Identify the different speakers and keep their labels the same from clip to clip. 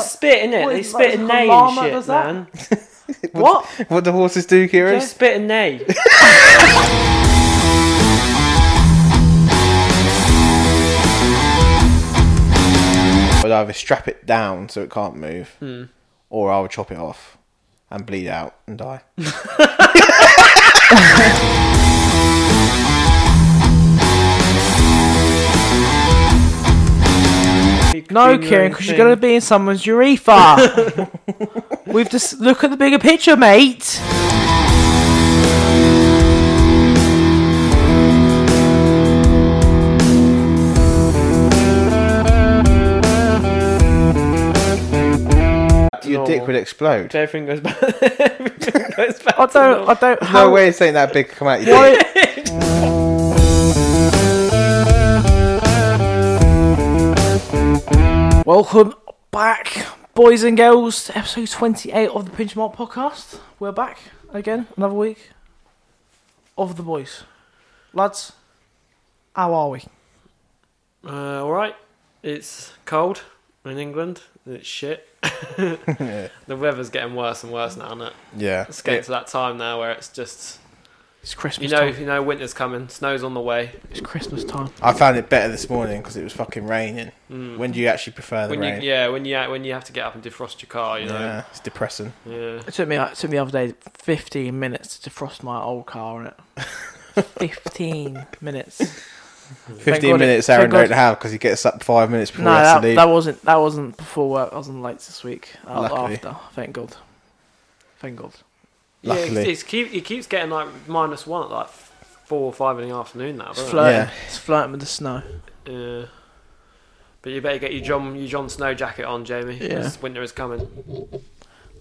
Speaker 1: spit in it.
Speaker 2: What
Speaker 1: They
Speaker 2: is-
Speaker 1: spit
Speaker 2: like,
Speaker 1: and
Speaker 2: a
Speaker 1: neigh and
Speaker 2: llama
Speaker 1: shit,
Speaker 2: does that?
Speaker 1: man.
Speaker 2: What?
Speaker 3: What do horses do,
Speaker 1: They
Speaker 3: Kira?
Speaker 1: spit and neigh.
Speaker 3: I'd either strap it down so it can't move,
Speaker 1: Hmm.
Speaker 3: or I would chop it off and bleed out and die.
Speaker 2: No, Kieran, because you're going to be in someone's urethra. We've just look at the bigger picture, mate.
Speaker 3: Your dick
Speaker 1: Normal.
Speaker 3: would explode.
Speaker 1: If everything goes back. everything goes back.
Speaker 2: I don't, I don't.
Speaker 3: No way it's ain't that big come out your dick.
Speaker 2: Why, Welcome back, boys and girls, to episode 28 of the Pinch Mark podcast. We're back again, another week of the boys. Lads, how are we?
Speaker 1: Uh, all right. It's cold in England. It's shit. The weather's getting worse and worse now, isn't it?
Speaker 3: Yeah.
Speaker 1: It's getting to that time now where it's just
Speaker 2: It's Christmas
Speaker 1: you know
Speaker 2: time.
Speaker 1: you know winter's coming, snow's on the way.
Speaker 2: It's Christmas time.
Speaker 3: I found it better this morning because it was fucking raining. When do you actually prefer the
Speaker 1: Mm. When
Speaker 3: rain?
Speaker 1: you yeah when you when you have to get up and defrost your car, you know.
Speaker 3: Yeah, it's depressing.
Speaker 1: Yeah.
Speaker 2: It took me it took me the other day 15 minutes to defrost my old car on it. 15 minutes.
Speaker 3: Fifteen
Speaker 2: God it-
Speaker 3: minutes
Speaker 2: thank
Speaker 3: Aaron
Speaker 2: God-
Speaker 3: don't have because he gets up five minutes before
Speaker 2: No,
Speaker 3: he has
Speaker 2: that,
Speaker 3: to leave.
Speaker 2: that wasn't that wasn't before work. I was on late this week. That was
Speaker 3: Luckily.
Speaker 2: after. Thank God. Thank God.
Speaker 1: Yeah,
Speaker 3: Luckily.
Speaker 1: it's, it's keep, it keeps getting like minus one at like four or five in the afternoon now.
Speaker 2: It's
Speaker 1: doesn't it?
Speaker 2: flirting.
Speaker 3: Yeah.
Speaker 2: It's flirting with the snow.
Speaker 1: Yeah. But you better get your John your John Snow jacket on, Jamie.
Speaker 2: Yeah.
Speaker 1: 'cause winter is coming.
Speaker 3: I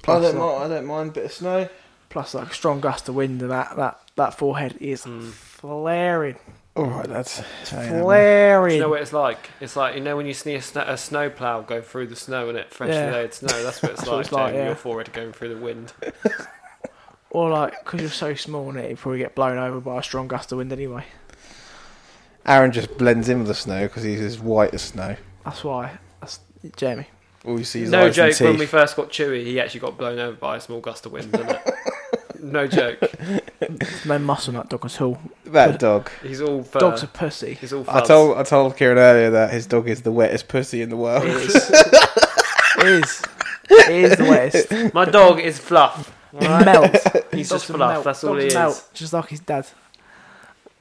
Speaker 2: Plus,
Speaker 3: don't
Speaker 2: uh,
Speaker 3: mind. I don't mind a bit of snow.
Speaker 2: plus like a strong gust of wind, and that that that forehead is
Speaker 1: Hmm.
Speaker 2: flaring,
Speaker 3: All right, lads. Hang on.
Speaker 1: Do
Speaker 2: flaring.
Speaker 1: you know what it's like? It's like you know when you see a, snow, a snow plow go through the snow and it freshly
Speaker 2: Yeah.
Speaker 1: laid snow. That's what it's
Speaker 2: That's
Speaker 1: like.
Speaker 2: what it's like,
Speaker 1: Jamie,
Speaker 2: yeah.
Speaker 1: Your forehead going through the wind.
Speaker 2: or like because you're so small, and you probably get blown over by a strong gust of wind anyway.
Speaker 3: Aaron just blends in with the snow because he's as white as snow.
Speaker 2: That's why. That's Jamie.
Speaker 3: All you see is
Speaker 1: no
Speaker 3: eyes and
Speaker 1: joke. When we
Speaker 3: teeth.
Speaker 1: first got Chewy, he actually got blown over by a small gust of wind. Didn't it? no joke.
Speaker 2: There's no muscle in that dog at all.
Speaker 3: That dog.
Speaker 1: He's all fur.
Speaker 2: Dogs are pussy.
Speaker 1: He's all.
Speaker 3: I
Speaker 1: Fuzz.
Speaker 3: told I told Kieran earlier that his dog is the wettest pussy in the
Speaker 2: It
Speaker 3: world.
Speaker 2: is. it is. It is the worst.
Speaker 1: my dog is fluff. alright?
Speaker 2: Melt.
Speaker 1: He's
Speaker 2: Dogs
Speaker 1: just
Speaker 2: are
Speaker 1: fluff.
Speaker 2: melt.
Speaker 1: That's all
Speaker 2: Dogs
Speaker 1: he is.
Speaker 2: are melt, Just like his dad.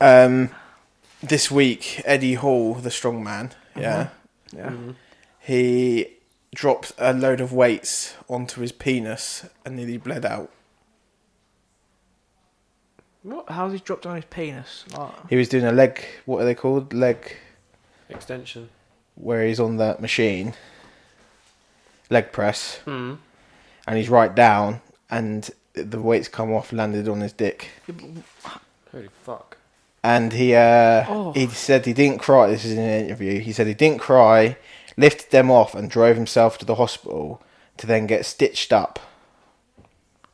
Speaker 3: Um, this week Eddie Hall, the strong man, yeah,
Speaker 2: Yeah.
Speaker 3: he dropped a load of weights onto his penis and nearly bled out.
Speaker 2: What? How's he dropped on his penis? Like,
Speaker 3: He was doing a leg. What are they called? Leg
Speaker 1: Extension.
Speaker 3: where he's on that machine, leg press,
Speaker 2: Mm-hmm.
Speaker 1: Mm.
Speaker 3: and he's right down, and the weights come off, landed on his dick.
Speaker 1: Holy fuck.
Speaker 3: and he uh,
Speaker 2: Oh.
Speaker 3: he said he didn't cry. This is in an interview. He said he didn't cry, lifted them off, and drove himself to the hospital to then get stitched up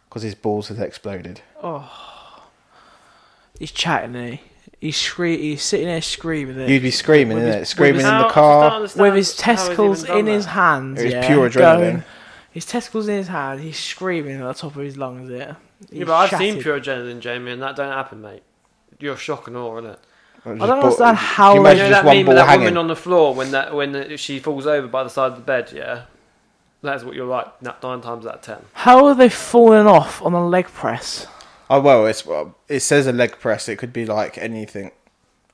Speaker 3: because his balls had exploded.
Speaker 1: oh.
Speaker 2: he's chatting. Isn't he? He's scree- He's sitting there screaming. Isn't he?
Speaker 3: You'd be screaming,
Speaker 2: With
Speaker 3: innit?
Speaker 2: his-
Speaker 3: Screaming in
Speaker 2: with his-
Speaker 3: the
Speaker 1: How- I don't
Speaker 3: car.
Speaker 1: understand
Speaker 2: With his
Speaker 1: how he's even
Speaker 2: testicles
Speaker 1: done
Speaker 2: in
Speaker 1: that.
Speaker 2: his hands.
Speaker 3: It was
Speaker 2: yeah,
Speaker 3: pure adrenaline.
Speaker 2: going- his testicles in his hand. He's screaming at the top of his lungs. Yeah.
Speaker 1: Yeah, but I've seen pure adrenaline, Jamie, and that don't happen, mate. You're shock and awe, isn't it?
Speaker 2: I don't understand how they-
Speaker 3: you
Speaker 1: You
Speaker 3: imagine
Speaker 1: know
Speaker 3: just
Speaker 1: that
Speaker 3: one
Speaker 1: meme of
Speaker 3: ball
Speaker 1: that
Speaker 3: hanging.
Speaker 1: woman on the floor when that when she falls over by the side of the bed. Yeah, that's what you're like. na- Nine times out of ten.
Speaker 2: How are they falling off on a leg press?
Speaker 3: Oh well, it's well, it says a leg press. It could be like anything.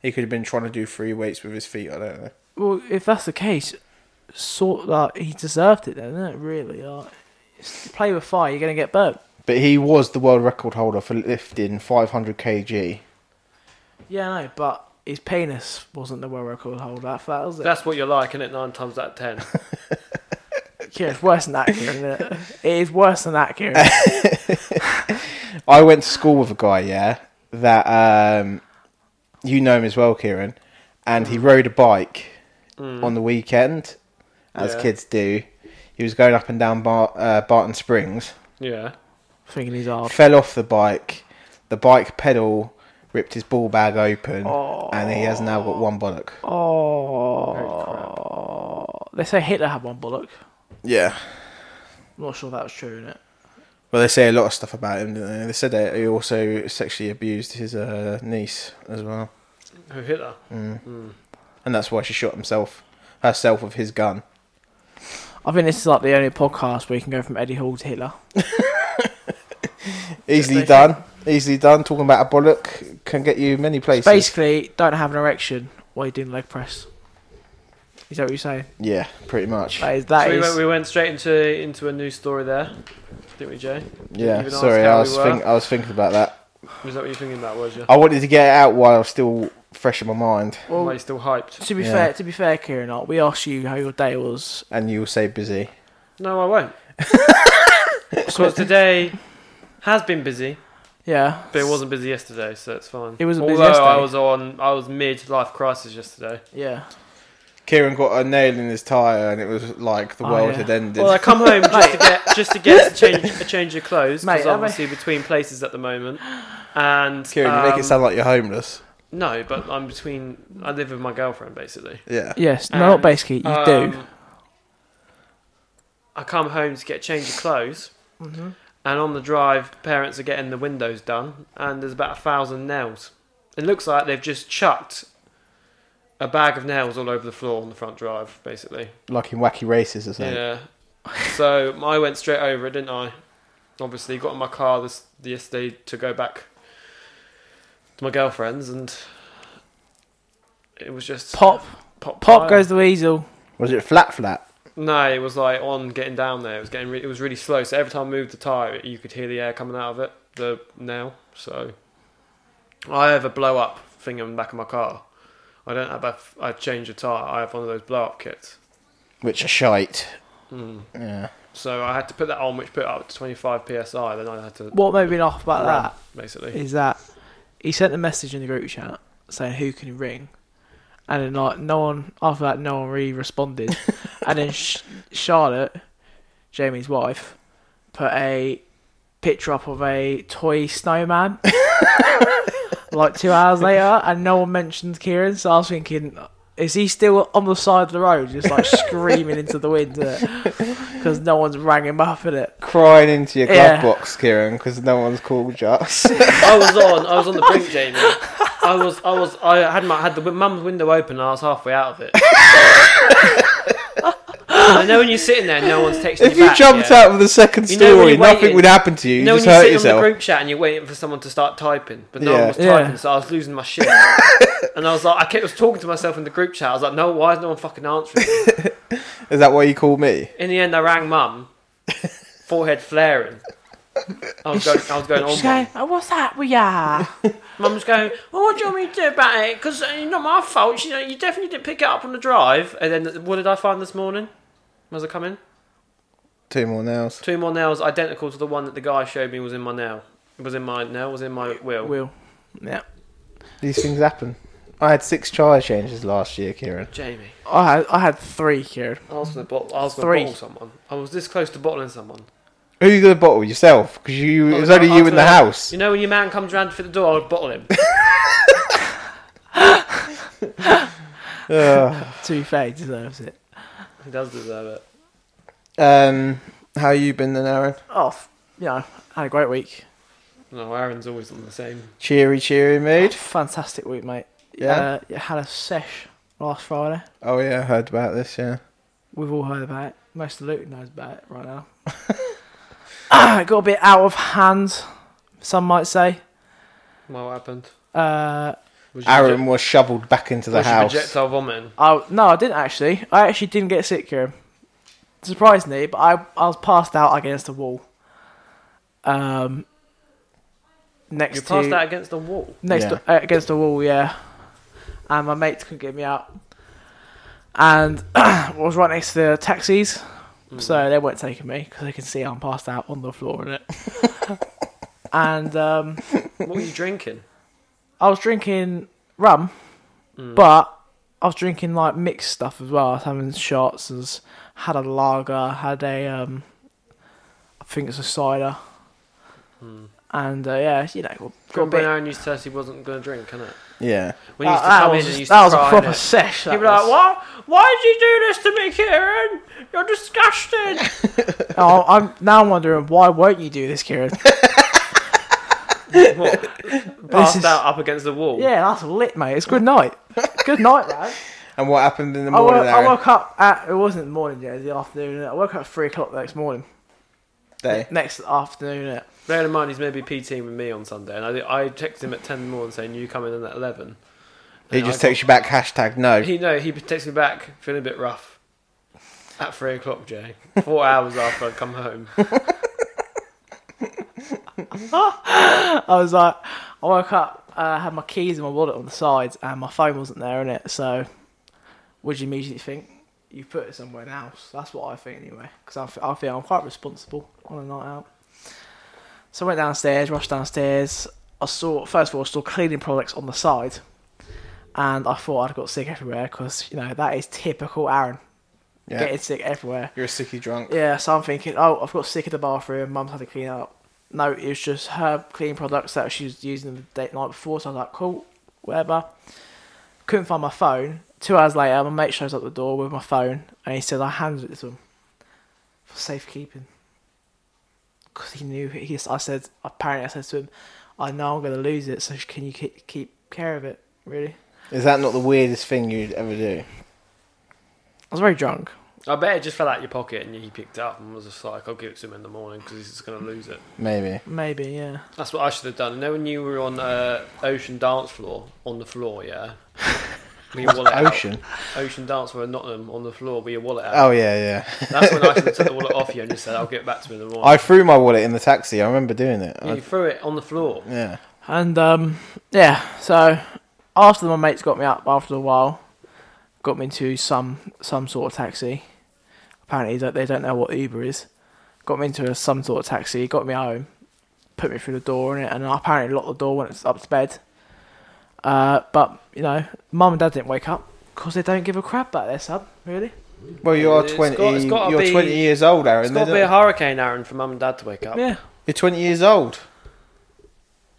Speaker 3: He could have been trying to do free weights with his feet. I don't know.
Speaker 2: Well, if that's the case, sort like he deserved it. Then, isn't it? Really, like, it's- play with fire. You're gonna get burnt.
Speaker 3: But he was the world record holder for lifting 500 kg.
Speaker 2: Yeah, I know, but his penis wasn't the world record holder for that, was it?
Speaker 1: That's what you're like, innit? Nine times out of ten.
Speaker 2: Yeah, it's worse than that, Kieran. Isn't it? it is worse than that, Kieran.
Speaker 3: I went to school with a guy, yeah, that um, you know him as well, Kieran, and he rode a bike on the weekend, as
Speaker 1: Yeah.
Speaker 3: kids do. He was going up and down Bar- uh, Barton Springs,
Speaker 1: Yeah.
Speaker 2: Thinking he's hard.
Speaker 3: fell off the bike, the bike pedal ripped his ball bag open, and he has now got one bollock.
Speaker 2: Oh, they say Hitler had one bullock.
Speaker 3: Yeah.
Speaker 2: I'm not sure that was true, innit?
Speaker 3: Well, they say a lot of stuff about him. Don't they? they said that he also sexually abused his uh, niece as well,
Speaker 1: Who hit her?
Speaker 3: mm.
Speaker 1: Mm.
Speaker 3: and that's why she shot himself, herself with his gun.
Speaker 2: I think this is like the only podcast where you can go from Eddie Hall to Hitler.
Speaker 3: Easily
Speaker 1: They-
Speaker 3: done. Easily done. Talking about a bollock can get you many places.
Speaker 2: Basically, don't have an erection while you're doing leg press. Is that what you're saying?
Speaker 3: Yeah, pretty much.
Speaker 2: That is. That
Speaker 1: so we
Speaker 2: is
Speaker 1: went, we went straight into into a new story there, didn't we, Jay?
Speaker 3: yeah,
Speaker 1: even ask
Speaker 3: sorry,
Speaker 1: how
Speaker 3: I
Speaker 1: we
Speaker 3: was
Speaker 1: were.
Speaker 3: think- I was thinking about that.
Speaker 1: Was that what you were thinking about? Was you?
Speaker 3: I wanted to get it out while I was still fresh in my mind,
Speaker 1: Well, you still hyped?
Speaker 2: to be
Speaker 3: Yeah.
Speaker 2: fair, to be fair, Kieran, like, we asked you how your day was.
Speaker 3: and you will say busy.
Speaker 1: No, I won't. Because today has been busy,
Speaker 2: Yeah,
Speaker 1: but it wasn't busy yesterday, so it's fine.
Speaker 2: It wasn't
Speaker 1: Although
Speaker 2: busy yesterday.
Speaker 1: I was on, I was mid life crisis yesterday.
Speaker 2: yeah.
Speaker 3: Kieran got a nail in his tire, and it was like the
Speaker 2: Oh,
Speaker 3: world
Speaker 2: yeah.
Speaker 3: had ended.
Speaker 1: Well, I come home just to get just to get a change, a change of clothes
Speaker 2: Mate,
Speaker 1: because
Speaker 2: have I-
Speaker 1: obviously between places at the moment. And
Speaker 3: Kieran, you make
Speaker 1: um,
Speaker 3: it sound like you're homeless.
Speaker 1: no, but I'm between. I live with my girlfriend basically.
Speaker 3: Yeah.
Speaker 2: Yes, no, not
Speaker 1: And,
Speaker 2: basically. You do.
Speaker 1: Um, I come home to get a change of clothes, and on the drive, parents are getting the windows done, and there's about a thousand nails. It looks like they've just chucked a bag of nails all over the floor on the front drive, basically.
Speaker 3: Like in Wacky Races or something.
Speaker 1: Yeah. so I went straight over it, didn't I? Obviously, got in my car this yesterday to go back to my girlfriend's, and it was just
Speaker 2: Pop,
Speaker 1: pop,
Speaker 2: pop
Speaker 1: fire.
Speaker 2: goes the weasel.
Speaker 3: Was it flat flat?
Speaker 1: No, it was like on getting down there. It was getting re- it was really slow. So every time I moved the tire, you could hear the air coming out of it. The nail. So I have a blow up thing on the back of my car. I don't have a. f- I change a tire. I have one of those blow up kits.
Speaker 3: Which are shite.
Speaker 1: Mm.
Speaker 3: Yeah.
Speaker 1: So I had to put that on, which put it up to 25 psi. Then I had to
Speaker 2: What made me laugh about
Speaker 1: Run.
Speaker 2: that
Speaker 1: basically.
Speaker 2: is that he sent a message in the group chat saying who can ring, and then like no one after that no one really responded, and then Sh- Charlotte, Jamie's wife, put a picture up of a toy snowman. like two hours later, and no one mentioned Kieran. So I was thinking, is he still on the side of the road, just like screaming into the wind? Because no one's rang him up in it.
Speaker 3: Crying into your glove
Speaker 2: Yeah.
Speaker 3: box, Kieran, because no one's called you.
Speaker 1: I was on. I was on the brink, Jamie. I was. I was. I had my had the wi- mum's window open. and I was halfway out of it. I know when you're sitting there, and no one's texting
Speaker 3: if
Speaker 1: you.
Speaker 3: you
Speaker 1: back,
Speaker 3: jumped
Speaker 1: yeah.
Speaker 3: out of the second
Speaker 1: You know when
Speaker 3: story,
Speaker 1: you're
Speaker 3: nothing
Speaker 1: waiting-
Speaker 3: would happen to you.
Speaker 1: you
Speaker 3: You,
Speaker 1: know
Speaker 3: just
Speaker 1: when you
Speaker 3: hurt
Speaker 1: sit on the
Speaker 3: yourself.
Speaker 1: group chat and you're waiting for someone to start typing, but no
Speaker 3: Yeah.
Speaker 1: one was
Speaker 2: Yeah.
Speaker 1: typing, so I was losing my shit. and I was like, I kept was talking to myself in the group chat. I was like, no, why is no one fucking answering?
Speaker 3: Is that why you call me?
Speaker 1: In the end, I rang mum, forehead flaring. I was going. I was going on.
Speaker 2: She's going,
Speaker 1: Mum.
Speaker 2: oh, "What's that? We are."
Speaker 1: Mum's going. Well, what do you want me to do about it? Because it's not my fault. You know, you definitely didn't pick it up on the drive. And then, what did I find this morning? Was I coming?
Speaker 3: Two more nails.
Speaker 1: Two more nails identical to the one that the guy showed me was in my nail. Was in my nail. Was in my wheel.
Speaker 2: Will. Yeah.
Speaker 3: These things happen. I had six tire changes last year, Kieran.
Speaker 1: Jamie.
Speaker 2: I had I had three here.
Speaker 1: I was gonna bottle. I was gonna
Speaker 2: Three.
Speaker 1: bottle someone. I was this close to bottling someone.
Speaker 3: Who you gonna bottle yourself? Because you, it was
Speaker 1: I-
Speaker 3: only
Speaker 1: I-
Speaker 3: you
Speaker 1: I-
Speaker 3: in the house.
Speaker 1: You know when your man comes round to fit the door, I would bottle him.
Speaker 3: Ugh.
Speaker 2: To be fair, he deserves it.
Speaker 1: he does deserve it.
Speaker 3: um, how you been then, Aaron?
Speaker 2: Oh, f- you know, had a great week.
Speaker 1: No, Aaron's always on the same.
Speaker 3: Cheery, cheery mood.
Speaker 2: Fantastic week, mate.
Speaker 3: Yeah?
Speaker 2: Uh, you had a sesh last Friday.
Speaker 3: Oh yeah, I heard about this. Yeah.
Speaker 2: We've all heard about it. Most of Luton knows about it right now. Ah, it got a bit out of hand, some might say.
Speaker 1: Well, what happened?
Speaker 2: Uh,
Speaker 1: Was your
Speaker 3: Aaron
Speaker 1: project-
Speaker 3: was shoveled back into the
Speaker 1: was your
Speaker 3: house.
Speaker 1: projectile vomiting.
Speaker 2: I no, I didn't actually. I actually didn't get sick here. Surprisingly, but I I was passed out against a wall. Um, next
Speaker 1: You
Speaker 2: to
Speaker 1: passed that against the wall.
Speaker 2: next
Speaker 3: Yeah.
Speaker 2: uh, against the wall, yeah. And my mates couldn't get me out, and I was right next to the taxis, so they weren't taking me because they can see I'm passed out on the floor in it. and um,
Speaker 1: What were you drinking?
Speaker 2: I was drinking rum, but I was drinking like mixed stuff as well. I was having shots, as had a lager, had a um, I think it's a cider, And uh, yeah, you know, got a
Speaker 1: Gone
Speaker 2: bit. Ah,
Speaker 1: Ben Aaron used to tell us he wasn't going to drink, can it?
Speaker 3: Yeah.
Speaker 1: When he used to
Speaker 2: that,
Speaker 1: come
Speaker 2: was
Speaker 1: in,
Speaker 2: just-
Speaker 1: he used
Speaker 2: that
Speaker 1: to
Speaker 2: was a
Speaker 1: cry,
Speaker 2: proper
Speaker 1: innit?
Speaker 2: sesh. That
Speaker 1: He'd be
Speaker 2: was.
Speaker 1: like, "What? Why did you do this to me, Kieran? You're disgusting."
Speaker 2: Oh, I'm now I'm wondering why won't you do this, Kieran?
Speaker 1: What? Passed
Speaker 2: is-
Speaker 1: out up against the wall.
Speaker 2: yeah, that's lit, mate. It's good night. Good night, man.
Speaker 3: And what happened in the
Speaker 2: I woke,
Speaker 3: morning?
Speaker 2: I
Speaker 3: Aaron?
Speaker 2: woke up at it wasn't the morning yet, it was the afternoon. innit? I woke up at three o'clock the next morning,
Speaker 3: Day.
Speaker 2: next afternoon. innit?
Speaker 1: Bear in mind, he's maybe PTing with me on Sunday, and I, I texted him at ten in the morning saying you come in at eleven.
Speaker 3: He
Speaker 1: And
Speaker 3: just
Speaker 1: I
Speaker 3: takes you back. Hashtag no.
Speaker 1: got- He no, he texts me back feeling a bit rough. At three o'clock, Jay. Four hours after I would come home.
Speaker 2: I was like, I woke up, uh, had my keys and my wallet on the side, and my phone wasn't there in it. So, would you immediately think you put it somewhere else? That's what I think anyway, because I, f- I feel I'm quite responsible on a night out. So I went downstairs, rushed downstairs. I saw first of all, I saw cleaning products on the side, and I thought I'd got sick everywhere because you know that is typical Aaron
Speaker 3: Yeah.
Speaker 2: getting sick everywhere.
Speaker 3: You're a sicky drunk.
Speaker 2: Yeah, so I'm thinking, oh, I've got sick of the bathroom. Mum's had to clean up. No, it was just her cleaning products that she was using the day, night before. So I was like, cool, whatever. Couldn't find my phone. Two hours later, my mate shows up the door with my phone, and he says I handed it to him for safekeeping because he knew. He, I said, apparently, I said to him, I know I'm going to lose it, so can you keep, keep care of it? Really?
Speaker 3: Is that not the weirdest thing you'd ever do?
Speaker 2: I was very drunk.
Speaker 1: I bet it just fell out your pocket and you picked it up and was just like, "I'll give it to him in the morning because he's just going to lose it."
Speaker 3: Maybe.
Speaker 2: Maybe, yeah.
Speaker 1: That's what I should have done. You know when you were on uh, Ocean Dance Floor on the floor, yeah. With your wallet out.
Speaker 3: Ocean.
Speaker 1: Ocean Dance Floor in Nottingham on the floor with your wallet out.
Speaker 3: Oh yeah, yeah.
Speaker 1: That's when I should have took the wallet off you and just said, "I'll get back to him in the morning."
Speaker 3: I threw my wallet in the taxi. I remember doing it.
Speaker 1: Yeah, you
Speaker 3: I,
Speaker 1: threw it on the floor.
Speaker 3: yeah.
Speaker 2: And um, yeah, so after my mates got me up after a while, got me into some some sort of taxi. Apparently, they- they don't know what Uber is. Got me into a, some sort of taxi, got me home, put me through the door in it, and I apparently locked the door when it's up to bed. Uh, but you know, mum and dad didn't wake up because they don't give a crap about their son, really.
Speaker 3: Well, you are
Speaker 1: It's got-
Speaker 3: twenty.
Speaker 1: it's gotta
Speaker 3: you're
Speaker 1: be-
Speaker 3: twenty years old, Aaron.
Speaker 1: It's got to
Speaker 3: They're
Speaker 1: be a
Speaker 3: not-
Speaker 1: hurricane, Aaron, for mum and dad to wake up.
Speaker 2: Yeah.
Speaker 3: You're twenty years old.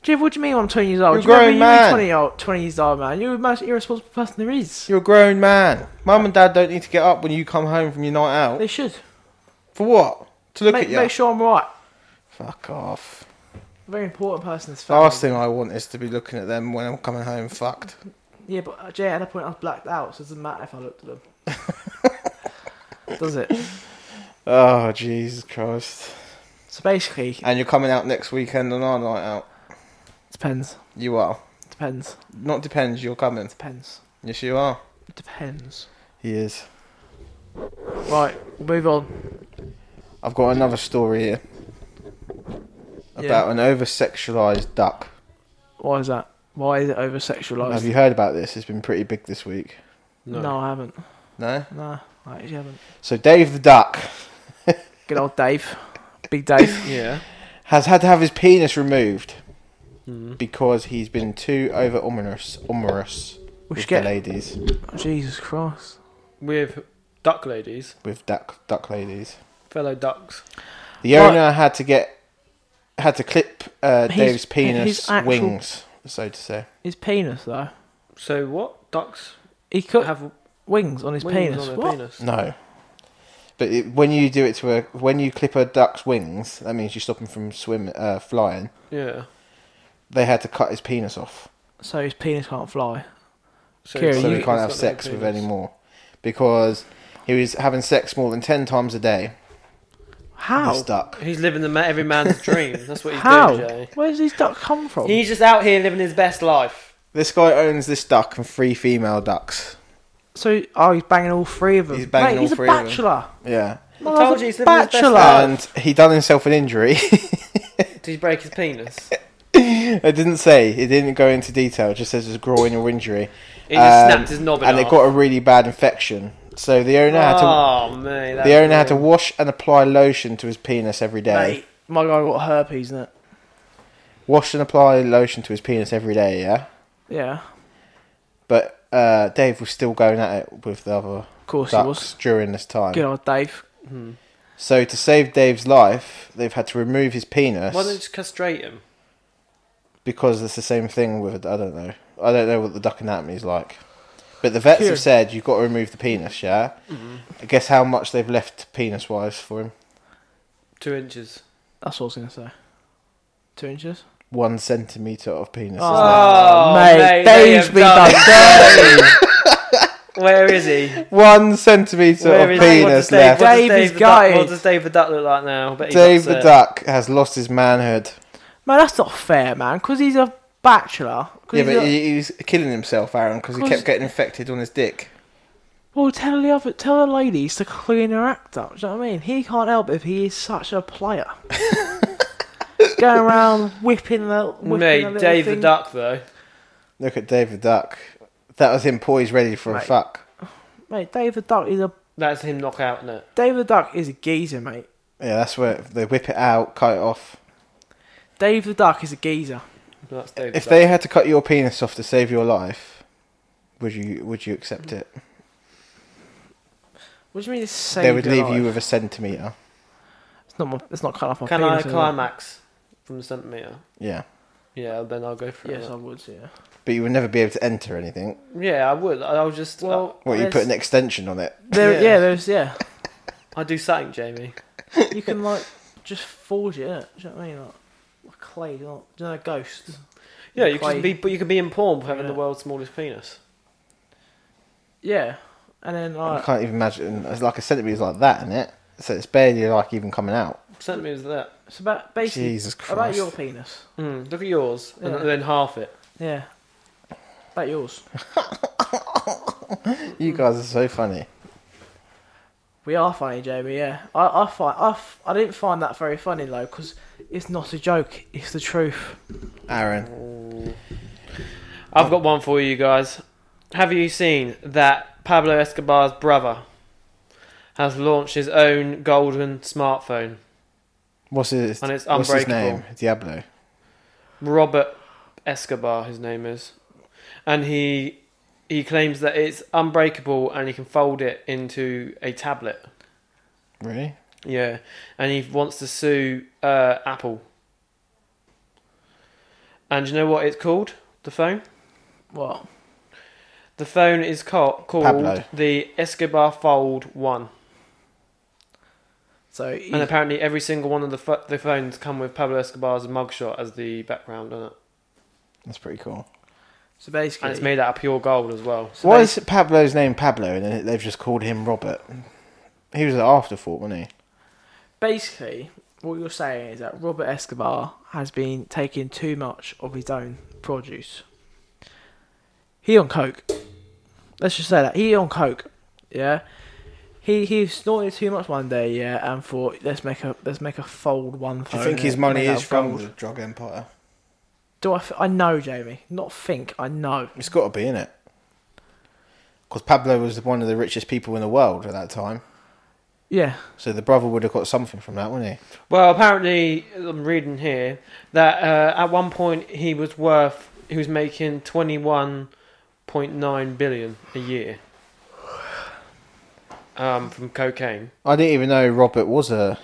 Speaker 2: Jeff, what do you mean I'm 20 years old?
Speaker 3: You're
Speaker 2: do you remember
Speaker 3: grown
Speaker 2: you
Speaker 3: man.
Speaker 2: were 20, old, 20 years old, man? You're the most irresponsible person there is.
Speaker 3: You're a grown man. Mum and dad don't need to get up when you come home from your night out.
Speaker 2: They should.
Speaker 3: For what? To look
Speaker 2: Make,
Speaker 3: at you.
Speaker 2: make sure I'm right.
Speaker 3: Fuck off.
Speaker 2: Very important person is family.
Speaker 3: Last thing I want is to be looking at them when I'm coming home fucked.
Speaker 2: Yeah, but uh, Jay, at that point I was blacked out, so it doesn't matter if I looked at them. Does it?
Speaker 3: Oh Jesus Christ!
Speaker 2: So basically,
Speaker 3: And you're coming out next weekend on our night out.
Speaker 2: depends.
Speaker 3: You are.
Speaker 2: Depends.
Speaker 3: Not depends. You're coming.
Speaker 2: Depends.
Speaker 3: Yes, you are.
Speaker 2: Depends.
Speaker 3: He is.
Speaker 2: Right, we'll move on.
Speaker 3: I've got another story here
Speaker 2: Yeah.
Speaker 3: about an over sexualized duck.
Speaker 2: Why is that? Why is it over
Speaker 3: Have
Speaker 2: sexualized?
Speaker 3: you heard about this? It's been pretty big this week.
Speaker 2: No. I haven't.
Speaker 3: No?
Speaker 2: No, I actually haven't.
Speaker 3: So, Dave the duck
Speaker 2: Good old Dave. Big Dave.
Speaker 1: Yeah.
Speaker 3: has had to have his penis removed
Speaker 1: Mm.
Speaker 3: because he's been too over ominous, ominous
Speaker 2: We
Speaker 3: with
Speaker 2: should
Speaker 3: the
Speaker 2: get.
Speaker 3: ladies,
Speaker 2: Jesus Christ.
Speaker 1: With duck ladies,
Speaker 3: with duck, duck ladies.
Speaker 1: fellow ducks.
Speaker 3: The
Speaker 2: Right.
Speaker 3: owner had to get, had to clip uh,
Speaker 2: His-
Speaker 3: Dave's
Speaker 2: his
Speaker 3: penis
Speaker 2: actual-
Speaker 3: wings, so to say.
Speaker 2: His penis, though.
Speaker 1: So what? Ducks
Speaker 2: He could have
Speaker 1: have
Speaker 2: wings on his
Speaker 1: wings
Speaker 2: penis.
Speaker 1: on their
Speaker 2: what?
Speaker 1: penis.
Speaker 3: No. But it, when you do it to a, when you clip a duck's wings, that means you stop him from swim, uh, flying.
Speaker 1: Yeah.
Speaker 3: they had to cut his penis off
Speaker 2: So his penis can't fly.
Speaker 1: So,
Speaker 2: Kieran, Yeah,
Speaker 3: so
Speaker 2: you-
Speaker 3: he
Speaker 1: he's got
Speaker 3: can't have
Speaker 1: no
Speaker 3: sex with
Speaker 1: penis.
Speaker 3: anymore because he was having sex more than 10 times a day
Speaker 2: How?
Speaker 3: this duck
Speaker 1: He's living the ma- every man's dream. That's what he's
Speaker 2: How?
Speaker 1: doing, Jay.
Speaker 2: Where does these duck come from?
Speaker 1: He's just out here living his best life.
Speaker 3: this guy owns this duck and three female ducks
Speaker 2: So, oh, he's banging all three of them.
Speaker 3: He's
Speaker 2: Mate,
Speaker 3: banging all
Speaker 2: he's
Speaker 3: three
Speaker 2: a
Speaker 3: of them.
Speaker 2: bachelor.
Speaker 3: yeah
Speaker 1: I told you, he's living his best
Speaker 2: bachelor.
Speaker 1: life.
Speaker 3: and he done himself an injury
Speaker 1: Did he break his penis?
Speaker 3: it didn't say it didn't go into detail it just says it's a groin or injury
Speaker 1: He just
Speaker 3: Um,
Speaker 1: snapped his knob in
Speaker 3: and it
Speaker 1: half.
Speaker 3: got a really bad infection so the owner had
Speaker 2: Ah,
Speaker 3: to
Speaker 1: oh, man.
Speaker 3: the owner had to wash and apply lotion to his penis every day.
Speaker 2: Mate, my guy got herpes, isn't it?
Speaker 3: Wash and apply lotion to his penis every day, yeah?
Speaker 2: Yeah,
Speaker 3: But uh, Dave was still going at it with the other
Speaker 2: of course he
Speaker 3: ducks
Speaker 2: was.
Speaker 3: during this time.
Speaker 2: Good old Dave.
Speaker 3: So to save Dave's life, they've had to remove his penis.
Speaker 1: Why don't they just castrate him?
Speaker 3: because it's the same thing with I don't know. I don't know what the duck anatomy is like. But the vets
Speaker 2: Here.
Speaker 3: have said you've got to remove the penis, yeah?
Speaker 1: Mm-hmm.
Speaker 3: I guess how much they've left penis wise for him?
Speaker 1: Two inches.
Speaker 2: That's what I was gonna say. Two inches.
Speaker 3: One centimetre of penis.
Speaker 2: Oh,
Speaker 3: isn't
Speaker 1: Ah.
Speaker 2: mate,
Speaker 1: they
Speaker 2: they've
Speaker 1: have
Speaker 2: been
Speaker 1: done
Speaker 2: done
Speaker 1: dirty. Where is he?
Speaker 3: it? One centimetre
Speaker 1: Where
Speaker 3: of
Speaker 1: is he? What does
Speaker 3: penis
Speaker 1: Dave,
Speaker 3: left.
Speaker 1: what does
Speaker 2: Dave
Speaker 1: Dave
Speaker 2: is
Speaker 1: the Duck-
Speaker 2: gay.
Speaker 1: What does Dave the Duck look like now? I bet he's
Speaker 3: Dave the
Speaker 1: upset.
Speaker 3: duck has lost his manhood.
Speaker 2: Man, that's not fair, man. Because he's a bachelor. 'Cause
Speaker 3: Yeah,
Speaker 2: he's
Speaker 3: but
Speaker 2: a-
Speaker 3: he, he's killing himself, Aaron, because he
Speaker 2: Cause-
Speaker 3: kept getting infected on his dick.
Speaker 2: Well, tell the other, tell the ladies to clean her act up. Do you know what I mean? He can't help if he is such a player. Going around whipping the whipping the
Speaker 1: Mate,
Speaker 2: little
Speaker 1: Dave the
Speaker 2: thing.
Speaker 1: Duck though.
Speaker 3: Look at Dave the duck. That was him poised, ready for a
Speaker 2: Mate.
Speaker 3: fuck.
Speaker 2: Mate, Dave the Duck is a
Speaker 1: That's him knockout, isn't it?
Speaker 2: Dave the Duck is a geezer, mate.
Speaker 3: Yeah, that's where they whip it out, cut it off.
Speaker 2: Dave the Duck is a geezer.
Speaker 1: That's Dave the
Speaker 3: If
Speaker 1: Duck.
Speaker 3: they had to cut your penis off to save your life, would you would you accept it?
Speaker 2: What do you mean? It's saved
Speaker 3: they would
Speaker 2: your
Speaker 3: leave
Speaker 2: life?
Speaker 3: you with a centimeter.
Speaker 2: It's not. My, it's not cut off my
Speaker 1: Can I
Speaker 2: penis, is it?
Speaker 1: climax from the centimetre?
Speaker 3: Yeah,
Speaker 1: Yeah, then I'll go for
Speaker 2: Yes,
Speaker 1: it.
Speaker 2: I would. Yeah.
Speaker 3: but you would never be able to enter anything.
Speaker 1: Yeah, I would. I- I'll just. uh,
Speaker 2: Well,
Speaker 3: What you
Speaker 2: there's-
Speaker 3: put an extension on it?
Speaker 2: There,
Speaker 1: Yeah.
Speaker 2: yeah. there's yeah.
Speaker 1: I, I do something, Jamie.
Speaker 2: You can like just forge it. innit? Do you know what I mean? Like, like clay, like, you know, ghosts.
Speaker 1: Yeah, you can
Speaker 2: Clay.
Speaker 1: be, but you can be in porn for having
Speaker 2: Yeah.
Speaker 1: the world's smallest penis.
Speaker 2: Yeah, and then
Speaker 3: I
Speaker 2: like
Speaker 3: can't even imagine. It's like a centimeter is like that in it, so it's barely like even coming out.
Speaker 1: Centimeters of that.
Speaker 2: it's about basically
Speaker 3: Jesus
Speaker 2: about
Speaker 3: Christ!
Speaker 2: your penis.
Speaker 1: Mm, look at yours,
Speaker 2: Yeah.
Speaker 1: and then half it.
Speaker 2: Yeah, about yours.
Speaker 3: You guys are so funny.
Speaker 2: We are funny, Jamie. Yeah, I I find I, f- I didn't find that very funny though because it's not a joke. It's the truth.
Speaker 3: Aaron,
Speaker 1: I've got one for you guys. Have you seen that Pablo Escobar's brother has launched his own golden smartphone?
Speaker 3: what's his
Speaker 1: And it's
Speaker 3: what's his
Speaker 1: unbreakable.
Speaker 3: name? Diablo.
Speaker 1: Robert Escobar, his name is, and he he claims that it's unbreakable and he can fold it into a tablet.
Speaker 3: Really?
Speaker 1: Yeah, and he wants to sue uh, Apple. And do you know what it's called? The phone.
Speaker 2: What?
Speaker 1: The phone is ca- called
Speaker 3: Pablo.
Speaker 1: the Escobar Fold One,
Speaker 2: So e, he,
Speaker 1: and apparently every single one of the pho- the phones come with Pablo Escobar's mugshot as the background on it,
Speaker 3: That's pretty cool.
Speaker 2: so basically,
Speaker 1: and it's made out of pure gold as well.
Speaker 2: so
Speaker 3: Why
Speaker 2: basi-
Speaker 3: is Pablo's name Pablo and then they've just called him Robert? He was an afterthought, wasn't
Speaker 2: basically what you're saying is that Robert Escobar has been taking too much of his own produce. He on coke. Let's just say that he on coke. Yeah, he he snorted too much one day. Yeah, and thought let's make a let's make a fold one.
Speaker 3: he? Do
Speaker 2: Phone
Speaker 3: you think his
Speaker 2: and
Speaker 3: money
Speaker 2: make that
Speaker 3: is from
Speaker 2: fold.
Speaker 3: the drug empire?
Speaker 2: Do I? F- I know, Jamie. Not think. I know.
Speaker 3: It's got to be in it. Because Pablo was one of the richest people in the world at that time,
Speaker 2: Yeah.
Speaker 3: so the brother would have got something from that, wouldn't he?
Speaker 1: Well, apparently, I'm reading here that uh, at one point he was worth, he was making 21.9 billion a year um, from cocaine.
Speaker 3: I didn't even know Robert was a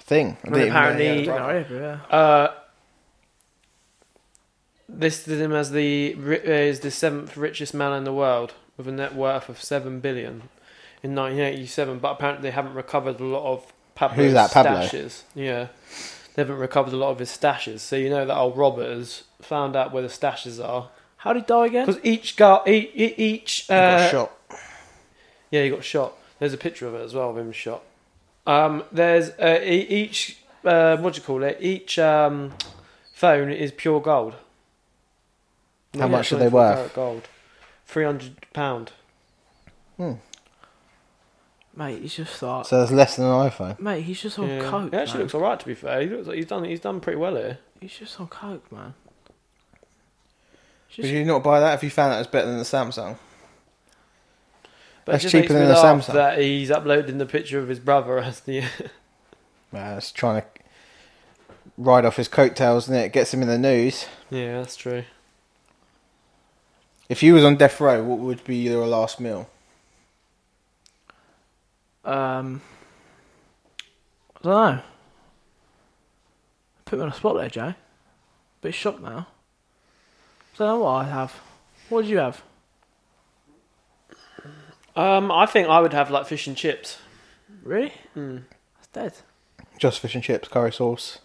Speaker 3: thing. I
Speaker 1: And
Speaker 3: didn't even know
Speaker 1: apparently-
Speaker 3: he had a brother.
Speaker 2: Yeah, yeah.
Speaker 1: Uh, listed him as the ri- uh, is the seventh richest man in the world with a net worth of seven billion in 1987. But apparently, they haven't recovered a lot of Pablo's
Speaker 3: Who's that, Pablo?
Speaker 1: stashes. Yeah, they haven't recovered a lot of his stashes. So you know that old Robert has found out where the stashes are
Speaker 2: How did he die again?
Speaker 1: because each guy, e- e- each
Speaker 3: He got
Speaker 1: uh,
Speaker 3: shot.
Speaker 1: yeah, he got shot. There's a picture of it as well of him shot. Um, there's uh, e- each uh, what do you call it? Each um, phone is pure gold.
Speaker 3: How much are they
Speaker 1: 24
Speaker 3: worth?
Speaker 1: karat Gold, three hundred pound.
Speaker 2: Mate, he's just like.
Speaker 3: So that's less than an iPhone.
Speaker 2: Mate, he's just on
Speaker 1: yeah.
Speaker 2: coke.
Speaker 1: He actually
Speaker 2: man.
Speaker 1: looks all right to be fair. He looks like he's done. He's done pretty well here.
Speaker 2: He's just on coke, man. Just
Speaker 3: Would you not buy that if you found that it's better than the Samsung?
Speaker 1: But
Speaker 3: That's
Speaker 1: it just
Speaker 3: cheaper
Speaker 1: makes me
Speaker 3: than a
Speaker 1: laugh
Speaker 3: Samsung.
Speaker 1: That he's uploading the picture of his brother as the
Speaker 3: Man, it's trying to ride off his coattails, and it gets him in the news.
Speaker 1: yeah. That's true.
Speaker 3: If you was on death row, what would be your last meal?
Speaker 2: Um, I don't know. Put me on a spot there, Joe. Bit shocked now. don't know what I have. What did you have?
Speaker 1: Um, I think I would have like fish and chips.
Speaker 2: Really?
Speaker 1: Mm.
Speaker 2: That's dead.
Speaker 3: Just fish and chips, curry sauce.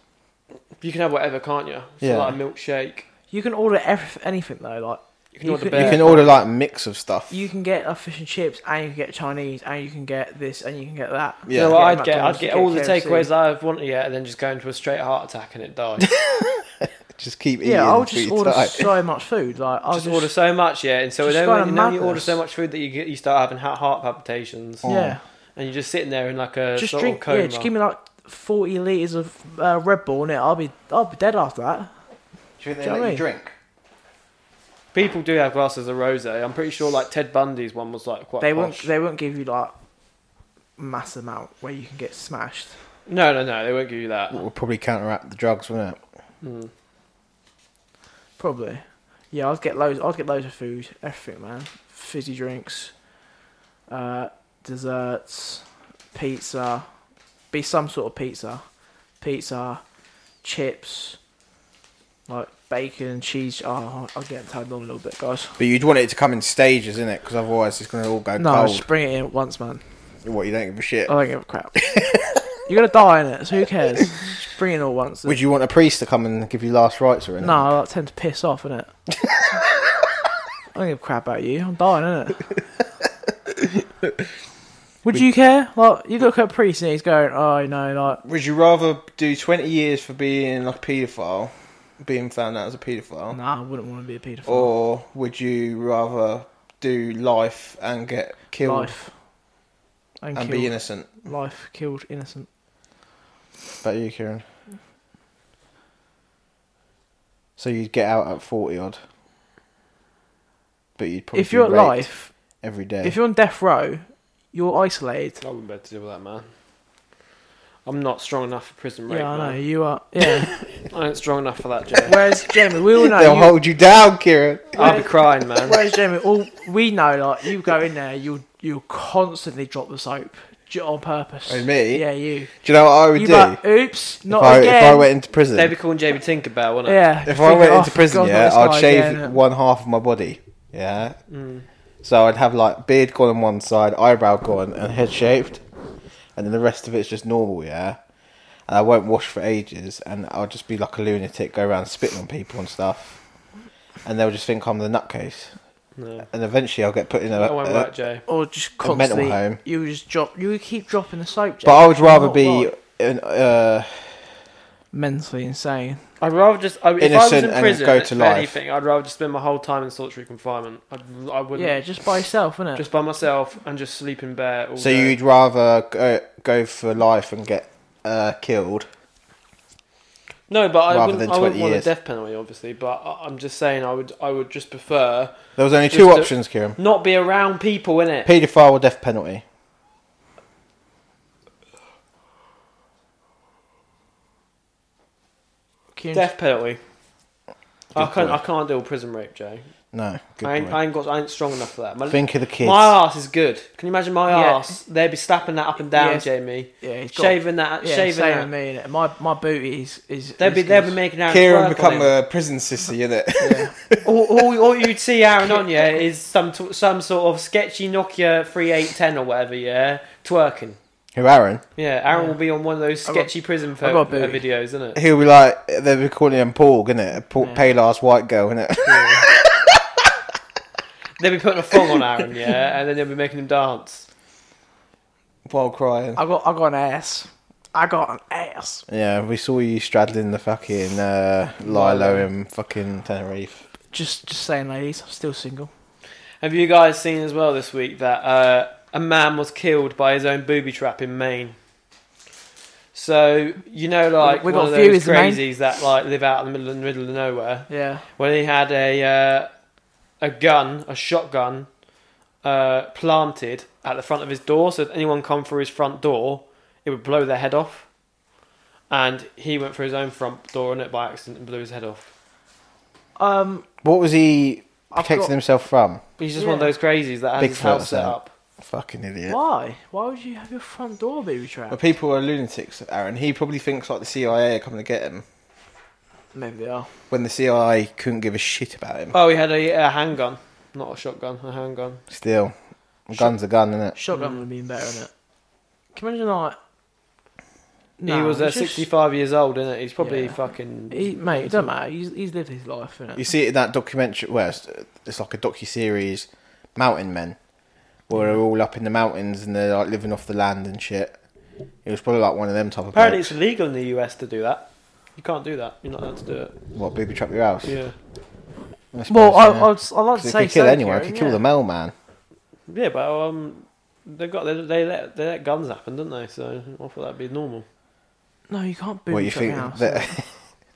Speaker 1: You can have whatever, can't you? So,
Speaker 3: Yeah.
Speaker 1: Like a milkshake.
Speaker 2: You can order every, anything though. Like
Speaker 1: You can
Speaker 2: You
Speaker 1: order
Speaker 2: could-
Speaker 1: bear.
Speaker 3: You can order like a mix of stuff.
Speaker 2: you can get a fish and chips, and you can get Chinese, and you can get this, and you can get that.
Speaker 1: You
Speaker 3: yeah.
Speaker 1: know what I'd get?
Speaker 2: McDonald's,
Speaker 1: I'd get
Speaker 2: you
Speaker 1: all the
Speaker 2: KFC.
Speaker 1: takeaways I've wanted yet, and then just go into a straight heart attack and it dies.
Speaker 3: just keep eating.
Speaker 2: Yeah, I'll
Speaker 3: until
Speaker 2: just
Speaker 3: you
Speaker 2: order
Speaker 3: die.
Speaker 2: so much food. Like I'll
Speaker 1: just, order so much, yeah, and so
Speaker 2: Just
Speaker 1: then
Speaker 2: go
Speaker 1: when,
Speaker 2: to
Speaker 1: you, know, you
Speaker 2: madness.
Speaker 1: order so much food that you get, you start having ha- heart palpitations,
Speaker 3: Oh.
Speaker 2: yeah,
Speaker 1: and you're just sitting there in like a
Speaker 2: just
Speaker 1: sort
Speaker 2: drink.
Speaker 1: of coma.
Speaker 2: Yeah, just give me like forty liters of uh, Red Bull in it. I'll be I'll be dead after that.
Speaker 3: Do you think
Speaker 2: Do you know what I mean?
Speaker 3: drink?
Speaker 1: People do have glasses of rosé. I'm pretty sure like Ted Bundy's one was like quite.
Speaker 2: they won't
Speaker 1: posh.
Speaker 2: they won't give you like mass amount where you can get smashed.
Speaker 1: No, no, no. They won't give you that.
Speaker 3: It would probably counteract the drugs, wouldn't it?
Speaker 1: Mm.
Speaker 2: Probably. Yeah, I'd get loads. I'd get loads of food. Everything, man. Fizzy drinks, uh, desserts, pizza. Be some sort of pizza, pizza, chips, like bacon, cheese. Oh, I'm getting tired on a little bit, guys.
Speaker 3: But you'd want it to come in stages, innit? Because otherwise it's going to all go
Speaker 2: No, Uh,
Speaker 3: cold.
Speaker 2: just bring it in at once, man.
Speaker 3: What, you don't give a shit?
Speaker 2: I don't give a crap. You're gonna die in it, so who cares? Just bring it all once.
Speaker 3: Would you want a priest to come and give you last rites or anything?
Speaker 2: No, I like, tend to piss off, innit? I don't give a crap about you. I'm dying, innit? Would you care? Like, you look at a priest and he's going, oh, you know, like,
Speaker 3: Would you rather do 20 years for being like a paedophile, being found out as a paedophile,
Speaker 2: nah, I wouldn't want to be a paedophile.
Speaker 3: or would you rather do life and get killed
Speaker 2: life. And,
Speaker 3: and
Speaker 2: killed.
Speaker 3: be innocent?
Speaker 2: Life, killed, innocent.
Speaker 3: About you, Kieran. So you'd get out at 40 odd. But you'd probably
Speaker 2: if you're at
Speaker 3: be raped
Speaker 2: life,
Speaker 3: every day.
Speaker 2: if you're on death row, you're isolated.
Speaker 1: I wouldn't be able to deal with that, man. I'm not strong enough for prison rape.
Speaker 2: yeah, I know,
Speaker 1: man.
Speaker 2: you are. Yeah.
Speaker 1: I ain't strong enough for that, Jay.
Speaker 2: Whereas Jamie, we all know.
Speaker 3: They'll
Speaker 2: you-
Speaker 3: hold you down, Kieran.
Speaker 1: I'll be crying, man.
Speaker 2: Whereas Jamie, all we know, like you go in there, you'll you'll constantly drop the soap ju- on purpose.
Speaker 3: Oh, me?
Speaker 2: Yeah, you.
Speaker 3: Do you know what I would
Speaker 2: You
Speaker 3: do?
Speaker 2: like, oops,
Speaker 3: if,
Speaker 2: not
Speaker 3: I,
Speaker 2: again.
Speaker 3: if I went into prison,
Speaker 1: They'd be calling JB Tinkerbell, wouldn't it?
Speaker 2: yeah.
Speaker 3: if I
Speaker 2: think,
Speaker 3: went
Speaker 2: oh,
Speaker 3: into prison,
Speaker 2: God, not
Speaker 3: yeah,
Speaker 2: this guy
Speaker 3: I'd shave
Speaker 2: again.
Speaker 3: one half of my body. Yeah.
Speaker 1: Mm.
Speaker 3: So I'd have like beard gone on one side, eyebrow gone, and head shaved, and then the rest of it's just normal. Yeah. And I won't wash for ages, and I'll just be like a lunatic, go around spitting on people and stuff, and they'll just think I'm the nutcase.
Speaker 1: No.
Speaker 3: And eventually, I'll get put in a.
Speaker 1: That won't
Speaker 3: a-
Speaker 1: work, Jay.
Speaker 2: Or just
Speaker 3: a mental
Speaker 2: constantly,
Speaker 3: home.
Speaker 2: you would just drop. You would keep dropping the soap.
Speaker 3: but
Speaker 2: Jamie.
Speaker 3: I would rather
Speaker 2: Not
Speaker 3: be
Speaker 2: right.
Speaker 3: an, uh,
Speaker 2: mentally insane.
Speaker 1: I'd rather just I, if I was
Speaker 3: Innocent
Speaker 1: in
Speaker 3: and
Speaker 1: prison
Speaker 3: go
Speaker 1: go
Speaker 3: to
Speaker 1: to
Speaker 3: life.
Speaker 1: anything, I'd rather just spend my whole time in solitary confinement. I'd, I wouldn't
Speaker 2: Yeah, just by yourself, isn't it?
Speaker 1: just by myself and just sleep in bed. All
Speaker 3: So
Speaker 1: day.
Speaker 3: you'd rather go, go for life and get uh, killed?
Speaker 1: no, but I
Speaker 3: rather
Speaker 1: wouldn't.
Speaker 3: than
Speaker 1: I wouldn't
Speaker 3: 20
Speaker 1: want
Speaker 3: years.
Speaker 1: a death penalty, obviously. But I, I'm just saying, I would. I would just prefer
Speaker 3: There was only
Speaker 1: Just
Speaker 3: two
Speaker 1: to-
Speaker 3: options, Kieran:
Speaker 1: not be around people in it.
Speaker 3: paedophile or death penalty.
Speaker 2: Can you-
Speaker 1: Death penalty. I
Speaker 3: Good
Speaker 1: can't.
Speaker 3: boy.
Speaker 1: I can't deal with prison rape, Jay.
Speaker 3: No, good
Speaker 1: I ain't,
Speaker 3: boy.
Speaker 1: I ain't got. I ain't strong enough for that. My,
Speaker 3: Think of the kids.
Speaker 1: my ass is good. Can you imagine my
Speaker 2: Yeah.
Speaker 1: ass? They'd be slapping that up and down,
Speaker 2: Yes.
Speaker 1: Jamie.
Speaker 2: yeah, he's got-
Speaker 1: Shaving that.
Speaker 2: Yeah,
Speaker 1: shaving
Speaker 2: same
Speaker 1: that.
Speaker 2: with me. innit? My my booty is is.
Speaker 1: They'd
Speaker 2: is
Speaker 1: be. They'd be making Aaron
Speaker 3: Kieran
Speaker 1: twerk on
Speaker 3: become
Speaker 1: him.
Speaker 3: a prison sissy, isn't it?
Speaker 2: Yeah.
Speaker 1: all, all, all you'd see Aaron on, yeah, is some t- some sort of sketchy Nokia 3810 or whatever, yeah, twerking.
Speaker 3: Who Aaron?
Speaker 1: Yeah, Aaron
Speaker 2: Yeah.
Speaker 1: will be on one of those
Speaker 2: I got-
Speaker 1: sketchy prison
Speaker 2: I
Speaker 1: pho- uh,
Speaker 2: got a booty.
Speaker 1: videos, isn't it?
Speaker 3: He'll be like they'll be calling him Paul, isn't it? A Paul,
Speaker 2: Yeah.
Speaker 3: pale ass white girl, isn't it?
Speaker 1: They'll be putting a thong on Aaron, yeah, and then they'll be making him dance.
Speaker 3: While crying.
Speaker 2: I got I got an ass. I got an ass.
Speaker 3: Yeah, we saw you straddling the fucking uh, Lilo in fucking Tenerife.
Speaker 2: Just just saying, ladies, I'm still single.
Speaker 1: Have you guys seen as well this week that uh, a man was killed by his own booby trap in Maine? So you know, like
Speaker 2: We
Speaker 1: one
Speaker 2: got
Speaker 1: of
Speaker 2: viewers
Speaker 1: those
Speaker 2: in Maine.
Speaker 1: crazies that like live out in the middle, in the middle of nowhere.
Speaker 2: Yeah.
Speaker 1: when he had a uh, a gun, a shotgun, uh, planted at the front of his door. So if anyone come through his front door, it would blow their head off. And he went through his own front door and it by accident and blew his head off.
Speaker 2: Um.
Speaker 3: What was he
Speaker 2: I've
Speaker 3: protecting
Speaker 2: got-
Speaker 3: himself from?
Speaker 1: He's just one of
Speaker 2: Yeah.
Speaker 1: those crazies that has
Speaker 3: Big
Speaker 1: his house
Speaker 3: fella,
Speaker 1: set
Speaker 3: so.
Speaker 1: up.
Speaker 3: Fucking idiot.
Speaker 2: Why? Why would you have your front door booby trapped?
Speaker 3: But people are lunatics, Aaron. He probably thinks like the CIA are coming to get him.
Speaker 2: Maybe they are.
Speaker 3: When the CI couldn't give a shit about him.
Speaker 1: Oh, he had a, a handgun, not a shotgun, a handgun.
Speaker 3: Still, a gun's a gun, innit?
Speaker 2: Shotgun would have been better in it. Can you imagine like?
Speaker 1: he
Speaker 2: No,
Speaker 1: was uh,
Speaker 2: it's just-
Speaker 1: 65 years old, isn't it? He's probably
Speaker 2: Yeah.
Speaker 1: fucking.
Speaker 2: He, mate, it don't matter. He's, he's lived his life, innit?
Speaker 3: You see it in that documentary, well, it's, it's like a docu series, Mountain Men, where they're all up in the mountains and they're like living off the land and shit. It was probably like one of them type of
Speaker 1: Apparently,
Speaker 3: blokes.
Speaker 1: it's illegal in the US to do that. You can't do that. You're not allowed to do it.
Speaker 3: What, booby trap your house?
Speaker 1: Yeah.
Speaker 3: suppose,
Speaker 2: Well, I,
Speaker 3: yeah.
Speaker 2: I, would, I like
Speaker 3: 'Cause
Speaker 2: to
Speaker 3: it
Speaker 2: say
Speaker 3: could kill
Speaker 2: so,
Speaker 3: anyone. It
Speaker 2: Kieran,
Speaker 3: could kill
Speaker 2: yeah.
Speaker 3: the mailman.
Speaker 1: Yeah, but um, they've got they, they let they let guns happen, didn't they? So I thought that'd be normal.
Speaker 2: No, you can't boot
Speaker 3: What you
Speaker 2: your
Speaker 3: think?
Speaker 2: house.
Speaker 3: That,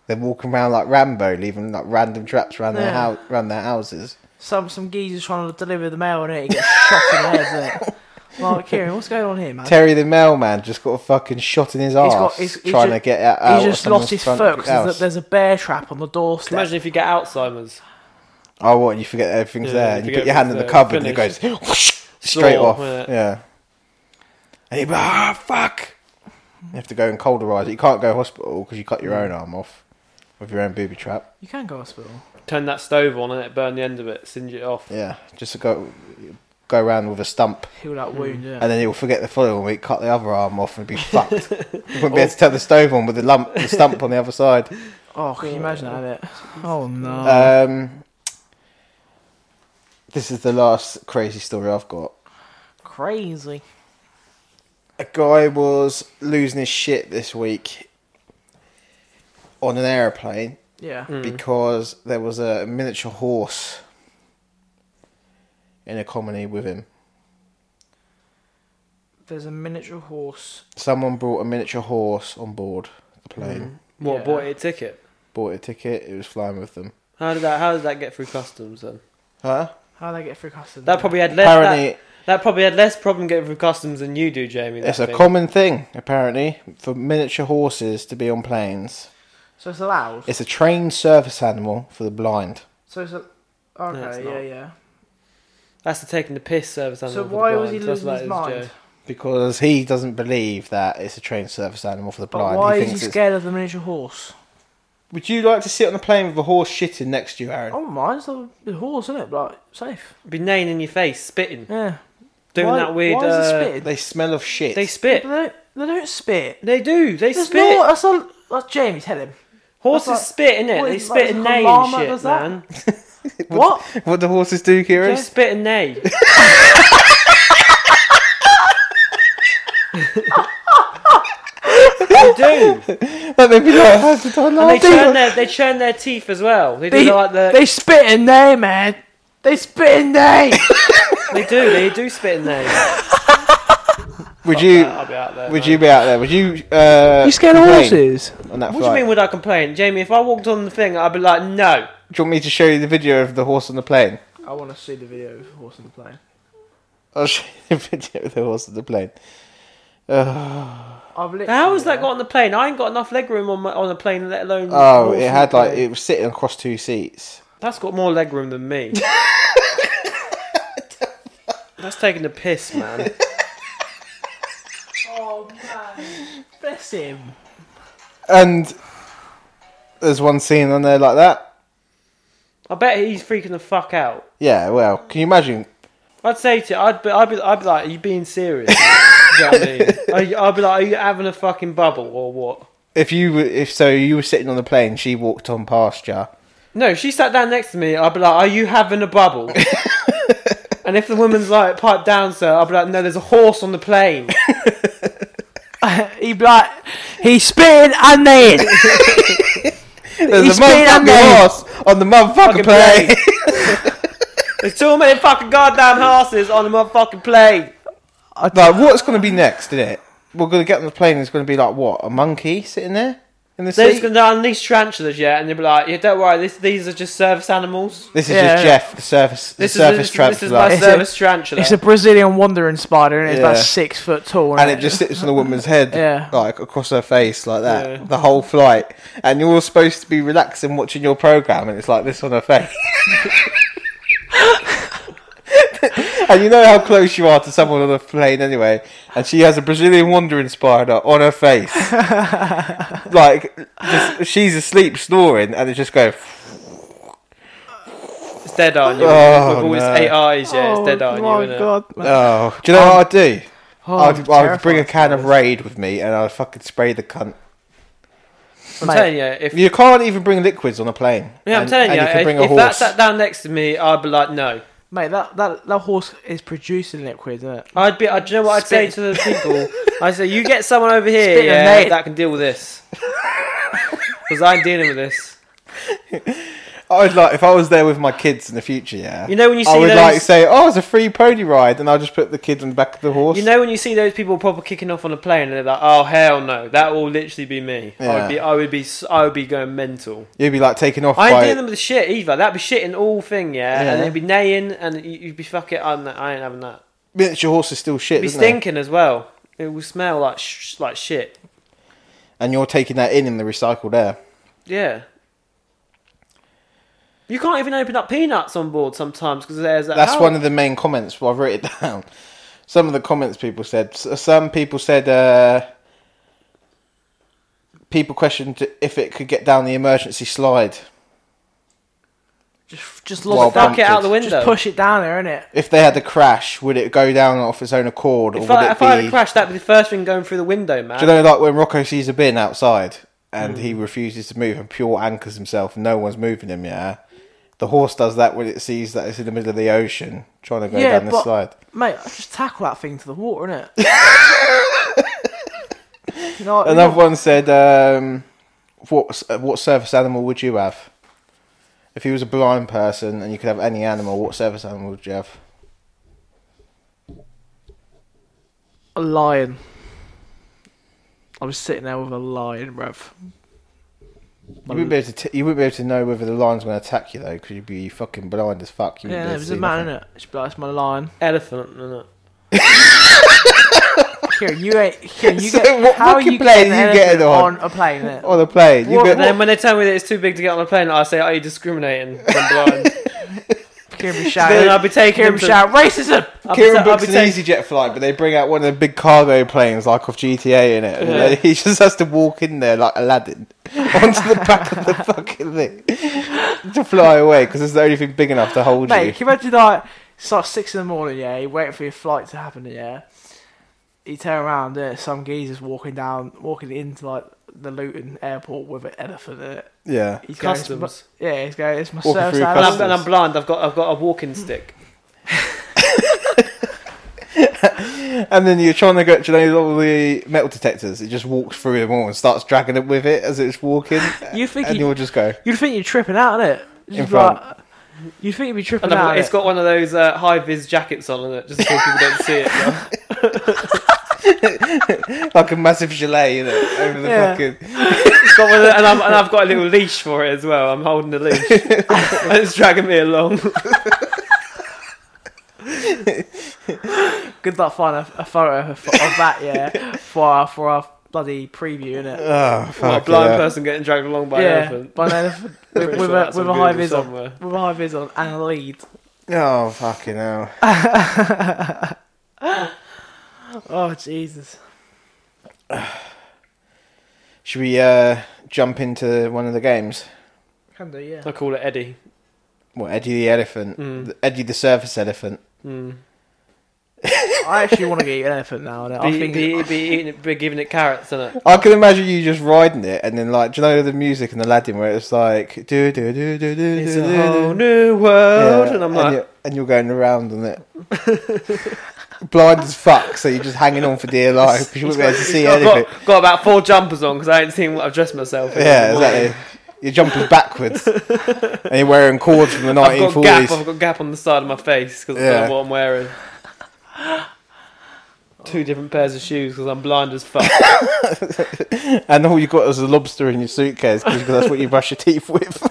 Speaker 3: they're walking around like Rambo, leaving like random traps around their
Speaker 2: Yeah.
Speaker 3: house, around their houses.
Speaker 2: Some some geezer's trying to deliver the mail and it he gets shot in the head. Isn't it? Like, Kieran, what's going on here, man?
Speaker 3: Terry the mailman just got a fucking shot in his
Speaker 2: got-
Speaker 3: arse,
Speaker 2: he's- he's
Speaker 3: trying
Speaker 2: ju-
Speaker 3: to get out.
Speaker 2: he
Speaker 3: of
Speaker 2: just
Speaker 3: someone's
Speaker 2: lost his
Speaker 3: front
Speaker 2: foot because
Speaker 3: house.
Speaker 2: there's, a bear trap on the doorstep.
Speaker 1: Imagine if you get Alzheimer's.
Speaker 3: Oh, what? You forget everything's
Speaker 1: Yeah,
Speaker 3: there.
Speaker 1: you
Speaker 3: and you
Speaker 1: forget
Speaker 3: put your hand in the
Speaker 1: everything's
Speaker 3: cupboard
Speaker 1: there.
Speaker 3: and it goes whoosh, straight
Speaker 1: Sore,
Speaker 3: off.
Speaker 1: wasn't it?
Speaker 3: Yeah. And you're like, ah, fuck. You have to go and cauterise it. You can't go hospital because you cut
Speaker 1: Mm.
Speaker 3: your own arm off with your own booby trap.
Speaker 2: You can go hospital.
Speaker 1: Turn that stove on and it burn the end of it, singe it off.
Speaker 3: Yeah, just to go go around with a stump,
Speaker 2: Heal that wound, yeah.
Speaker 3: Hmm. and then you'll forget the following week, cut the other arm off, and be fucked. you wouldn't
Speaker 1: Oh.
Speaker 3: be able to turn the stove on with the lump, the stump on the other side.
Speaker 2: Oh, can you imagine that? It? Oh no.
Speaker 3: Um, this is the last crazy story I've got.
Speaker 2: Crazy.
Speaker 3: A guy was losing his shit this week on an aeroplane
Speaker 2: Yeah.
Speaker 3: Mm. because there was a miniature horse in a comedy with him.
Speaker 2: There's a miniature horse.
Speaker 3: Someone brought a miniature horse on board the plane,
Speaker 2: Hmm.
Speaker 1: What
Speaker 2: Yeah.
Speaker 1: bought it a ticket?
Speaker 3: bought a ticket, it was flying with them.
Speaker 1: How did that? How did that get through customs then?
Speaker 3: Huh?
Speaker 2: How they get through customs?
Speaker 1: That
Speaker 2: yeah.
Speaker 1: probably had less.
Speaker 3: Apparently,
Speaker 1: That, that probably had less problem getting through customs than you do, Jamie.
Speaker 3: it's
Speaker 1: that
Speaker 3: a
Speaker 1: thing.
Speaker 3: common thing, apparently, for miniature horses to be on planes.
Speaker 2: So it's allowed.
Speaker 3: It's a trained service animal for the blind.
Speaker 2: so it's a.
Speaker 1: No, it's
Speaker 2: Okay.
Speaker 1: not.
Speaker 2: yeah, yeah.
Speaker 1: That's the taking the piss service.
Speaker 2: So
Speaker 1: animal for the
Speaker 2: why was he
Speaker 1: blind. That's
Speaker 2: losing
Speaker 1: what
Speaker 2: his
Speaker 1: that is,
Speaker 2: mind?
Speaker 1: Joe.
Speaker 3: Because he doesn't believe that it's a trained service animal for the blind.
Speaker 2: But why is he
Speaker 3: thinks it's-
Speaker 2: scared of the miniature horse?
Speaker 3: Would you like to sit on a plane with a horse shitting next to you, Aaron?
Speaker 2: Oh my, it's a it's a horse, isn't it? Like safe.
Speaker 1: Be neighing in your face, spitting,
Speaker 2: Yeah.
Speaker 1: doing
Speaker 2: Why-
Speaker 1: that weird.
Speaker 2: Why is
Speaker 1: uh,
Speaker 2: it spitting?
Speaker 3: They smell of shit.
Speaker 1: They
Speaker 2: But
Speaker 1: spit.
Speaker 2: They don't, they don't spit.
Speaker 1: They do. They
Speaker 2: There's
Speaker 1: spit.
Speaker 2: no. That's not. That's Jamie. Tell him.
Speaker 1: Horses
Speaker 2: That's like-
Speaker 1: spit, innit?
Speaker 2: what
Speaker 1: They
Speaker 2: is- like,
Speaker 1: spit and
Speaker 2: is a
Speaker 1: neigh and
Speaker 2: llama
Speaker 1: shit,
Speaker 2: does that?
Speaker 1: man.
Speaker 2: What?
Speaker 3: what do horses do,
Speaker 1: They
Speaker 3: Kieran?
Speaker 1: spit and neigh. they do.
Speaker 3: Like, they'd be like, "How did I
Speaker 1: And they
Speaker 3: laugh?"
Speaker 1: churn their they churn their teeth as well. They do
Speaker 2: They,
Speaker 1: like the
Speaker 2: they spit in there, man. They spit in there.
Speaker 1: they, do they do spit and neigh.
Speaker 3: Would you?
Speaker 1: I'll be out there.
Speaker 3: Would
Speaker 1: man.
Speaker 3: you be out there? Would you? Uh,
Speaker 2: you scared of
Speaker 3: complain
Speaker 2: horses?
Speaker 3: On
Speaker 1: What
Speaker 3: that
Speaker 1: do you
Speaker 3: flight?
Speaker 1: mean? Would I complain, Jamie? If I walked on the thing, I'd be like, no.
Speaker 3: Do you want me to show you the video of the horse on the plane?
Speaker 2: I want to see the video of horse in the plane.
Speaker 3: I'll show you the video of the horse on the plane. Ugh.
Speaker 2: I've literally.
Speaker 1: How has that got on the plane? I ain't got enough leg room on my, on a plane, let alone.
Speaker 3: oh,
Speaker 1: walking
Speaker 3: it had
Speaker 1: the
Speaker 3: like
Speaker 1: plane.
Speaker 3: it was sitting across two seats.
Speaker 1: That's got more leg room than me. That's taking the piss, man.
Speaker 2: Oh man, bless him.
Speaker 3: And there's one scene on there like that.
Speaker 1: I bet he's freaking the fuck out.
Speaker 3: Yeah. Well, can you imagine?
Speaker 1: I'd say to, I'd be, I'd be, I'd be like, are you being serious? Do you know what I mean? I, I'd be like, are you having a fucking bubble or what?
Speaker 3: If you were, if so, you were sitting on the plane. She walked on past you.
Speaker 1: No, if she sat down next to me. I'd be like, are you having a bubble? and if the woman's like, pipe down, sir, I'd be like, no, there's a horse on the plane.
Speaker 2: he like he spitting and then
Speaker 3: There's
Speaker 2: He's
Speaker 3: a
Speaker 2: been on
Speaker 3: motherfucking
Speaker 2: there.
Speaker 3: horse on the motherfucking
Speaker 1: Fucking
Speaker 3: plane.
Speaker 1: plane. There's too many fucking goddamn horses on the motherfucking plane.
Speaker 3: like, what's going to be next? Isn't it? We're going to get on the plane. It's going to be like what? A monkey sitting there in the
Speaker 1: They're
Speaker 3: seat.
Speaker 1: just gonna unleash tarantulas, yeah, and they'll be like, yeah, don't worry, this, these are just service animals.
Speaker 3: This is
Speaker 2: Yeah.
Speaker 3: just Jeff, the service, the
Speaker 1: This is,
Speaker 3: service
Speaker 1: this, this is my
Speaker 3: transfer,
Speaker 2: It's a-
Speaker 1: service tarantula.
Speaker 2: it's a Brazilian wandering spider and it's about
Speaker 3: Yeah.
Speaker 2: six foot tall.
Speaker 3: and
Speaker 2: isn't
Speaker 3: it just sits on the woman's head,
Speaker 2: Yeah.
Speaker 3: like across her face, like that,
Speaker 1: Yeah.
Speaker 3: the whole flight. And you're all supposed to be relaxing, watching your program, and it's like this on her face. and you know how close you are to someone on a plane anyway. And she has a Brazilian wandering spider on her face. like, just, she's asleep snoring, and it's just going.
Speaker 1: It's dead on you.
Speaker 3: Oh,
Speaker 1: with all
Speaker 3: no.
Speaker 1: its eight eyes, yeah, it's dead
Speaker 2: oh,
Speaker 1: on you.
Speaker 2: my
Speaker 1: innit?
Speaker 2: God.
Speaker 3: Oh, do you know what I'd do?
Speaker 2: Oh,
Speaker 3: I'd, I'd bring a
Speaker 2: terrifying.
Speaker 3: can of Raid with me, and I'd fucking spray the cunt.
Speaker 1: I'm
Speaker 2: Mate.
Speaker 1: telling you, if
Speaker 3: You can't even bring liquids on a plane.
Speaker 1: yeah, I'm
Speaker 3: And-
Speaker 1: telling
Speaker 3: and
Speaker 1: you,
Speaker 3: you can bring a
Speaker 1: if, if that
Speaker 3: horse.
Speaker 1: sat down next to me, I'd be like, no.
Speaker 2: Mate, that, that, that horse is producing liquid, isn't it?
Speaker 1: I'd be. I, do you know what I'd
Speaker 2: Spit.
Speaker 1: say to the people? I'd say, you get someone over here
Speaker 2: Spit in
Speaker 1: yeah,
Speaker 2: mate.
Speaker 1: that can deal with this, because I'm dealing with this.
Speaker 3: I would like if I was there with my kids in the future. Yeah,
Speaker 1: You know when you see
Speaker 3: I would
Speaker 1: those-
Speaker 3: like say, "Oh, it's a free pony ride," and I'll just put the kids on the back of the horse.
Speaker 1: You know when you see those people proper kicking off on a plane and they're like, "Oh hell no, that will literally be me. I
Speaker 3: Yeah.
Speaker 1: would be, I would be, s- I would be going mental.
Speaker 3: you'd be like taken off
Speaker 1: I ain't
Speaker 3: by.
Speaker 1: dealing with the shit either. That'd be shitting all thing, yeah,
Speaker 3: Yeah.
Speaker 1: and it'd be neighing, and you- you'd be fucking. I'm not- I ain't having that.
Speaker 3: miniature horse is still shit,
Speaker 1: It'd be
Speaker 3: isn't it?
Speaker 1: stinking as well. It will smell like sh- like shit.
Speaker 3: And you're taking that in in the recycled air.
Speaker 1: Yeah. You can't even open up peanuts on board sometimes because there's that.
Speaker 3: That's
Speaker 1: oh,
Speaker 3: one of the main comments. Well, I've written it down. Some of the comments people said. S- Some people said. Uh, people questioned if it could get down the emergency slide.
Speaker 2: Just, just
Speaker 3: Well,
Speaker 2: love it down.
Speaker 1: Duck it out the
Speaker 3: prompted.
Speaker 1: window.
Speaker 2: Just push it down there, innit?
Speaker 3: If they had a crash, would it go down off its own accord, or
Speaker 1: If
Speaker 3: would
Speaker 1: I,
Speaker 3: it
Speaker 1: if
Speaker 3: be?
Speaker 1: I had a crash, that'd be the first thing going through the window, man.
Speaker 3: Do you know, like when Rocco sees a bin outside and he
Speaker 2: Mm.
Speaker 3: refuses to move and pure anchors himself, no one's moving him, yeah? The horse does that when it sees that it's in the middle of the ocean trying to go
Speaker 2: Yeah,
Speaker 3: down the
Speaker 2: but-
Speaker 3: slide.
Speaker 2: Mate, I just tackle that thing to the water, innit? you know what I mean?
Speaker 3: Another one said, um, what, uh, what service animal would you have? If you was a blind person and you could have any animal, what service animal would you have?
Speaker 2: A lion. I was sitting there with a lion, bruv.
Speaker 3: You wouldn't, be able to t- you wouldn't be able to know whether the lion's going to attack you though, because you'd be fucking blind as fuck. You
Speaker 2: Yeah,
Speaker 3: wouldn't
Speaker 2: it
Speaker 3: be able to
Speaker 2: was a
Speaker 3: see
Speaker 2: man,
Speaker 3: nothing.
Speaker 2: innit? It's like, it's my lion.
Speaker 1: Elephant, innit?
Speaker 2: Here, you ain't. Here, you
Speaker 3: So
Speaker 2: get.
Speaker 3: what
Speaker 2: how are
Speaker 3: fucking
Speaker 2: you
Speaker 3: plane
Speaker 2: getting
Speaker 3: are you
Speaker 2: an
Speaker 3: getting
Speaker 2: elephant a
Speaker 3: on?
Speaker 2: plane, innit?
Speaker 3: On a plane, you
Speaker 1: What-
Speaker 3: get,
Speaker 1: and then when they tell me that it's too big to get on a plane, I say, "Are you discriminating?" I'm blind.
Speaker 2: Hear me
Speaker 1: and then
Speaker 2: shouting.
Speaker 1: I'll be taking
Speaker 2: Hear
Speaker 1: him
Speaker 2: me
Speaker 1: to.
Speaker 2: shout racism.
Speaker 1: I'll be,
Speaker 3: Kieran
Speaker 1: ta- I'll
Speaker 3: books
Speaker 1: be
Speaker 3: an
Speaker 1: taking.
Speaker 3: EasyJet flight, but they bring out one of the big cargo planes like off GTA in it. and
Speaker 1: Yeah.
Speaker 3: then He just has to walk in there like Aladdin onto the back of the fucking thing to fly away because it's the only thing big enough to hold
Speaker 2: Mate,
Speaker 3: you.
Speaker 2: can you imagine like it's like six in the morning, yeah, you're waiting for your flight to happen, yeah. You turn around, yeah, some geezer's walking down walking into like the Luton airport with an elephant in it.
Speaker 3: Yeah,
Speaker 2: He's Going,
Speaker 1: Customs.
Speaker 2: it's my- yeah, he's going, it's my
Speaker 3: Walking
Speaker 2: service
Speaker 3: through
Speaker 1: And
Speaker 2: animal.
Speaker 1: I'm, and I'm blind. I've got I've got a walking stick.
Speaker 3: and then you're trying to go. Do you know all the metal detectors? It just walks through them all and starts dragging it with it as it's walking,
Speaker 2: You think
Speaker 3: and
Speaker 2: you,
Speaker 3: you'll just go.
Speaker 2: you'd think you're tripping out, innit?
Speaker 3: In
Speaker 2: Just
Speaker 3: front.
Speaker 2: like- You'd think you'd be tripping
Speaker 1: And I've-
Speaker 2: out.
Speaker 1: it's
Speaker 2: innit?
Speaker 1: got one of those uh, high vis jackets on, isn't it? Just so people don't see it. yeah.
Speaker 3: like a massive gilet, you know, over the
Speaker 2: Yeah.
Speaker 3: fucking.
Speaker 1: It's got one of the- and, I'm, and I've got a little leash for it as well. I'm holding the leash, and it's dragging me along.
Speaker 2: Good luck finding a, a photo of, of that, yeah, for our, for our bloody preview, innit?
Speaker 3: Oh,
Speaker 1: Well, a
Speaker 3: fuck
Speaker 1: blind
Speaker 3: yeah.
Speaker 1: person getting dragged along by an
Speaker 2: yeah,
Speaker 1: elephant.
Speaker 2: by an elephant. with,
Speaker 1: Pretty
Speaker 2: with
Speaker 1: sure
Speaker 2: a,
Speaker 1: that's
Speaker 2: with a
Speaker 1: on
Speaker 2: high
Speaker 1: Google
Speaker 2: vis on,
Speaker 1: somewhere.
Speaker 2: with a high vis on and a lead.
Speaker 3: Oh, fucking hell.
Speaker 2: Oh Jesus!
Speaker 3: Should we uh, jump into one of the games?
Speaker 2: Can do, yeah.
Speaker 1: I call it Eddie.
Speaker 3: Well, Eddie the elephant,
Speaker 1: Mm.
Speaker 3: the- Eddie the surface elephant.
Speaker 1: Mm.
Speaker 2: I actually want to get an elephant now. and I
Speaker 1: Be,
Speaker 2: think
Speaker 1: be, be, eating it, be giving it carrots, isn't it?
Speaker 3: I can imagine you just riding it, and then like, do you know the music in Aladdin where it's like do do do do do
Speaker 1: It's
Speaker 3: do,
Speaker 1: a
Speaker 3: do,
Speaker 1: whole
Speaker 3: do.
Speaker 1: new world, and I'm like,
Speaker 3: you're, and you're going around on it, blind as fuck. So you're just hanging on for dear life. You wouldn't be able to see
Speaker 1: I've
Speaker 3: anything.
Speaker 1: got, got about four jumpers on because I ain't seen what I've dressed myself. in.
Speaker 3: Yeah, exactly. You're jumping backwards, and you're wearing cords from the
Speaker 1: I've got gap.
Speaker 3: 1940s.
Speaker 1: I've got gap on the side of my face because I
Speaker 3: Yeah.
Speaker 1: don't know what I'm wearing. Two different pairs of shoes because I'm blind as fuck.
Speaker 3: And all you got is a lobster in your suitcase because that's what you brush your teeth with.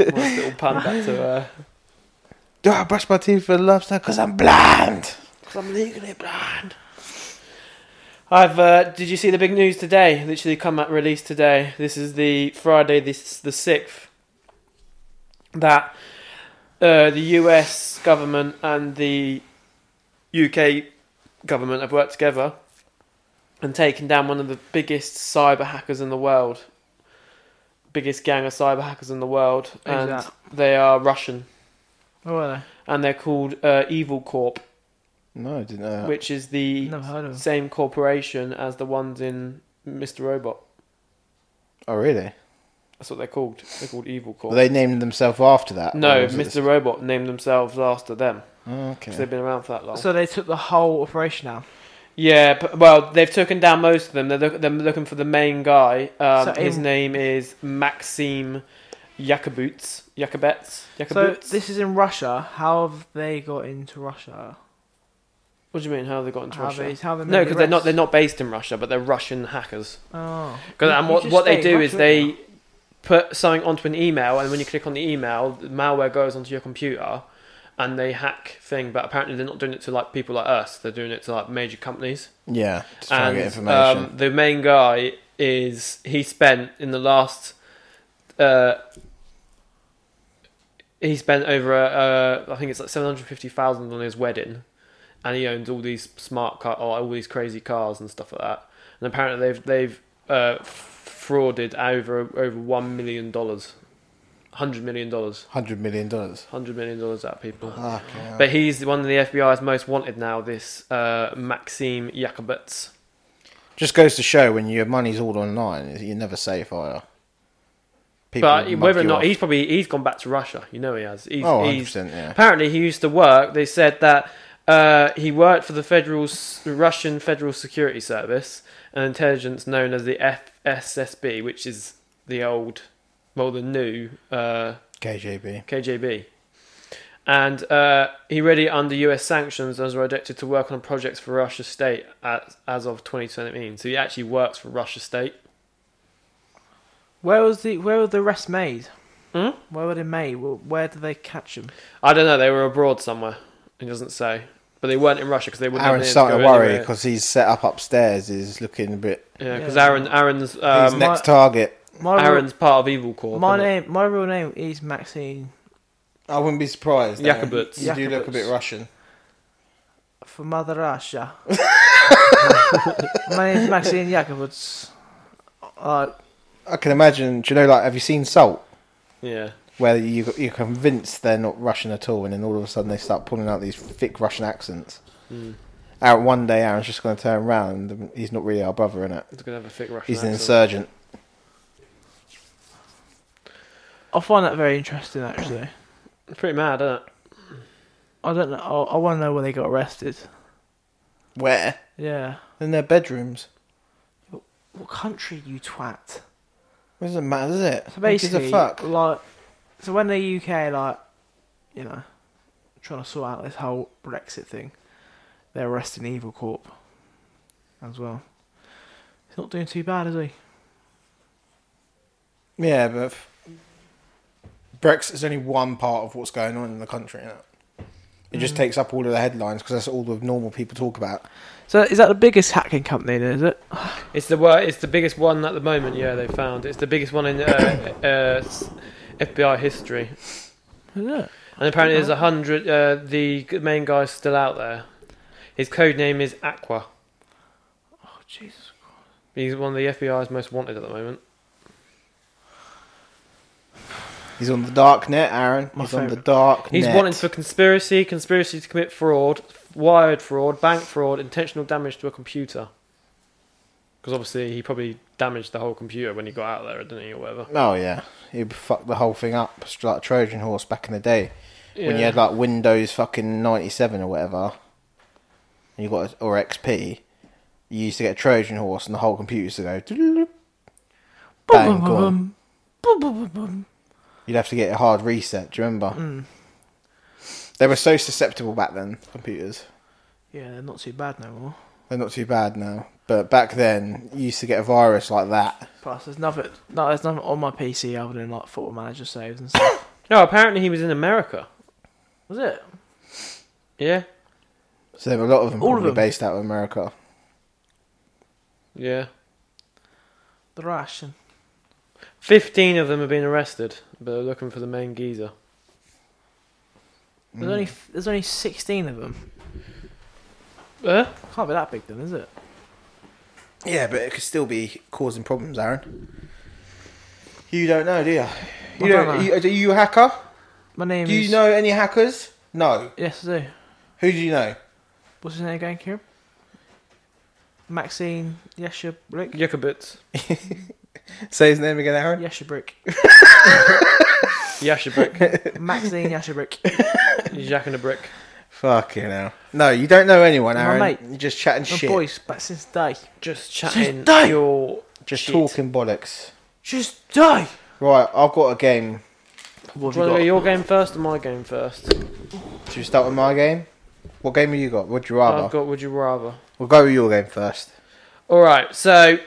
Speaker 1: Nice little pun back to uh,
Speaker 3: Do I brush my teeth with a lobster because I'm blind?
Speaker 1: Because I'm legally blind. I've. Uh, did you see the big news today? Literally come out released today. This is the Friday, this the sixth. That uh, the US government and the UK government have worked together and taken down one of the biggest cyber hackers in the world. Biggest gang of cyber hackers in the world.
Speaker 2: Who's
Speaker 1: and
Speaker 2: that?
Speaker 1: they are Russian.
Speaker 2: Oh, are
Speaker 1: And they're called uh, Evil Corp,
Speaker 3: No, I didn't know. That.
Speaker 1: which is the
Speaker 2: they? Never heard of them.
Speaker 1: same corporation as the ones in Mr. Robot.
Speaker 3: Oh, really?
Speaker 1: That's what they're called. They're called Evil Corp.
Speaker 3: Well, they named themselves after that. or
Speaker 1: no,
Speaker 3: was it
Speaker 1: Mr. Robot named themselves after them
Speaker 3: the- Oh,
Speaker 1: because
Speaker 3: okay.
Speaker 1: they've been around for that long.
Speaker 2: So they took the whole operation down.
Speaker 1: Yeah, p- well, they've taken down most of them. They're, look- they're looking for the main guy. Um,
Speaker 2: So
Speaker 1: his
Speaker 2: in-
Speaker 1: name is Maxime Yakubuts. Yakubets.
Speaker 2: So
Speaker 1: Yakubuts.
Speaker 2: this is in Russia. How have they got into Russia?
Speaker 1: What do you mean? How have they got into
Speaker 2: how
Speaker 1: Russia?
Speaker 2: They, how they
Speaker 1: No,
Speaker 2: made
Speaker 1: because
Speaker 2: the
Speaker 1: they're not.
Speaker 2: arrests?
Speaker 1: They're not based in Russia, but they're Russian hackers.
Speaker 2: Oh. You-
Speaker 1: 'Cause- and
Speaker 2: you
Speaker 1: what
Speaker 2: just
Speaker 1: what they
Speaker 2: stay in
Speaker 1: do is
Speaker 2: Russia,
Speaker 1: they
Speaker 2: innit?
Speaker 1: put something onto an email, and when you click on the email, the malware goes onto your computer, and they hack thing. But apparently, they're not doing it to like people like us. They're doing it to like major companies.
Speaker 3: Yeah, just trying to get
Speaker 1: And,
Speaker 3: information.
Speaker 1: Um, the main guy is he spent in the last. Uh, he spent over uh, I think it's like seven hundred fifty thousand on his wedding, and he owns all these smart car, or all these crazy cars and stuff like that. And apparently they've they've uh, frauded over over one million dollars, hundred million dollars,
Speaker 3: Hundred million dollars.
Speaker 1: hundred million dollars out of people.
Speaker 3: Oh. Okay.
Speaker 1: But he's one of the FBI's most wanted now. This uh, Maxime Jakobets.
Speaker 3: Just goes to show when your money's all online, you're never safe, are you?
Speaker 1: but
Speaker 3: mug
Speaker 1: whether or
Speaker 3: you
Speaker 1: not
Speaker 3: off.
Speaker 1: he's probably he's gone back to Russia. You know he has. He's,
Speaker 3: oh,
Speaker 1: he's
Speaker 3: 100%, yeah.
Speaker 1: apparently he used to work. They said that uh, he worked for the federal s- Russian Federal Security Service, an intelligence known as the FSSB, which is the old, well, the new uh,
Speaker 3: KJB.
Speaker 1: KGB. And uh, he already under US sanctions and was directed to work on projects for Russia State as, as of 2017. So he actually works for Russia State.
Speaker 2: Where was the Where were the arrests made?
Speaker 1: Hmm?
Speaker 2: Where were they made? Where, where did they catch them?
Speaker 1: I don't know. They were abroad somewhere. It doesn't say, but they weren't in Russia because they wouldn't. have
Speaker 3: Aaron's
Speaker 1: been
Speaker 3: starting to
Speaker 1: able
Speaker 3: worry
Speaker 1: go
Speaker 3: because he's set up upstairs is looking a bit.
Speaker 1: anywhere. Yeah, because
Speaker 2: Yeah.
Speaker 1: Aaron, Aaron's,
Speaker 3: His
Speaker 1: um,
Speaker 3: next
Speaker 2: my-
Speaker 3: target.
Speaker 2: My real-
Speaker 1: Aaron's part of Evil Corp.
Speaker 2: my
Speaker 1: isn't it?
Speaker 2: name. My real name is Maxine.
Speaker 3: I wouldn't be surprised. Aaron.
Speaker 1: Jakobets.
Speaker 3: You do look a bit
Speaker 2: Jakobets.
Speaker 3: Russian.
Speaker 2: for Mother Russia. My name's Maxine Yakovits. Uh,
Speaker 3: I can imagine. Do you know, like, have you seen Salt?
Speaker 1: Yeah,
Speaker 3: Where you, you're convinced they're not Russian at all, and then all of a sudden they start pulling out these thick Russian accents.
Speaker 1: Mm.
Speaker 3: Aaron, one day, Aaron's just going to turn around. And he's not really our brother, innit?
Speaker 1: he's gonna have a thick Russian.
Speaker 3: He's an
Speaker 1: accent.
Speaker 3: insurgent.
Speaker 2: I find that very interesting, actually.
Speaker 1: Pretty mad, isn't it?
Speaker 2: I don't know. I, I want to know where they got arrested.
Speaker 3: Where?
Speaker 2: Yeah.
Speaker 3: In their bedrooms.
Speaker 2: What country, you twat?
Speaker 3: It doesn't matter, does it?
Speaker 2: So
Speaker 3: Who gives
Speaker 2: basically,
Speaker 3: a fuck.
Speaker 2: like, so when the UK, like, you know, trying to sort out this whole Brexit thing, they're arresting Evil Corp as well. He's not doing too bad, is he?
Speaker 3: Yeah, but f- Brexit is only one part of what's going on in the country. Innit? It just
Speaker 2: Mm.
Speaker 3: takes up all of the headlines because that's all the normal people talk about.
Speaker 2: So is that the biggest hacking company? Then, is it?
Speaker 1: It's the wor- It's the biggest one at the moment. Yeah, they found it's the biggest one in uh, uh, s- FBI history.
Speaker 2: Is it?
Speaker 1: And apparently, there's a hundred. Uh, the g- main guy's still out there. His code name is Aqua.
Speaker 2: Oh Jesus!
Speaker 1: He's one of the FBI's most wanted at the moment.
Speaker 3: He's on the dark net, Aaron.
Speaker 2: My
Speaker 3: He's on the
Speaker 2: favourite.
Speaker 3: dark
Speaker 1: He's
Speaker 3: net.
Speaker 1: wanted for conspiracy, conspiracy to commit fraud, wired fraud, bank fraud, intentional damage to a computer. Because obviously he probably damaged the whole computer when he got out there, didn't he, or whatever.
Speaker 3: Oh yeah, he fucked the whole thing up. It's like Trojan horse back in the day when you
Speaker 1: Yeah.
Speaker 3: had like Windows fucking ninety seven or whatever, and you got a, or XP. You used to get a Trojan horse, and the whole computer used to go. "Doodle-doo." Bang, gone.
Speaker 2: Boom, boom, boom, boom, boom.
Speaker 3: You'd have to get a hard reset. Do you remember?
Speaker 2: Mm.
Speaker 3: They were so susceptible back then, computers.
Speaker 2: Yeah, they're not too bad no more.
Speaker 3: They're not too bad now. But back then, you used to get a virus like that.
Speaker 2: Plus, there's nothing. No, there's nothing on my PC other than like Football Manager saves and stuff.
Speaker 1: No, apparently he was in America.
Speaker 2: Was it?
Speaker 1: Yeah,
Speaker 3: So there were a lot of them
Speaker 2: All of
Speaker 3: probably
Speaker 2: them.
Speaker 3: based out of America.
Speaker 1: yeah.
Speaker 2: The Russian.
Speaker 1: Fifteen of them have been arrested, but they're looking for the main geezer.
Speaker 3: Hmm.
Speaker 2: There's only there's only sixteen of them.
Speaker 1: Uh,
Speaker 2: Can't be that big then, is it?
Speaker 3: Yeah, but it could still be causing problems, Aaron. You don't know, do you? You
Speaker 2: I don't
Speaker 3: don't.
Speaker 2: know.
Speaker 3: You, are you a hacker?
Speaker 2: My name
Speaker 3: Do
Speaker 2: is.
Speaker 3: you know any hackers? No.
Speaker 2: Yes, I do.
Speaker 3: Who do you know?
Speaker 2: What's his name again, Kieran? Maxine Yeshabrick.
Speaker 1: Yuckerbits.
Speaker 3: Say his name again, Aaron.
Speaker 2: Yeshabrick.
Speaker 1: Yashabrick.
Speaker 2: Maxine Yeshabrick.
Speaker 1: Jack and a brick.
Speaker 3: Fucking hell. No, you don't know anyone,
Speaker 2: My
Speaker 3: Aaron.
Speaker 2: mate.
Speaker 3: You're just chatting
Speaker 2: My
Speaker 3: shit.
Speaker 2: boys, back since day.
Speaker 1: Just chatting
Speaker 2: die.
Speaker 1: your
Speaker 3: Just
Speaker 1: shit.
Speaker 3: talking bollocks.
Speaker 2: Just die.
Speaker 3: Right, I've got a game.
Speaker 2: What
Speaker 1: Do
Speaker 2: have
Speaker 1: you want to go
Speaker 2: you got?
Speaker 1: your game first or my game first?
Speaker 3: Should we start with my game? What game have you got? Would you rather?
Speaker 1: I've got Would You Rather.
Speaker 3: We'll go with your game first.
Speaker 1: All right. So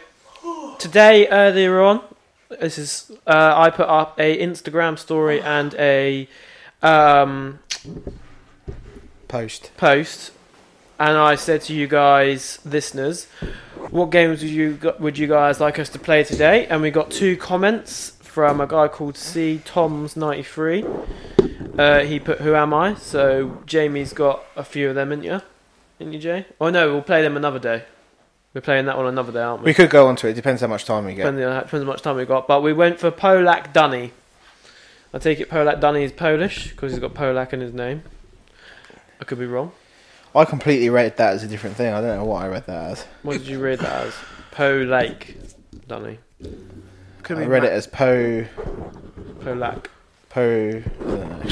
Speaker 1: today earlier on, this is uh, I put up a Instagram story and a um,
Speaker 3: Post.
Speaker 1: post, and I said to you guys, listeners, what games would you gu- would you guys like us to play today? And we got two comments from a guy called C Tom's ninety three. Uh, he put, "Who am I?" So Jamie's got a few of them, ain't you? Ain't you, Jay? Oh no, we'll play them another day. We're playing that one another day, aren't we?
Speaker 3: We could go on to it. Depends how much time we get.
Speaker 1: Depending on how, depends how much time we got. But we went for Polak Dunny. I take it Polak Dunny is Polish because he's got Polak in his name. I could be wrong.
Speaker 3: I completely read that as a different thing. I don't know what I read that as.
Speaker 1: What did you read that as? Polak Dunny.
Speaker 2: Could
Speaker 3: I
Speaker 2: be
Speaker 3: read
Speaker 2: Ma-
Speaker 3: it as Poe.
Speaker 1: Polak.
Speaker 3: Poe. I don't know.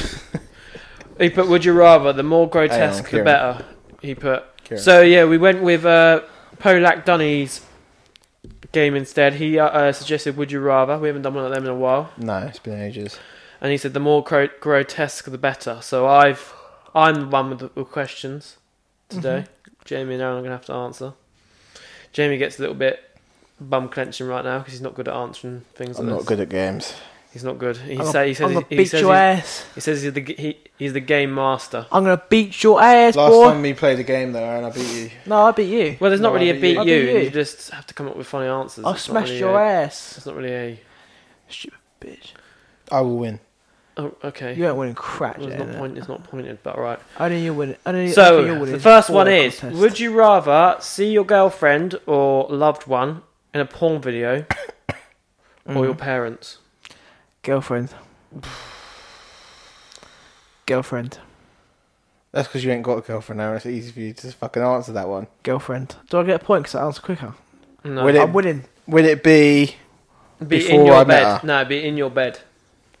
Speaker 1: He put, would you rather? The more
Speaker 3: Hang on,
Speaker 1: grotesque, the
Speaker 3: Kieran.
Speaker 1: better. He put.
Speaker 3: Kieran.
Speaker 1: So yeah, we went with uh, Polak Dunny's game instead. He uh, uh, suggested, would you rather? We haven't done one of them in a while.
Speaker 3: No, it's been ages.
Speaker 1: and he said the more gro- grotesque the better. So I've I'm the one with the with questions today.
Speaker 2: Mm-hmm.
Speaker 1: Jamie and Aaron are gonna have to answer. Jamie gets a little bit bum clenching right now because he's not good at answering things.
Speaker 3: I'm
Speaker 1: like
Speaker 3: not
Speaker 1: this.
Speaker 3: good at games.
Speaker 1: He's not good. He,
Speaker 2: I'm
Speaker 1: say,
Speaker 2: gonna-
Speaker 1: he says
Speaker 2: I'm
Speaker 1: he,
Speaker 2: gonna
Speaker 1: he
Speaker 2: beat
Speaker 1: says
Speaker 2: your
Speaker 1: he's,
Speaker 2: ass.
Speaker 1: he says he's the g- he, he's the game master.
Speaker 2: I'm gonna beat your ass,
Speaker 3: Last
Speaker 2: boy.
Speaker 3: time we played a game though, and I beat you.
Speaker 2: No, I beat you.
Speaker 1: Well, there's not
Speaker 3: No,
Speaker 1: really
Speaker 3: I
Speaker 1: a
Speaker 3: beat
Speaker 1: beat
Speaker 2: you.
Speaker 1: you.
Speaker 2: I beat you.
Speaker 1: you just have to come up with funny answers.
Speaker 2: I
Speaker 1: It's not
Speaker 2: smashed
Speaker 1: really
Speaker 2: your
Speaker 1: a,
Speaker 2: ass.
Speaker 1: It's not really a.
Speaker 2: Stupid bitch.
Speaker 3: I will win.
Speaker 1: Oh, okay.
Speaker 2: You ain't winning crap,
Speaker 1: Well, it's
Speaker 2: Jay,
Speaker 1: not
Speaker 2: innit?
Speaker 1: point. It's not pointed, but all right.
Speaker 2: I know you're winning. I know you- I think you're
Speaker 1: So
Speaker 2: winning.
Speaker 1: the first
Speaker 2: All
Speaker 1: one
Speaker 2: the
Speaker 1: is:
Speaker 2: contest.
Speaker 1: Would you rather see your girlfriend or loved one in a porn video, or
Speaker 3: Mm.
Speaker 1: your parents?
Speaker 2: girlfriend? girlfriend.
Speaker 3: That's because you ain't got a girlfriend now. and It's easy for you to just fucking answer that one.
Speaker 2: Girlfriend. Do I get a point because I answer quicker?
Speaker 1: No,
Speaker 3: Would it
Speaker 2: I'm winning.
Speaker 3: Will it be
Speaker 1: be in
Speaker 3: before
Speaker 1: your
Speaker 3: I met
Speaker 1: bed.
Speaker 3: her?
Speaker 1: No, be in your bed.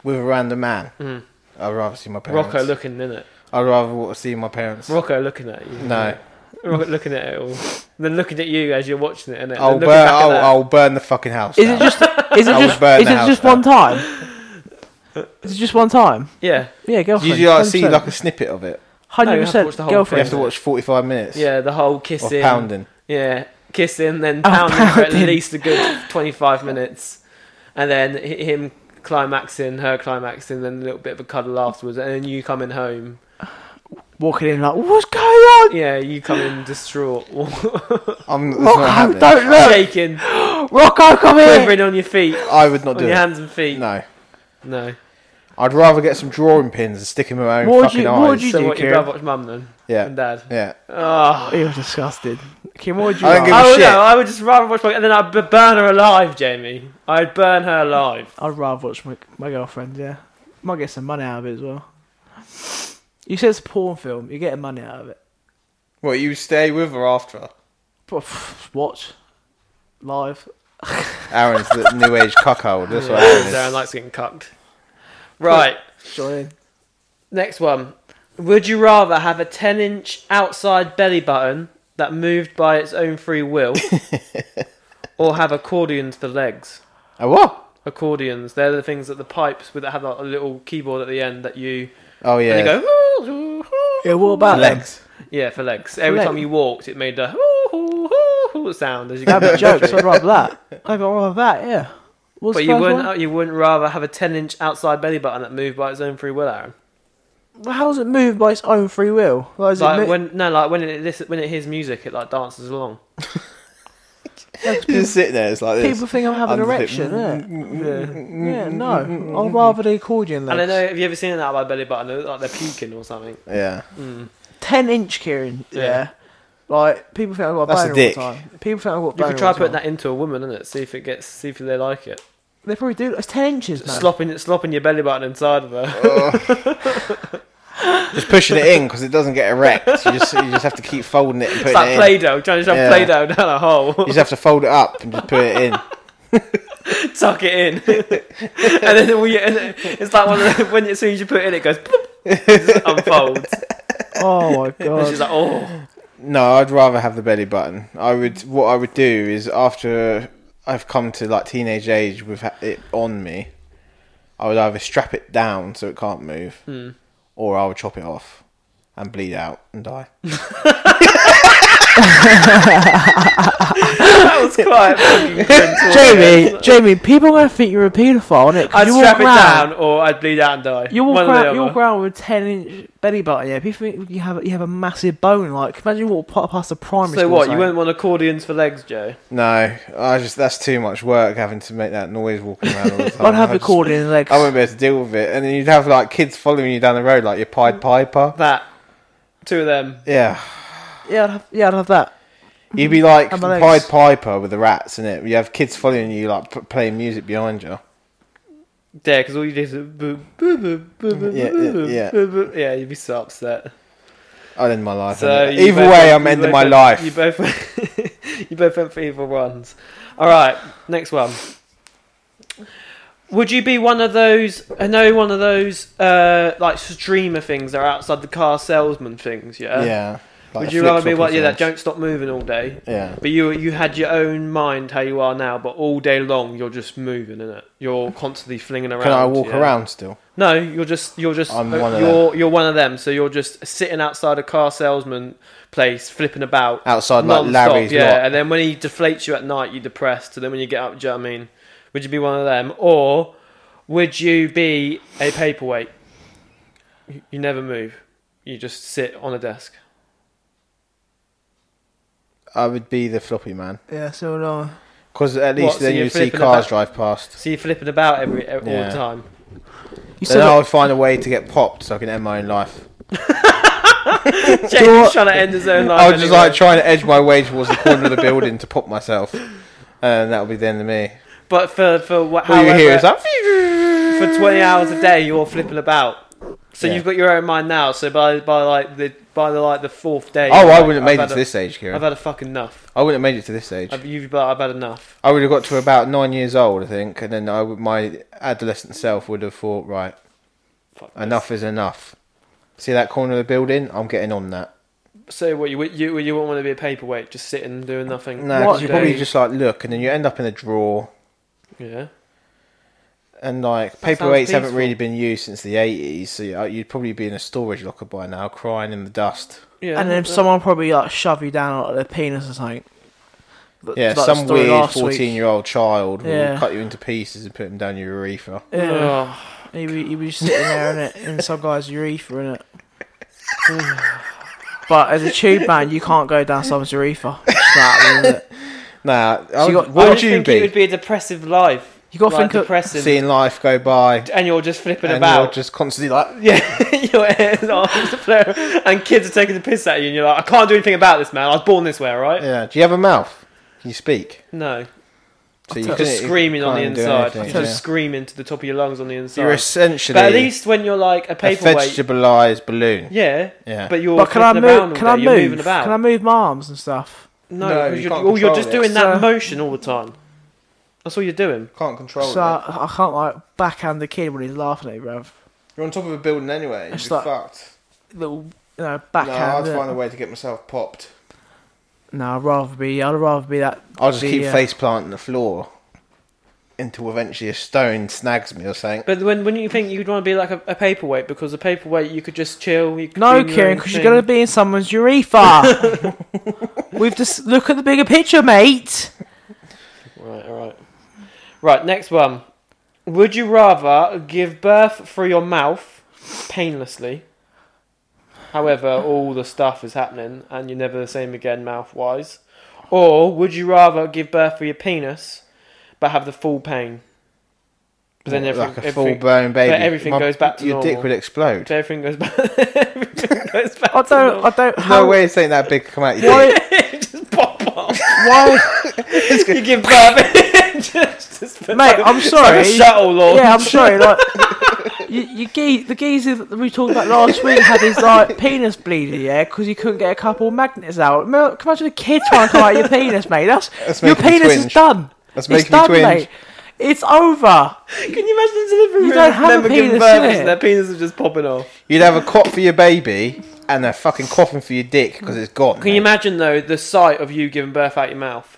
Speaker 3: with a random man?
Speaker 1: Mm.
Speaker 3: I'd rather see my parents.
Speaker 1: Rocco looking in it.
Speaker 3: I'd rather wa- see my parents.
Speaker 1: Rocco looking at you.
Speaker 3: No,
Speaker 1: Rocco looking at it all. Then looking at you as you're watching it, and then
Speaker 3: I'll
Speaker 1: looking
Speaker 3: burn.
Speaker 1: back at
Speaker 3: Oh, I'll,
Speaker 1: that.
Speaker 3: I'll burn the fucking house.
Speaker 2: Is
Speaker 3: down.
Speaker 2: it just? Is it
Speaker 3: I will
Speaker 2: just?
Speaker 3: burn
Speaker 2: Is
Speaker 3: the
Speaker 2: it
Speaker 3: house
Speaker 2: just
Speaker 3: down.
Speaker 2: one time? Is it just one time?
Speaker 1: yeah,
Speaker 2: Yeah,
Speaker 3: You,
Speaker 2: girlfriend.
Speaker 3: you like, see like a snippet of it.
Speaker 1: No,
Speaker 2: hundred
Speaker 1: you have to watch
Speaker 2: percent
Speaker 1: the whole thing.
Speaker 3: You have
Speaker 2: girlfriend.
Speaker 3: to watch 45 minutes
Speaker 1: yeah, the whole
Speaker 3: of
Speaker 1: kissing,
Speaker 3: pounding.
Speaker 1: yeah, kissing, then
Speaker 2: Oh,
Speaker 1: pounding, for
Speaker 2: pounding.
Speaker 1: at least a good twenty-five minutes, and then hi- him climaxing, her climaxing, then a little bit of a cuddle afterwards, and then you coming home.
Speaker 2: Walking in like, what's going on?
Speaker 1: Yeah, you come in distraught,
Speaker 3: I'm, it's not
Speaker 2: Rocco,
Speaker 3: happening.
Speaker 2: Oh, don't look.
Speaker 1: shaking,
Speaker 2: Rocco, come here.
Speaker 1: quivering on your feet,
Speaker 3: I would not
Speaker 1: on
Speaker 3: do
Speaker 1: your
Speaker 3: it.
Speaker 1: hands and feet. No.
Speaker 3: No, I'd rather get some drawing pins and stick 'em in my own
Speaker 2: What would
Speaker 3: fucking
Speaker 2: you-
Speaker 3: eyes.
Speaker 2: what would you-
Speaker 1: So
Speaker 2: do,
Speaker 1: what, you
Speaker 2: Kieran?
Speaker 1: rather watch mum then?
Speaker 3: Yeah,
Speaker 1: And dad?
Speaker 3: yeah.
Speaker 1: Oh.
Speaker 2: You're disgusted. Kim, what would you?
Speaker 3: I don't
Speaker 2: like?
Speaker 3: give
Speaker 1: I
Speaker 3: a
Speaker 1: would,
Speaker 3: shit.
Speaker 1: Oh, no, I would just rather watch my... And then I'd b- burn her alive, Jamie. I'd burn her alive.
Speaker 2: I'd rather watch my, my girlfriend, yeah. Might get some money out of it as well. You said it's a porn film, you're getting money out of it.
Speaker 3: Well, you stay with her after.
Speaker 2: But pff, watch. Live.
Speaker 3: Aaron's the new age cuckold. That's what Aaron is.
Speaker 1: Darren likes getting cucked. Right,
Speaker 2: Join.
Speaker 1: next one. Would you rather have a 10-inch outside belly button that moved by its own free will or have accordions for legs?
Speaker 3: A what?
Speaker 1: accordions. They're the things that the pipes with that have like, a little keyboard at the end that you
Speaker 3: Oh
Speaker 1: yeah.
Speaker 3: yeah.
Speaker 1: go.
Speaker 2: Yeah, what about them?
Speaker 3: legs.
Speaker 1: Yeah, for legs. Every
Speaker 2: legs.
Speaker 1: time you walked, it made a sound as you
Speaker 2: That'd
Speaker 1: go.
Speaker 2: be jokes, I'd rather that. I'd rather that, yeah. What's
Speaker 1: But
Speaker 2: the
Speaker 1: you
Speaker 2: first
Speaker 1: wouldn't.
Speaker 2: one?
Speaker 1: You wouldn't rather have a ten-inch outside belly button that moved by its own free will, Aaron.
Speaker 2: Well, How does it move by its own free will? Why does it
Speaker 1: Like
Speaker 2: mo-
Speaker 1: when no, like when it listen, when it hears music, it like dances along.
Speaker 3: just sit there. It's like
Speaker 2: People
Speaker 3: this.
Speaker 2: think I'm having an
Speaker 3: Under the-
Speaker 2: erection, yeah.
Speaker 1: Yeah.
Speaker 2: Yeah, no. I'd rather the accordion
Speaker 1: And I
Speaker 2: legs.
Speaker 1: know, have you ever seen that by belly button? They look Like they're puking or something.
Speaker 3: Yeah.
Speaker 2: 10 inch Kieran, yeah.
Speaker 1: Yeah.
Speaker 2: Like, people think I've got a
Speaker 3: That's a
Speaker 2: boner all the
Speaker 3: dick.
Speaker 2: time. People think I've got a
Speaker 1: You
Speaker 2: boner
Speaker 1: could try
Speaker 2: all the
Speaker 1: putting
Speaker 2: time.
Speaker 1: that into a woman, innit? See if it gets, see if they like it.
Speaker 2: They probably do. It's 10 inches, man.
Speaker 1: Slopping, slopping your belly button inside of her.
Speaker 3: Just pushing it in because it doesn't get erect. You just you just have to keep folding it and putting
Speaker 1: It's like
Speaker 3: it in.
Speaker 1: Play-Doh, trying to shove
Speaker 3: Yeah.
Speaker 1: Play-Doh down a
Speaker 3: You
Speaker 1: hole.
Speaker 3: just have to fold it up and just put it in.
Speaker 1: Tuck it in, and then when you, and then it's like one of the, when as soon as you put it in, it goes bloop, it just unfolds.
Speaker 2: Oh my
Speaker 1: And she's
Speaker 2: god.
Speaker 1: like, oh,
Speaker 3: No, I'd rather have the belly button. I would. What I would do is after I've come to like teenage age with ha- it on me, I would either strap it down so it can't move, or I would chop it off and bleed out and die.
Speaker 1: that was quite fucking cringe.
Speaker 2: Jamie, Jamie, people are going to think you're a paedophile, innit? 'Cause
Speaker 1: I'd
Speaker 2: you walk
Speaker 1: strap it
Speaker 2: around-
Speaker 1: down, or I'd bleed out and die.
Speaker 2: You walk,
Speaker 1: One or the
Speaker 2: around, you
Speaker 1: other.
Speaker 2: walk around with a 10 inch belly button, yeah. People think you have, you have a massive bone. Like, imagine you walk pa- past a primary
Speaker 1: So
Speaker 2: school.
Speaker 1: what? You
Speaker 2: saying,
Speaker 1: wouldn't want accordions for legs, Joe?
Speaker 3: No, I just that's too much work having to make that noise walking around all the time.
Speaker 2: I'd have
Speaker 3: I
Speaker 2: the
Speaker 3: just-
Speaker 2: cord in the legs.
Speaker 3: I wouldn't be able to deal with it, and then you'd have like kids following you down the road, like your Pied Piper.
Speaker 1: That two of them.
Speaker 3: Yeah,
Speaker 2: yeah, I'd have, yeah, I'd have that.
Speaker 3: you'd
Speaker 2: Mm.
Speaker 3: be like
Speaker 2: And my
Speaker 3: the
Speaker 2: legs.
Speaker 3: Pied Piper with the rats in it. You have kids following you, like p- playing music behind you.
Speaker 1: Yeah, because all you do is boop, boop, boop, boop, boop,
Speaker 3: Yeah, yeah,
Speaker 1: boop,
Speaker 3: yeah.
Speaker 1: boop, boop. yeah, you'd be so upset.
Speaker 3: I'll end my life.
Speaker 1: So
Speaker 3: innit?
Speaker 1: you
Speaker 3: Either
Speaker 1: both
Speaker 3: way,
Speaker 1: went-
Speaker 3: I'm
Speaker 1: you both
Speaker 3: ending my
Speaker 1: went-
Speaker 3: life.
Speaker 1: You both, went- you both went for evil ones. All right, next one. Would you be one of those? I know one of those uh, like streamer things that are outside the car salesman things. Yeah.
Speaker 3: yeah. Like
Speaker 1: Would
Speaker 3: the
Speaker 1: you rather be
Speaker 3: flip-floppy
Speaker 1: what? Yeah, that
Speaker 3: things.
Speaker 1: don't stop moving all day.
Speaker 3: Yeah.
Speaker 1: But you you had your own mind how you are now, but all day long you're just moving, is it? You're constantly flinging around.
Speaker 3: Can I walk
Speaker 1: yeah.
Speaker 3: around still?
Speaker 1: No, you're just you're just
Speaker 3: I'm
Speaker 1: uh,
Speaker 3: one of
Speaker 1: you're you're one of them. So you're just sitting outside a car salesman place, flipping about
Speaker 3: Outside, like
Speaker 1: non-stop,
Speaker 3: Larry's
Speaker 1: yeah.
Speaker 3: lot.
Speaker 1: And then when he deflates you at night, you're depressed. And then when you get up, do you know what I mean? Would you be one of them, or would you be a paperweight? You- You never move. You just sit on a desk.
Speaker 3: I would be the floppy man.
Speaker 2: Yeah, so would I.
Speaker 3: Because at least
Speaker 1: so
Speaker 3: then
Speaker 1: you're
Speaker 3: you see
Speaker 1: flipping
Speaker 3: cars
Speaker 1: about-
Speaker 3: drive past.
Speaker 1: So you're flipping about every, every all
Speaker 3: Yeah.
Speaker 1: the time.
Speaker 2: You
Speaker 3: Then I
Speaker 2: said
Speaker 3: would find a way to get popped so I can end my own life.
Speaker 1: James trying to end his own life.
Speaker 3: I would just
Speaker 1: anyway.
Speaker 3: like trying to edge my way towards the corner of the building to pop myself. And that would be the end of me.
Speaker 1: But for for what?
Speaker 3: All you
Speaker 1: however,
Speaker 3: hear is that.
Speaker 1: for twenty hours a day, you're flipping about. So
Speaker 3: Yeah.
Speaker 1: you've got your own mind now. So by by like the by the like the fourth day.
Speaker 3: Oh,
Speaker 1: you're
Speaker 3: I
Speaker 1: like, "I've
Speaker 3: wouldn't have made it
Speaker 1: had
Speaker 3: to
Speaker 1: a-
Speaker 3: this age,
Speaker 1: I've
Speaker 3: Kieran.
Speaker 1: had a fucking enough.
Speaker 3: I wouldn't have made it to this age.
Speaker 1: I've, you've but I've had enough.
Speaker 3: I would have got to about nine years old, I think, and then I would, my adolescent self would have thought, right,
Speaker 1: Fuck this.
Speaker 3: enough is enough. See that corner of the building? I'm getting on that.
Speaker 1: So what you you you wouldn't want to be a paperweight, just sitting and doing nothing.
Speaker 3: No,
Speaker 1: all
Speaker 3: because
Speaker 2: What
Speaker 3: you
Speaker 1: day?
Speaker 3: probably just like look, and then you end up in a drawer,
Speaker 1: yeah.
Speaker 3: and like
Speaker 1: That sounds
Speaker 3: paperweights haven't
Speaker 1: peaceful.
Speaker 3: really been used since the '80s, so you- you'd probably be in a storage locker by now, crying in the dust.
Speaker 1: Yeah.
Speaker 2: and then
Speaker 1: that-
Speaker 2: someone probably like shove you down like their penis or something. Th-
Speaker 3: Yeah,
Speaker 2: like the
Speaker 3: some
Speaker 2: story
Speaker 3: weird
Speaker 2: last week.
Speaker 3: fourteen-year-old child will
Speaker 2: Yeah.
Speaker 3: cut you into pieces and put them down your urethra.
Speaker 2: Yeah,
Speaker 1: Oh,
Speaker 2: he was, he was sitting there in it, in some guy's urethra in it. but as a tube man, you can't go down someone's urethra. It's that, isn't it?
Speaker 3: Nah, I
Speaker 2: So you
Speaker 3: would-
Speaker 2: got-
Speaker 3: what
Speaker 1: I
Speaker 3: would
Speaker 1: just
Speaker 3: you
Speaker 1: think It would
Speaker 3: be?
Speaker 1: be a depressive life.
Speaker 2: You gotta
Speaker 1: like,
Speaker 2: think of-
Speaker 1: depressing,
Speaker 3: Seeing life go by,
Speaker 1: and you're just flipping
Speaker 3: and
Speaker 1: about.
Speaker 3: you're just constantly like,
Speaker 1: Yeah, your hair's on the floor, and kids are taking the piss out of you, and you're like, I can't do anything about this, man. I was born this way, all right?
Speaker 3: yeah. Do you have a mouth? Can you speak?
Speaker 1: No,
Speaker 3: So
Speaker 1: you're just
Speaker 3: couldn't-
Speaker 1: screaming on the
Speaker 3: can't do
Speaker 1: inside.
Speaker 3: anything,
Speaker 1: You're
Speaker 3: yeah.
Speaker 1: just screaming to the top of your lungs on the inside.
Speaker 3: You're essentially
Speaker 1: but at least when you're like a
Speaker 3: a
Speaker 1: paperweight,
Speaker 3: vegetabilised balloon.
Speaker 1: yeah,
Speaker 3: Yeah.
Speaker 1: but you're
Speaker 2: But can I
Speaker 1: flipping around
Speaker 2: move?
Speaker 1: all
Speaker 2: Can I
Speaker 1: day, you're
Speaker 2: move?
Speaker 1: moving about.
Speaker 2: Can I move my arms and stuff?
Speaker 1: No,
Speaker 3: No,
Speaker 1: 'cause
Speaker 3: you
Speaker 1: you're,
Speaker 3: can't
Speaker 1: all you're
Speaker 3: control
Speaker 1: just
Speaker 3: it.
Speaker 1: doing that
Speaker 2: So-
Speaker 1: motion all the time. That's all you're doing.
Speaker 3: Can't control
Speaker 2: So I, I can't like backhand the kid when he's laughing at me, bruv.
Speaker 3: You're on top of a building anyway.
Speaker 2: It's you'd be like-
Speaker 3: fucked.
Speaker 2: Little, you know, backhand. No,
Speaker 3: way to get myself popped.
Speaker 2: no, I'd rather be. I'd rather be that.
Speaker 3: I'll just
Speaker 2: the,
Speaker 3: keep
Speaker 2: uh,
Speaker 3: face planting the floor until eventually a stone snags me or something.
Speaker 1: But when when you think you'd want to be like a, a paperweight, because a paperweight you could just chill. You could
Speaker 2: No,
Speaker 1: do your
Speaker 2: Kieran,
Speaker 1: own
Speaker 2: because you're
Speaker 1: thing.
Speaker 2: gonna be in someone's urethra. We've just look at the bigger picture, mate.
Speaker 1: Right, all right. Right, next one. Would you rather give birth through your mouth painlessly? However, all the stuff is happening and you're never the same again mouth wise. Or would you rather give birth for your penis, but have the full pain? But then everything,
Speaker 3: like a full
Speaker 1: everything,
Speaker 3: blown baby.
Speaker 1: but everything goes back to
Speaker 3: your dick
Speaker 1: normal.
Speaker 3: would explode.
Speaker 1: so everything goes back. everything goes back.
Speaker 2: I
Speaker 1: to
Speaker 2: don't.
Speaker 1: normal.
Speaker 2: I don't.
Speaker 3: There's
Speaker 2: How,
Speaker 3: no way of saying that big come out. Your dick.
Speaker 2: Why?
Speaker 1: just pop off.
Speaker 2: Why?
Speaker 1: You give birth. just, just put
Speaker 2: Mate,
Speaker 1: like a-
Speaker 2: I'm
Speaker 1: like
Speaker 2: sorry.
Speaker 1: a shuttle launch.
Speaker 2: yeah, I'm sorry. Like, you, you ge- the geezer that we talked about last week had his like penis bleeding, yeah, because he couldn't get a couple of magnets out. Mel- can you Imagine a kid trying to come out of your penis, mate. That's,
Speaker 3: That's
Speaker 2: your
Speaker 3: making me
Speaker 2: penis is
Speaker 3: twinge.
Speaker 2: done. it's
Speaker 3: That's making me
Speaker 2: done,
Speaker 3: twinge.
Speaker 2: mate. It's over.
Speaker 1: Can you imagine the delivery
Speaker 2: You
Speaker 1: room?
Speaker 2: don't have a
Speaker 1: Never giving
Speaker 2: penis,
Speaker 1: birth,
Speaker 2: innit?
Speaker 1: and their penis are just popping off.
Speaker 3: You'd have a cop for your baby and a fucking coffin for your dick because it's gone.
Speaker 1: Can you imagine though the sight of you giving birth out your mouth?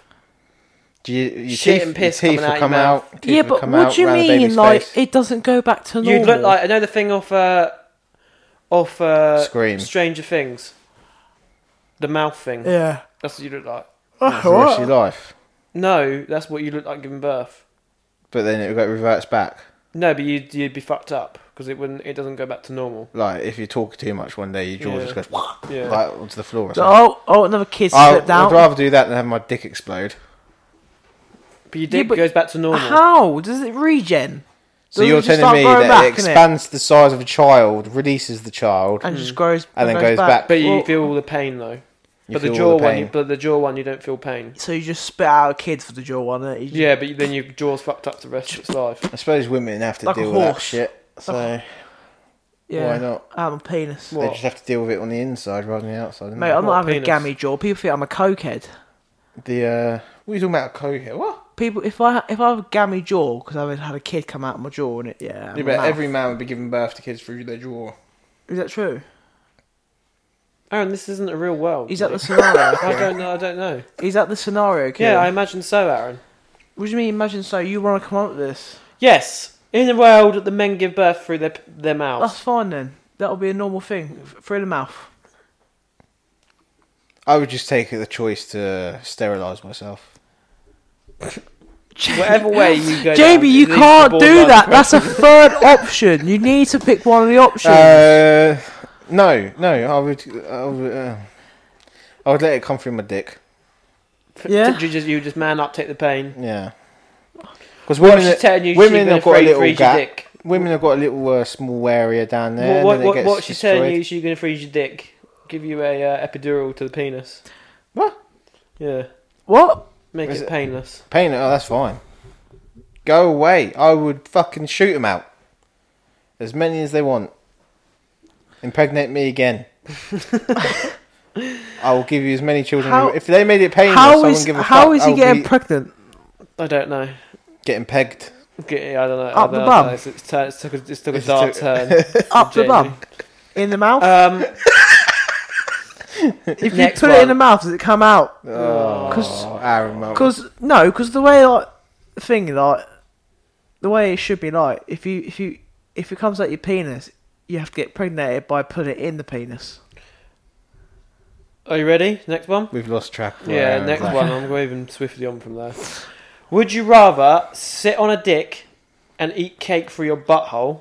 Speaker 3: Do you, your
Speaker 1: Shit
Speaker 3: teeth,
Speaker 1: and piss
Speaker 3: your teeth
Speaker 1: coming
Speaker 3: will
Speaker 1: out
Speaker 3: come
Speaker 1: your
Speaker 3: out.
Speaker 1: mouth.
Speaker 3: teeth
Speaker 2: yeah,
Speaker 3: will
Speaker 2: but
Speaker 3: come
Speaker 2: what
Speaker 3: out
Speaker 2: do you
Speaker 3: around the baby's
Speaker 2: mean? Like,
Speaker 3: face.
Speaker 2: it doesn't go back to normal.
Speaker 1: You'd look like I know the thing off uh, off uh,
Speaker 3: Scream.
Speaker 1: Stranger Things, the mouth thing.
Speaker 2: yeah.
Speaker 1: That's what you look like.
Speaker 3: That's the rest of your life?
Speaker 1: No, that's what you look like giving birth.
Speaker 3: But then it reverts back.
Speaker 1: No, but you'd you'd be fucked up because it wouldn't. It doesn't go back to normal.
Speaker 3: Like if you talk too much one day, your jaw
Speaker 1: Yeah.
Speaker 3: just goes like
Speaker 1: Yeah.
Speaker 3: onto the floor. Or something.
Speaker 2: Oh, oh, another kid
Speaker 3: I,
Speaker 2: slipped
Speaker 3: would
Speaker 2: out.
Speaker 3: rather do that than have my dick explode.
Speaker 1: but your dick
Speaker 2: but-
Speaker 1: goes back to normal.
Speaker 2: How does it regen?
Speaker 3: So
Speaker 2: Doesn't
Speaker 3: you're
Speaker 2: it just
Speaker 3: telling
Speaker 2: start
Speaker 3: me
Speaker 2: growing
Speaker 3: that
Speaker 2: back,
Speaker 3: it
Speaker 2: innit?
Speaker 3: expands to the size of a child, releases the child,
Speaker 2: and just grows
Speaker 3: and then goes back.
Speaker 1: But you
Speaker 2: Well-
Speaker 1: feel all the pain though.
Speaker 3: You
Speaker 1: but the
Speaker 3: feel all
Speaker 1: jaw
Speaker 3: the
Speaker 1: one,
Speaker 3: pain.
Speaker 1: you, but the jaw one, you don't feel pain.
Speaker 2: So you just spit out kids for the jaw one. innit? You just-
Speaker 1: Yeah, but then your jaw's fucked up the rest of its life.
Speaker 3: I suppose women have to
Speaker 2: Like a
Speaker 3: deal with that
Speaker 2: horse.
Speaker 3: shit. So
Speaker 2: yeah.
Speaker 3: why not?
Speaker 2: Out of my penis.
Speaker 3: They
Speaker 1: What?
Speaker 3: just have to deal with it on the inside rather than the outside. don't
Speaker 2: Mate,
Speaker 3: they?
Speaker 2: I'm
Speaker 1: What
Speaker 2: not having a
Speaker 1: penis?
Speaker 2: gammy jaw. People think I'm a cokehead.
Speaker 3: the uh, what are you talking about? Co here? What?
Speaker 2: People, if I if I have a gammy jaw because I've had a kid come out of my jaw and it, yeah.
Speaker 3: Yeah,
Speaker 2: my
Speaker 3: but
Speaker 2: mouth.
Speaker 3: every man would be giving birth to kids through their jaw.
Speaker 2: is that true?
Speaker 1: Aaron, this isn't a real world.
Speaker 2: Is that the
Speaker 1: mate.
Speaker 2: scenario?
Speaker 1: I don't know. I don't know.
Speaker 2: is that the scenario? Kid?
Speaker 1: Yeah, I imagine so, Aaron.
Speaker 2: What do you mean? Imagine so you want to come up with this?
Speaker 1: Yes, in the world, the men give birth through their their mouths.
Speaker 2: That's fine then. That'll be a normal thing f- through the mouth.
Speaker 3: I would just take the choice to sterilise myself.
Speaker 1: Whatever way you go.
Speaker 2: Oh, Jamie,
Speaker 1: down,
Speaker 2: you
Speaker 1: it leaves
Speaker 2: can't
Speaker 1: the
Speaker 2: do
Speaker 1: borderline
Speaker 2: that. That's a third option. You need to pick one of the options.
Speaker 3: Uh, no, no, I would, I would, uh, I would let it come through my dick.
Speaker 1: for-
Speaker 2: Yeah.
Speaker 1: You just, you just man up, take the pain.
Speaker 3: Yeah, because
Speaker 1: Well,
Speaker 3: women,
Speaker 1: she's telling you
Speaker 3: women
Speaker 1: she's gonna
Speaker 3: have got a
Speaker 1: free-
Speaker 3: little
Speaker 1: freeze
Speaker 3: gap
Speaker 1: your dick.
Speaker 3: women have got a little uh, small area down there.
Speaker 1: what
Speaker 3: and
Speaker 1: what,
Speaker 3: then it
Speaker 1: what,
Speaker 3: gets
Speaker 1: what she's telling
Speaker 3: destroyed.
Speaker 1: you, she's gonna freeze your dick. Give you a uh, epidural to the penis.
Speaker 3: What?
Speaker 1: Yeah,
Speaker 2: what?
Speaker 1: make
Speaker 3: Is
Speaker 1: it,
Speaker 3: it-
Speaker 1: painless.
Speaker 3: Pain? Oh, that's fine. Go away. I would fucking shoot them out. As many as they want. Impregnate me again. I will give you as many children.
Speaker 2: How-
Speaker 3: if they made it painless, I
Speaker 2: How
Speaker 3: wouldn't
Speaker 2: is
Speaker 3: give a
Speaker 2: how
Speaker 3: fuck.
Speaker 2: is
Speaker 3: I
Speaker 2: he
Speaker 3: would
Speaker 2: getting
Speaker 3: be
Speaker 2: pregnant?
Speaker 1: I don't know.
Speaker 3: getting pegged?
Speaker 1: Get- I don't know.
Speaker 2: Up
Speaker 1: I don't
Speaker 2: the
Speaker 1: know.
Speaker 2: bum.
Speaker 1: It's, it's, tur- it's took a, it's took a
Speaker 3: It's
Speaker 1: dark
Speaker 3: took-
Speaker 1: turn.
Speaker 2: Up the
Speaker 1: Jamie.
Speaker 2: bum, in the mouth.
Speaker 1: Um,
Speaker 2: if you
Speaker 1: next
Speaker 2: put it in
Speaker 1: one.
Speaker 2: the mouth, does it come out?
Speaker 3: Oh,
Speaker 2: 'Cause-
Speaker 3: Aaron, well,
Speaker 2: Because no, because the way like the thing like the way it should be like if you if you if it comes out your penis, you have to get pregnant by putting it in the penis.
Speaker 1: are you ready? Next one.
Speaker 3: we've lost track. of where
Speaker 1: Yeah,
Speaker 3: Aaron's
Speaker 1: next
Speaker 3: at.
Speaker 1: one. I'm moving swiftly on from there. Would you rather sit on a dick and eat cake through your butthole?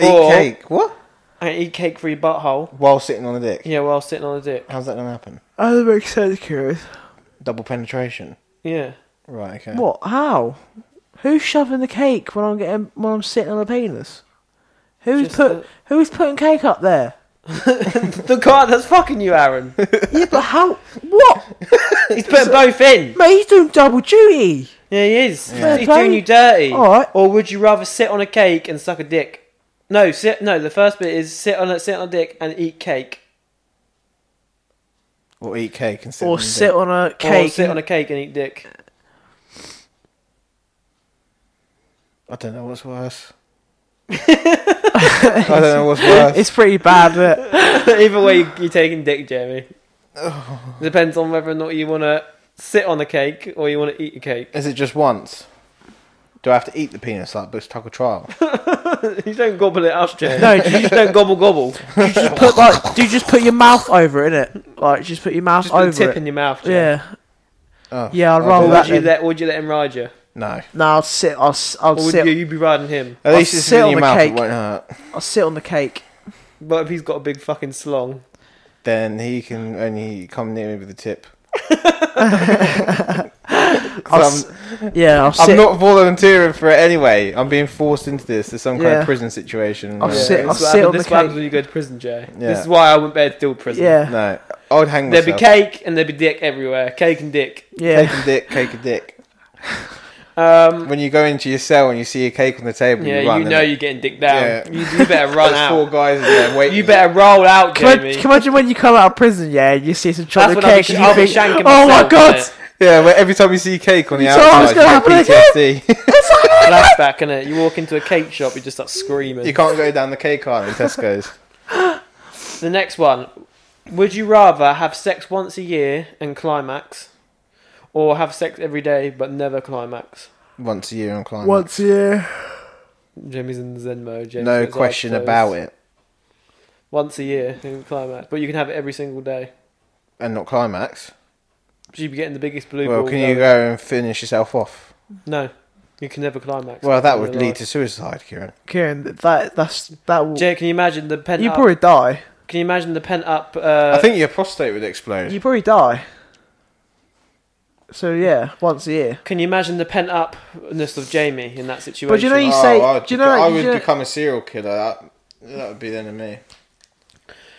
Speaker 3: Eat
Speaker 1: Or-
Speaker 3: cake. What?
Speaker 1: And eat cake through your butthole?
Speaker 3: While sitting on a dick.
Speaker 1: Yeah, while sitting on a dick.
Speaker 3: How's that gonna happen?
Speaker 2: Oh, that makes sense, curious.
Speaker 3: Double penetration.
Speaker 1: Yeah.
Speaker 3: Right. Okay.
Speaker 2: What? How? Who's shoving the cake when I'm getting when I'm sitting on a penis? Who's
Speaker 1: Just
Speaker 2: put Who's putting cake up there?
Speaker 1: the, the guy that's fucking you, Aaron.
Speaker 2: Yeah, but how? What?
Speaker 1: He's putting both in.
Speaker 2: Mate, he's doing double duty.
Speaker 1: Yeah, Oh. he is.
Speaker 2: Yeah.
Speaker 1: He's doing you dirty.
Speaker 2: All right.
Speaker 1: Or would you rather sit on a cake and suck a dick? No, sit. No, the first bit is sit on a sit on a dick and eat cake,
Speaker 3: Or E eat cake and sit.
Speaker 2: or
Speaker 3: on a dick.
Speaker 2: sit on a
Speaker 1: or
Speaker 2: cake.
Speaker 1: sit on a cake and eat dick.
Speaker 3: I don't know what's worse. I don't know what's worse.
Speaker 2: it's pretty bad. But
Speaker 1: Either way, you- you're taking dick, Jamie.
Speaker 2: Oh.
Speaker 1: Depends on whether or not you want to sit on the cake or you want to eat a cake.
Speaker 3: Is it just once? Do I have to eat the penis like Bush Tucker Trial?
Speaker 1: you don't gobble it up, Jamie.
Speaker 2: No,
Speaker 1: you just don't gobble gobble.
Speaker 2: you just put like, do you just put your mouth over it, innit? Like, just put your mouth
Speaker 1: Just put
Speaker 2: over
Speaker 1: the tip
Speaker 2: it.
Speaker 1: in your mouth. Jamie.
Speaker 2: yeah.
Speaker 3: Oh,
Speaker 2: Yeah, I'd
Speaker 3: I'll
Speaker 2: roll
Speaker 3: do
Speaker 1: Would
Speaker 2: that.
Speaker 1: you
Speaker 2: then.
Speaker 1: let Would you let him ride you?
Speaker 3: No.
Speaker 2: No, I'll sit. I'll, s- I'll
Speaker 1: Or would
Speaker 2: sit.
Speaker 1: you you be riding him?
Speaker 3: At
Speaker 2: I'll
Speaker 3: least it's
Speaker 2: sit
Speaker 3: in
Speaker 2: on
Speaker 3: your
Speaker 2: the
Speaker 3: mouth.
Speaker 2: cake.
Speaker 3: It won't hurt.
Speaker 2: I'll sit on the cake.
Speaker 1: But if he's got a big fucking slong,
Speaker 3: Then he can only come near me with a tip.
Speaker 2: I'll
Speaker 3: I'm-
Speaker 2: s- yeah, I'll sit.
Speaker 3: I'm not volunteering for it anyway. I'm being forced into this. There's some kind
Speaker 2: Yeah.
Speaker 3: of prison situation.
Speaker 2: I'll
Speaker 3: where-
Speaker 2: sit- I'll
Speaker 1: this is what
Speaker 2: sit on the
Speaker 1: happens- this is what happens
Speaker 2: cake.
Speaker 1: when you go to prison, Jay. This
Speaker 3: Yeah.
Speaker 1: is why I went there to deal prison.
Speaker 2: yeah,
Speaker 3: No, I would hang
Speaker 1: There'd
Speaker 3: myself.
Speaker 1: be cake and there'd be dick everywhere. Cake and dick.
Speaker 2: yeah.
Speaker 3: Cake and dick, cake and dick.
Speaker 1: Um,
Speaker 3: When you go into your cell and you see a cake on the table,
Speaker 1: yeah,
Speaker 3: you run.
Speaker 1: you know
Speaker 3: innit?
Speaker 1: you're getting dick down.
Speaker 3: Yeah.
Speaker 1: You, you better run
Speaker 3: There's four
Speaker 1: out.
Speaker 3: guys in there waiting.
Speaker 1: You better roll out,
Speaker 2: Can
Speaker 1: Jamie.
Speaker 2: you imagine when you come out of prison, yeah, and you see some
Speaker 1: That's
Speaker 2: chocolate
Speaker 1: when I'll be,
Speaker 2: cake
Speaker 1: sh-
Speaker 2: and
Speaker 1: I'll
Speaker 2: you
Speaker 1: be
Speaker 2: think,
Speaker 1: shanking
Speaker 2: oh
Speaker 1: myself.
Speaker 2: my god,
Speaker 1: innit?
Speaker 3: Yeah, well, every time you see cake on the
Speaker 2: You thought I was
Speaker 3: outside, you
Speaker 2: gonna
Speaker 3: get
Speaker 2: happen again?
Speaker 3: PTSD.
Speaker 1: Flashback, innit? You walk into a cake shop, you just start screaming.
Speaker 3: you can't go down the cake aisle in Tesco's.
Speaker 1: The next one. Would you rather have sex once a year and climax, or have sex every day but never climax?
Speaker 3: Once a year on climbing.
Speaker 2: once a year.
Speaker 1: Jamie's in Zen mode. Jamie's got
Speaker 3: no
Speaker 1: his eyes
Speaker 3: question
Speaker 1: closed.
Speaker 3: about it.
Speaker 1: Once a year and climax, but you can have it every single day.
Speaker 3: And not climax.
Speaker 1: But you'd be getting the biggest blue
Speaker 3: well,
Speaker 1: ball.
Speaker 3: can you
Speaker 1: going.
Speaker 3: go and finish yourself off?
Speaker 1: No, you can never climax.
Speaker 3: Well, that
Speaker 1: in
Speaker 3: would
Speaker 1: your
Speaker 3: lead
Speaker 1: life.
Speaker 3: to suicide, Kieran.
Speaker 2: Kieran, that that's that will.
Speaker 1: Jay, can you imagine the pent
Speaker 2: You
Speaker 1: up?
Speaker 2: probably die.
Speaker 1: Can you imagine the pent up? Uh,
Speaker 3: I think your prostate would explode.
Speaker 2: You probably die. So yeah, once a year.
Speaker 1: Can you imagine the pent upness of Jamie in that situation?
Speaker 2: you know you- say- do you know
Speaker 3: I
Speaker 2: that- do
Speaker 3: would
Speaker 2: you know-
Speaker 3: Oh, become a serial killer. That, that would be the end of me.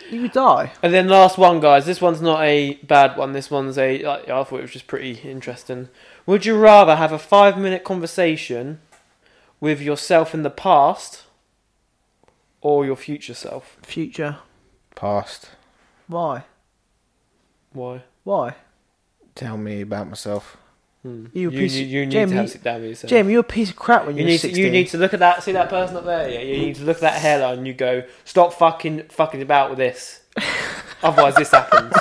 Speaker 2: You would die.
Speaker 1: And then last one, guys. This one's not a bad one. This one's a. Like, I thought it was just pretty interesting. Would you rather have a five-minute conversation with yourself in the past or your future self?
Speaker 2: Future.
Speaker 3: Past.
Speaker 2: Why?
Speaker 1: Why?
Speaker 2: Why?
Speaker 3: Tell me about myself.
Speaker 1: Hmm.
Speaker 2: You
Speaker 1: You,
Speaker 2: a piece
Speaker 1: you,
Speaker 2: of-
Speaker 1: you need
Speaker 2: Jamie,
Speaker 1: to
Speaker 2: you-
Speaker 1: have sit down with yourself.
Speaker 2: Jim, you're a piece of crap when
Speaker 1: you
Speaker 2: you're
Speaker 1: need to,
Speaker 2: 16.
Speaker 1: you need to look at that. See that person up there? Yeah, you need to look at that hairline. and You go stop fucking fucking about with this. Otherwise, this happens.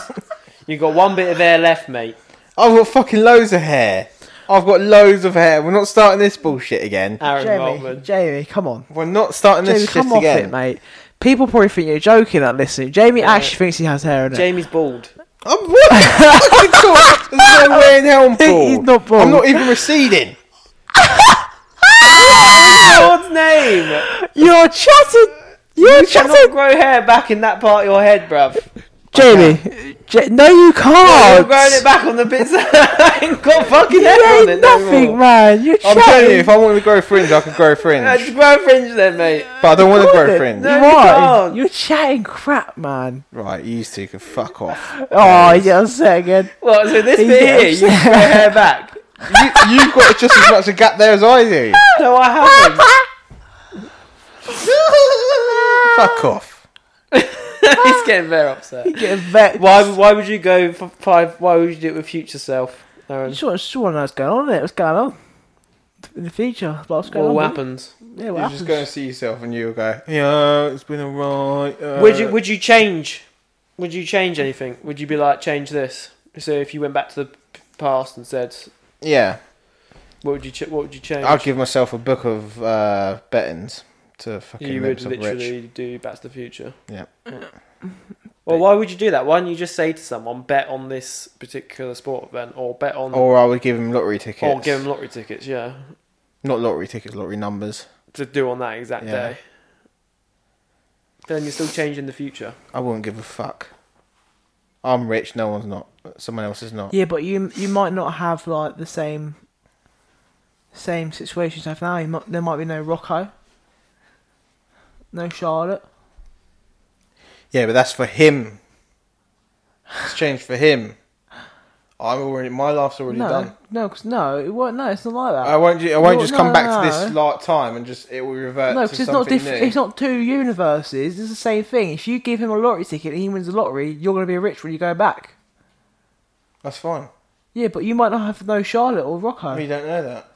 Speaker 1: You got one bit of hair left, mate.
Speaker 3: I've got fucking loads of hair. I've got loads of hair. We're not starting this bullshit again.
Speaker 1: Aaron
Speaker 2: Jamie,
Speaker 1: Waltman.
Speaker 2: Jamie, come on.
Speaker 3: We're not starting
Speaker 2: Jamie,
Speaker 3: this
Speaker 2: come
Speaker 3: shit
Speaker 2: off
Speaker 3: again.
Speaker 2: it, mate. People probably think you're joking at listening. Jamie
Speaker 1: Yeah.
Speaker 2: actually thinks he has hair in it.
Speaker 1: Jamie's bald.
Speaker 3: I'm what? the fuck you talking? There's no way in hell I'm
Speaker 2: He-
Speaker 3: bald.
Speaker 2: he's not bald.
Speaker 3: I'm not even receding.
Speaker 1: God's name.
Speaker 2: You're chatting. You're
Speaker 1: cannot
Speaker 2: chatting.
Speaker 1: grow hair back in that part of your head, bruv.
Speaker 2: Jamie, J- no, you
Speaker 1: You're
Speaker 2: can't.
Speaker 1: growing it back on the bits that ain't got fucking
Speaker 2: You
Speaker 1: hair on
Speaker 2: ain't
Speaker 1: it no
Speaker 2: nothing,
Speaker 1: more.
Speaker 2: man. You're
Speaker 3: I'm
Speaker 2: chatting.
Speaker 3: telling you, if I wanted to grow fringe, I could grow
Speaker 1: Uh,
Speaker 3: fringe.
Speaker 1: Just grow a fringe then, mate.
Speaker 3: But I don't want to grow
Speaker 2: You're
Speaker 3: fringe.
Speaker 1: No, you
Speaker 2: right.
Speaker 1: can't.
Speaker 2: You're chatting crap, man.
Speaker 3: Right, you two can fuck off.
Speaker 2: Oh, yeah, I'm saying again.
Speaker 1: What, so this
Speaker 2: He's
Speaker 1: bit here,
Speaker 2: getting
Speaker 1: you can grow hair back?
Speaker 3: you, you've got just as much a gap there as I do.
Speaker 1: No, I haven't.
Speaker 3: fuck off.
Speaker 1: He's getting very upset.
Speaker 2: Get vexed.
Speaker 1: Why, why would you go for five? Why would you do it with future self,
Speaker 2: You
Speaker 1: Aaron?
Speaker 2: just want to know what's going on there. What's going on in the future? What's going
Speaker 1: What
Speaker 2: on?
Speaker 1: happens?
Speaker 2: Yeah, what
Speaker 3: You're just
Speaker 2: happens?
Speaker 3: going to see yourself and you'll go, yeah, it's been alright. Uh.
Speaker 1: Would you would you change? Would you change anything? Would you be like change this? So if you went back to the p- past and said,
Speaker 3: Yeah,
Speaker 1: what would you ch- what would you change?
Speaker 3: I'll give myself a book of uh, bettings to fucking
Speaker 1: you
Speaker 3: make
Speaker 1: would
Speaker 3: myself rich.
Speaker 1: literally do Back to the Future.
Speaker 3: Yeah.
Speaker 1: Well, why would you do that? Why don't you just say to someone, bet on this particular sport event, or bet on, or,
Speaker 3: Or I would give him lottery tickets.
Speaker 1: give them lottery tickets? Yeah,
Speaker 3: Not lottery tickets, lottery numbers.
Speaker 1: to do on that exact
Speaker 3: Yeah.
Speaker 1: day. Then you're still changing the future.
Speaker 3: I wouldn't give a fuck. I'm rich, no one's not. Someone else is not.
Speaker 2: Yeah, but you you might not have like the same same situations you have now. You might, there might be no Rocco, no Charlotte.
Speaker 3: Yeah, but that's for him. It's changed for him. I'm already. My life's already
Speaker 2: no,
Speaker 3: done.
Speaker 2: no, 'cause- no, it won't. No, it's not like that.
Speaker 3: I won't. ju- I won't
Speaker 2: No,
Speaker 3: just come
Speaker 2: no,
Speaker 3: back
Speaker 2: no,
Speaker 3: to this
Speaker 2: no.
Speaker 3: like time and just it will revert
Speaker 2: no,
Speaker 3: to
Speaker 2: because it's not
Speaker 3: something
Speaker 2: diff-
Speaker 3: new.
Speaker 2: It's not two universes. It's the same thing. If you give him a lottery ticket and he wins the lottery, you're going to be rich when you go back.
Speaker 3: That's fine.
Speaker 2: Yeah, but you might not have no Charlotte or Rocco.
Speaker 3: We don't know that.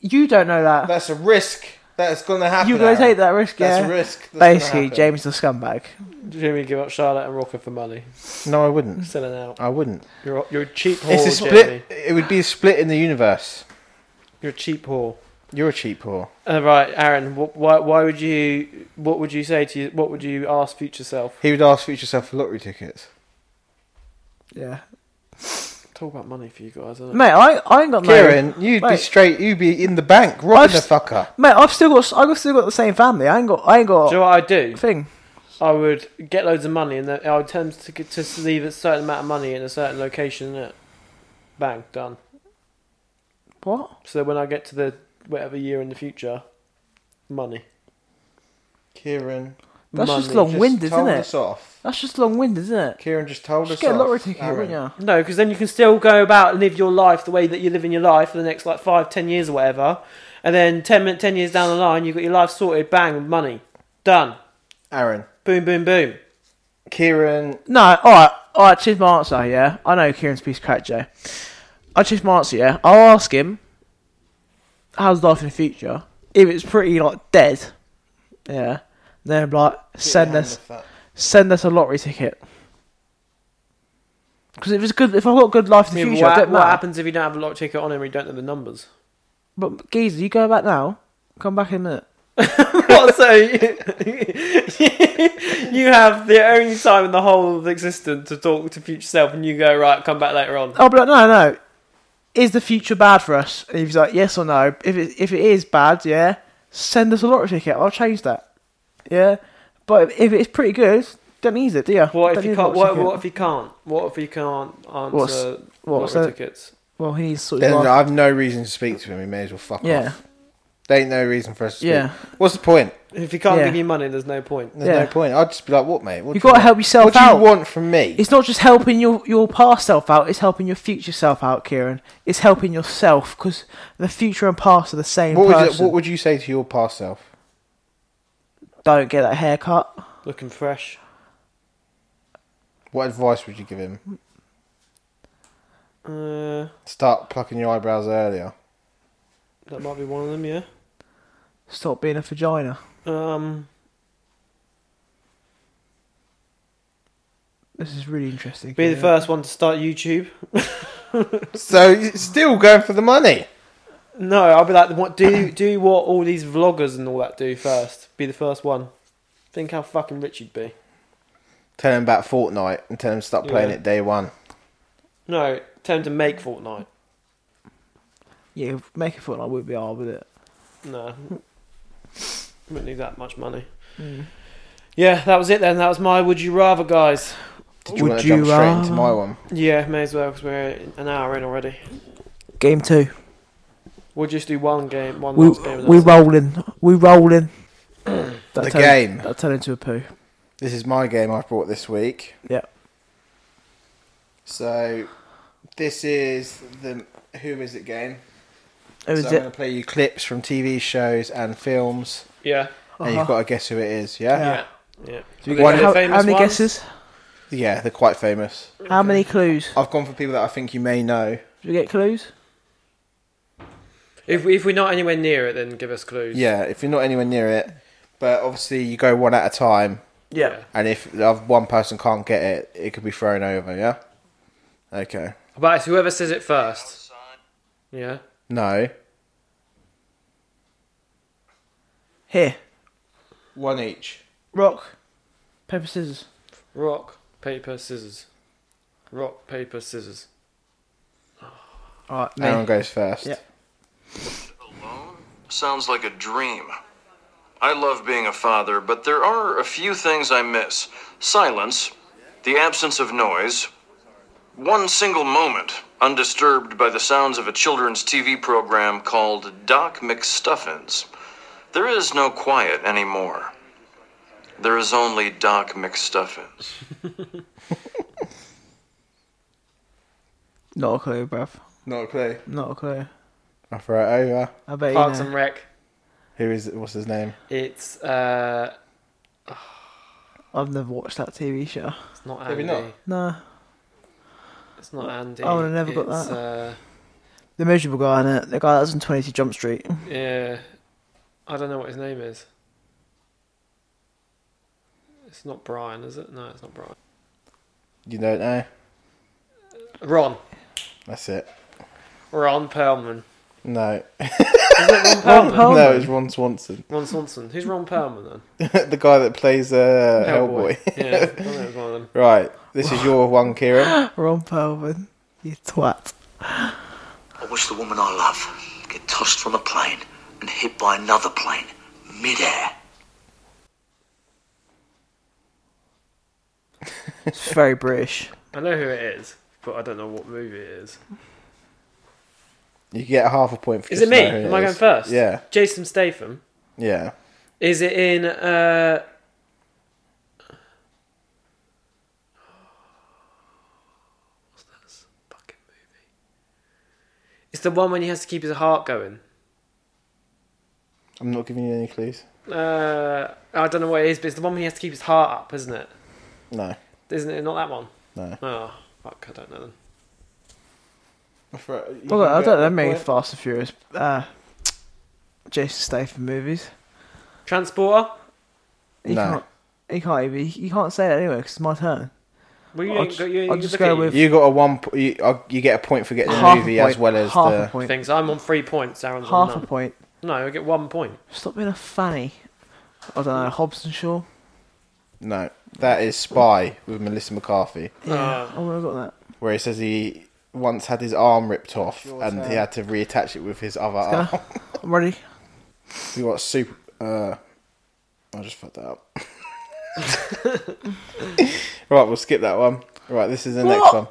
Speaker 2: You don't know that.
Speaker 3: That's a risk. That's gonna happen.
Speaker 2: You're going to
Speaker 3: Aaron.
Speaker 2: take that risk,
Speaker 3: That's
Speaker 2: yeah.
Speaker 3: a risk. That's
Speaker 2: Basically,
Speaker 3: gonna happen.
Speaker 2: James the scumbag.
Speaker 1: Jimmy, give up Charlotte and Rocker for money.
Speaker 3: No, I wouldn't.
Speaker 1: Selling out.
Speaker 3: I wouldn't.
Speaker 1: You're you're a cheap whore.
Speaker 3: It's a
Speaker 1: Jamie.
Speaker 3: split. It would be a split in the universe.
Speaker 1: You're a cheap whore.
Speaker 3: You're a cheap whore.
Speaker 1: Uh, right, Aaron. Wh- why why would you? What would you say to you? What would you ask future self?
Speaker 3: He would ask future self for lottery tickets.
Speaker 2: Yeah.
Speaker 1: Talk about money for you guys. Isn't it?
Speaker 2: Mate, I, I ain't got no.
Speaker 3: Kieran, you'd be
Speaker 2: Wait.
Speaker 3: straight. You'd be in the bank, robbing the
Speaker 2: I've-
Speaker 3: fucker.
Speaker 2: Mate, I've still got I've still got the same family. I ain't got I ain't
Speaker 1: Do you
Speaker 2: got
Speaker 1: know what I'd do?
Speaker 2: thing.
Speaker 1: I would get loads of money and then I would tend to get, to leave a certain amount of money in a certain location. Innit? Bang, done.
Speaker 2: What?
Speaker 1: So when I get to the whatever year in the future, money.
Speaker 3: Kieran
Speaker 2: That's
Speaker 1: money.
Speaker 2: just long-
Speaker 3: just
Speaker 2: Wind, isn't
Speaker 3: told
Speaker 2: it?
Speaker 3: us off.
Speaker 2: That's just long winded, isn't it?
Speaker 3: Kieran just told us
Speaker 2: Just get a
Speaker 3: off.
Speaker 2: lottery ticket,
Speaker 3: Aaron.
Speaker 2: wouldn't you?
Speaker 1: No, because then you can still go about and live your life the way that you're living your life for the next like five, ten years or whatever. And then 10, min- 10 years down the line, you've got your life sorted, bang, money. Done.
Speaker 3: Aaron.
Speaker 1: Boom, boom, boom.
Speaker 3: Kieran.
Speaker 2: No, alright, alright, choose my answer, yeah. I know Kieran's piece of crap, Joe. I choose my answer, yeah. I'll ask him how's life in the future. If it's pretty like dead, yeah. Then like send us send us a lottery ticket. Because if it's good, if I've got good life in the
Speaker 1: I mean,
Speaker 2: future, I
Speaker 1: what,
Speaker 2: don't
Speaker 1: what
Speaker 2: matter.
Speaker 1: happens if you don't have a lottery ticket on and you don't know the numbers?
Speaker 2: But Geezer, you go back now. Come back in a minute.
Speaker 1: what, so you, you have the only time in the whole of existence to talk to future self and you go, right, come back later on.
Speaker 2: I'll be like, Oh, no, no. Is the future bad for us? And he's like, yes or no. If it if it is bad, yeah, send us a lottery ticket. I'll change that. Yeah, but if it's pretty good, don't need it, do you?
Speaker 1: What
Speaker 2: Don't
Speaker 1: if you
Speaker 2: need a lottery
Speaker 1: can't? What,
Speaker 2: ticket.
Speaker 1: what if you can't? What if you can't answer
Speaker 2: What's-
Speaker 1: lottery
Speaker 2: what's that?
Speaker 1: tickets?
Speaker 2: Well, he needs to sort his
Speaker 3: Then
Speaker 2: life.
Speaker 3: I've no reason to speak to him. He may as well fuck
Speaker 2: Yeah,
Speaker 3: off. There ain't no reason for us to speak.
Speaker 2: yeah.
Speaker 3: What's the point?
Speaker 1: If you can't
Speaker 2: Yeah.
Speaker 1: give you money, there's no point.
Speaker 3: There's
Speaker 2: Yeah.
Speaker 3: no point. I'd just be like, what, mate? What
Speaker 2: You
Speaker 3: do
Speaker 2: got to
Speaker 3: want?
Speaker 2: help yourself
Speaker 3: What
Speaker 2: out.
Speaker 3: do you want from me?
Speaker 2: It's not just helping your, your past self out, it's helping your future self out, Kieran. It's helping yourself because the future and past are the same
Speaker 3: what, would you,
Speaker 2: person.
Speaker 3: what would you say to your past self?
Speaker 2: Don't get that haircut.
Speaker 1: Looking fresh.
Speaker 3: What advice would you give him?
Speaker 1: Uh,
Speaker 3: Start plucking your eyebrows earlier.
Speaker 1: that might be one of them. Yeah.
Speaker 2: Stop being a vagina.
Speaker 1: Um,
Speaker 2: This is really interesting.
Speaker 1: be the
Speaker 2: Kieran.
Speaker 1: first one to start YouTube.
Speaker 3: So you're still going for the money.
Speaker 1: No, I'll be like, what do do what all these vloggers and all that do first? Be the first one. Think how fucking rich you'd be.
Speaker 3: Tell him about Fortnite and tell him to stop playing
Speaker 1: Yeah.
Speaker 3: it day one.
Speaker 1: No, tell them to make Fortnite.
Speaker 2: Yeah, make it feel like we'd be hard with it.
Speaker 1: No, wouldn't need that much money.
Speaker 2: Mm.
Speaker 1: Yeah, that was it then. That was my would you rather, guys.
Speaker 3: Did you
Speaker 2: Would
Speaker 3: want to
Speaker 2: you uh,
Speaker 3: jump straight into
Speaker 2: rather?
Speaker 3: my one?
Speaker 1: Yeah, may as well because we're an hour in already.
Speaker 2: Game two.
Speaker 1: We'll just do one game, one
Speaker 2: We
Speaker 1: last game. and
Speaker 2: we
Speaker 1: that's it.
Speaker 2: rolling. We rolling. That
Speaker 3: the
Speaker 2: turned-
Speaker 3: game.
Speaker 2: That turned into a poo.
Speaker 3: This is my game I've brought this week.
Speaker 2: Yeah.
Speaker 3: So this is the Who Is It game.
Speaker 2: It was
Speaker 3: so I'm
Speaker 2: it.
Speaker 3: going to play you clips from TV shows and films,
Speaker 1: yeah,
Speaker 3: and
Speaker 2: Uh-huh.
Speaker 3: you've got to guess who it is. Yeah,
Speaker 1: yeah, yeah.
Speaker 3: So you
Speaker 1: Okay,
Speaker 3: one-
Speaker 1: the
Speaker 2: Uh, how,
Speaker 1: famous
Speaker 2: how many
Speaker 1: ones?
Speaker 2: guesses?
Speaker 3: yeah. they're quite famous.
Speaker 2: How many clues?
Speaker 3: I've gone for people that I think you may know.
Speaker 2: Did we get clues?
Speaker 1: If we, if we're not anywhere near it, then give us clues.
Speaker 3: Yeah, if you're not anywhere near it, but obviously you go one at a time,
Speaker 1: yeah.
Speaker 3: and if the other- one person can't get it, it could be thrown over. Yeah. Okay.
Speaker 1: But it's whoever says it first. Yeah.
Speaker 3: No.
Speaker 2: Here.
Speaker 3: One each.
Speaker 2: Rock. Paper, scissors.
Speaker 1: Rock, paper, scissors. Rock, paper, scissors.
Speaker 2: Alright,
Speaker 3: Aaron
Speaker 2: me.
Speaker 3: goes first.
Speaker 2: Yeah.
Speaker 4: Alone sounds like a dream. I love being a father, but there are a few things I miss silence, the absence of noise, one single moment undisturbed by the sounds of a children's TV program called Doc McStuffins. There is no quiet anymore. There is only Doc McStuffins.
Speaker 2: Not a clue, bruv.
Speaker 3: Not a clue.
Speaker 2: Not a clue.
Speaker 3: I throw it over.
Speaker 2: I bet
Speaker 1: Parks
Speaker 2: you know.
Speaker 1: and Rec.
Speaker 3: Who is it? What's his name?
Speaker 1: It's uh,
Speaker 2: I've never watched that TV show.
Speaker 1: it's not
Speaker 3: Have
Speaker 1: Andy.
Speaker 3: you not?
Speaker 2: No.
Speaker 1: It's not Andy.
Speaker 2: I would've never got
Speaker 1: It's,
Speaker 2: that.
Speaker 1: Uh,
Speaker 2: The miserable guy in it. The guy that was in 22 Jump Street.
Speaker 1: yeah, I don't know what his name is. It's not Brian, is it? No, it's not Brian.
Speaker 3: You don't know.
Speaker 1: Ron.
Speaker 3: That's it.
Speaker 1: Ron Perlman.
Speaker 3: No.
Speaker 1: Is it Ron
Speaker 2: Ron
Speaker 1: Perlman?
Speaker 2: Perlman?
Speaker 3: No, it's Ron Swanson,
Speaker 1: Ron Swanson. Who's Ron Perlman then?
Speaker 3: the guy that plays uh, Hellboy.
Speaker 1: yeah, I think it was one of them.
Speaker 3: Right, this is your one, Kieran.
Speaker 2: Ron Perlman. You twat.
Speaker 5: I wish the woman I love could get tossed from a plane and hit by another plane midair.
Speaker 2: It's very British.
Speaker 1: I know who it is, but I don't know what movie it is.
Speaker 3: You get half a point for
Speaker 1: Is it
Speaker 3: just
Speaker 1: me?
Speaker 3: knowing who
Speaker 1: Am I going
Speaker 3: is.
Speaker 1: first?
Speaker 3: Yeah,
Speaker 1: Jason Statham.
Speaker 3: yeah.
Speaker 1: Is it in? Uh... What's that fucking movie? It's the one when he has to keep his heart going.
Speaker 3: I'm not giving you any clues.
Speaker 1: Uh, I don't know what it is, but it's the one when he has to keep his heart up, isn't it?
Speaker 3: No,
Speaker 1: Isn't it not that one?
Speaker 3: no.
Speaker 1: Oh, fuck, I don't know then.
Speaker 2: Well, I don't know. Maybe Fast and Furious. Uh, Jason Statham movies.
Speaker 1: Transporter?
Speaker 2: You
Speaker 3: No.
Speaker 2: can't. You can't even. You can't say that anyway because it's my turn.
Speaker 1: Well, you
Speaker 2: I'll
Speaker 1: ain't
Speaker 2: just-
Speaker 1: got- you ain't
Speaker 2: I'll just
Speaker 1: look
Speaker 2: go
Speaker 1: at
Speaker 2: with-
Speaker 3: You got a one. Po- you, uh, you get a point for getting the
Speaker 2: Half a
Speaker 3: movie
Speaker 2: point,
Speaker 3: as well as
Speaker 2: half a
Speaker 3: the.
Speaker 2: point.
Speaker 1: things. I'm on three points. Aaron's
Speaker 2: Half
Speaker 1: on
Speaker 2: a
Speaker 1: none.
Speaker 2: point.
Speaker 1: No, I get one point.
Speaker 2: Stop being a fanny. I don't know. Hobson Shaw.
Speaker 3: No, that is Spy with Melissa McCarthy,
Speaker 2: Yeah.
Speaker 1: Uh.
Speaker 2: I would have got that.
Speaker 3: where he says he once had his arm ripped off
Speaker 2: Your
Speaker 3: and he
Speaker 2: turn.
Speaker 3: had to reattach it with his other
Speaker 2: Go.
Speaker 3: arm.
Speaker 2: I'm ready.
Speaker 3: We got super. Uh, I just fucked that up. right, we'll skip that one. Right, this is the next
Speaker 2: What?
Speaker 3: one.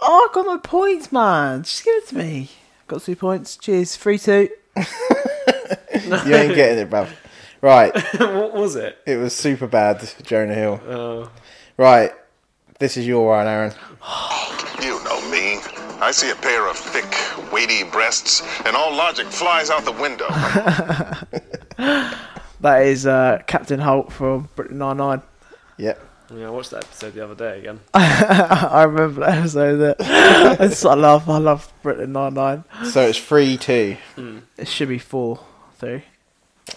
Speaker 2: Oh, I got no points, man. Just give it to me. Got two points. Cheers. Three two.
Speaker 3: You ain't getting it, bruv. Right,
Speaker 1: what was it?
Speaker 3: it was super bad, Jonah Hill.
Speaker 1: Oh.
Speaker 3: Right, this is your one, Aaron.
Speaker 6: You know me. I see a pair of thick, weighty breasts, and all logic flies out the window.
Speaker 2: That is uh, Captain Holt from Britain Nine Nine.
Speaker 3: Yep.
Speaker 1: Yeah, I watched that episode the other day again.
Speaker 2: I remember that episode. That I just I love. I love Britain Nine Nine.
Speaker 3: So it's 3 2.
Speaker 2: It should be four three.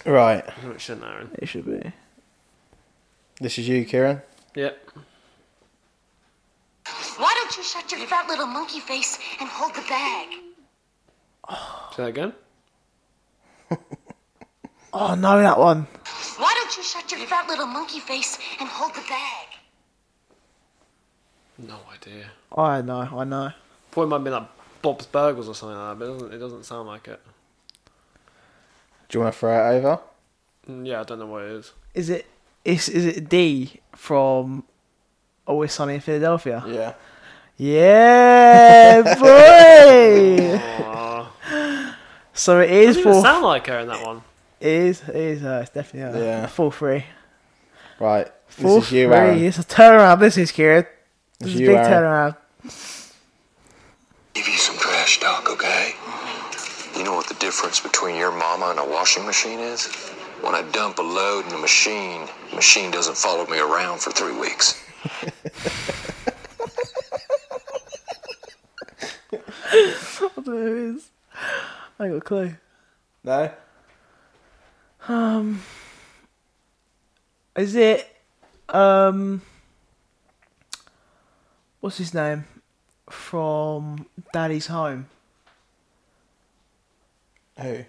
Speaker 3: Right,
Speaker 1: No, it shouldn't, Aaron.
Speaker 2: It should be.
Speaker 3: this is you, Kieran.
Speaker 1: Yep.
Speaker 7: Why don't you shut your fat little monkey face and hold the bag?
Speaker 1: Say that again.
Speaker 2: Oh no, that one.
Speaker 7: Why don't you shut your fat little monkey face and hold the bag?
Speaker 1: No idea.
Speaker 2: I know. I know.
Speaker 1: Probably might have been like Bob's Burgers or something like that, but it doesn't, it doesn't sound like it.
Speaker 3: Do you want to throw it over?
Speaker 1: Mm, Yeah, I don't know what it is.
Speaker 2: Is it? Is is it D from Always Sunny in Philadelphia?
Speaker 3: Yeah.
Speaker 2: Yeah, boy.
Speaker 1: Aww.
Speaker 2: So it
Speaker 1: It
Speaker 2: is
Speaker 1: doesn't even
Speaker 2: four.
Speaker 1: sound like her in that one.
Speaker 2: It is. It is. Uh, it's definitely. Uh,
Speaker 3: Yeah.
Speaker 2: Four three.
Speaker 3: Right,
Speaker 2: Four
Speaker 3: this is you,
Speaker 2: three.
Speaker 3: Aaron.
Speaker 2: It's a turnaround. This is Kieran. This
Speaker 3: It's
Speaker 2: is a
Speaker 3: you,
Speaker 2: big
Speaker 3: Aaron.
Speaker 2: turnaround.
Speaker 5: Give you some trash talk, okay? You know what the difference between your mama and a washing machine is? When I dump a load in the machine, the machine doesn't follow me around for three weeks.
Speaker 2: I don't know who it is. I ain't got a clue.
Speaker 3: No?
Speaker 2: Is it? Um. What's his name? From Daddy's Home.
Speaker 3: Who?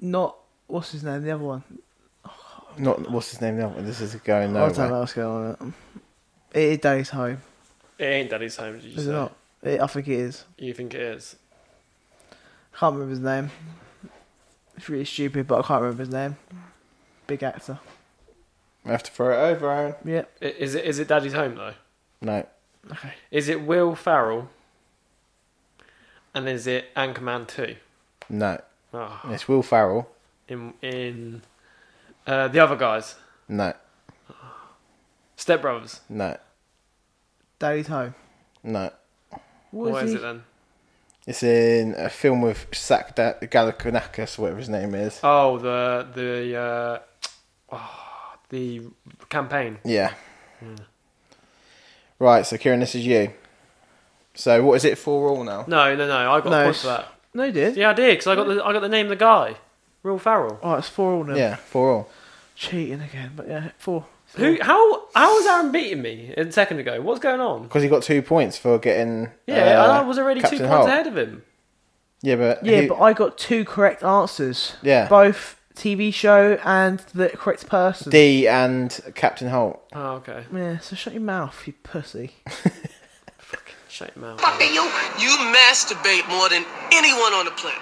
Speaker 2: Not what's his name. The other one.
Speaker 3: Not, what's his name now? This is going
Speaker 2: I don't know
Speaker 3: nowhere.
Speaker 2: what's going on. It is Daddy's Home.
Speaker 1: It ain't Daddy's Home, did
Speaker 2: Is
Speaker 1: you say?
Speaker 2: it not? It, I think it is.
Speaker 1: You think it is?
Speaker 2: Can't remember his name. It's really stupid, but I can't remember his name. Big actor.
Speaker 3: We have to throw it over, Aaron.
Speaker 2: Yep.
Speaker 1: I- Is it, is it Daddy's Home, though?
Speaker 3: No.
Speaker 1: Is it Will Farrell? And is it Anchorman 2?
Speaker 3: No.
Speaker 1: Oh,
Speaker 3: It's Will Farrell.
Speaker 1: in in uh, the other guys.
Speaker 3: No.
Speaker 1: Step Brothers.
Speaker 3: No.
Speaker 2: Daddy's Home.
Speaker 3: No.
Speaker 2: What
Speaker 1: what
Speaker 2: is,
Speaker 1: is
Speaker 2: he?
Speaker 1: it then?
Speaker 3: It's in a film with Zach da- Galifianakis, whatever his name is.
Speaker 1: Oh, the the uh, oh, the campaign.
Speaker 3: Yeah.
Speaker 2: Hmm.
Speaker 3: Right, so Kieran, this is you. So what is it for all now?
Speaker 1: No, no, no. I got
Speaker 2: No.
Speaker 1: a point for that.
Speaker 2: No, he did.
Speaker 1: Yeah, I did because I got the I got the name of the guy, Will Farrell.
Speaker 2: Oh, it's four all now.
Speaker 3: Yeah, for all.
Speaker 2: Cheating again, but yeah, four.
Speaker 1: Who? How? How was Aaron beating me a second ago? What's going on?
Speaker 3: Because he got two points for getting.
Speaker 1: Yeah, I
Speaker 3: uh,
Speaker 1: was already
Speaker 3: Captain
Speaker 1: two points
Speaker 3: Holt.
Speaker 1: ahead of him.
Speaker 3: Yeah, but
Speaker 2: Yeah,
Speaker 3: he-
Speaker 2: but I got two correct answers.
Speaker 3: Yeah.
Speaker 2: Both TV show and the correct person.
Speaker 3: D and Captain Holt.
Speaker 1: Oh, okay.
Speaker 2: yeah, so shut your mouth, you pussy.
Speaker 1: Shut your mouth.
Speaker 7: Fuck you.
Speaker 5: You masturbate more than anyone on the planet.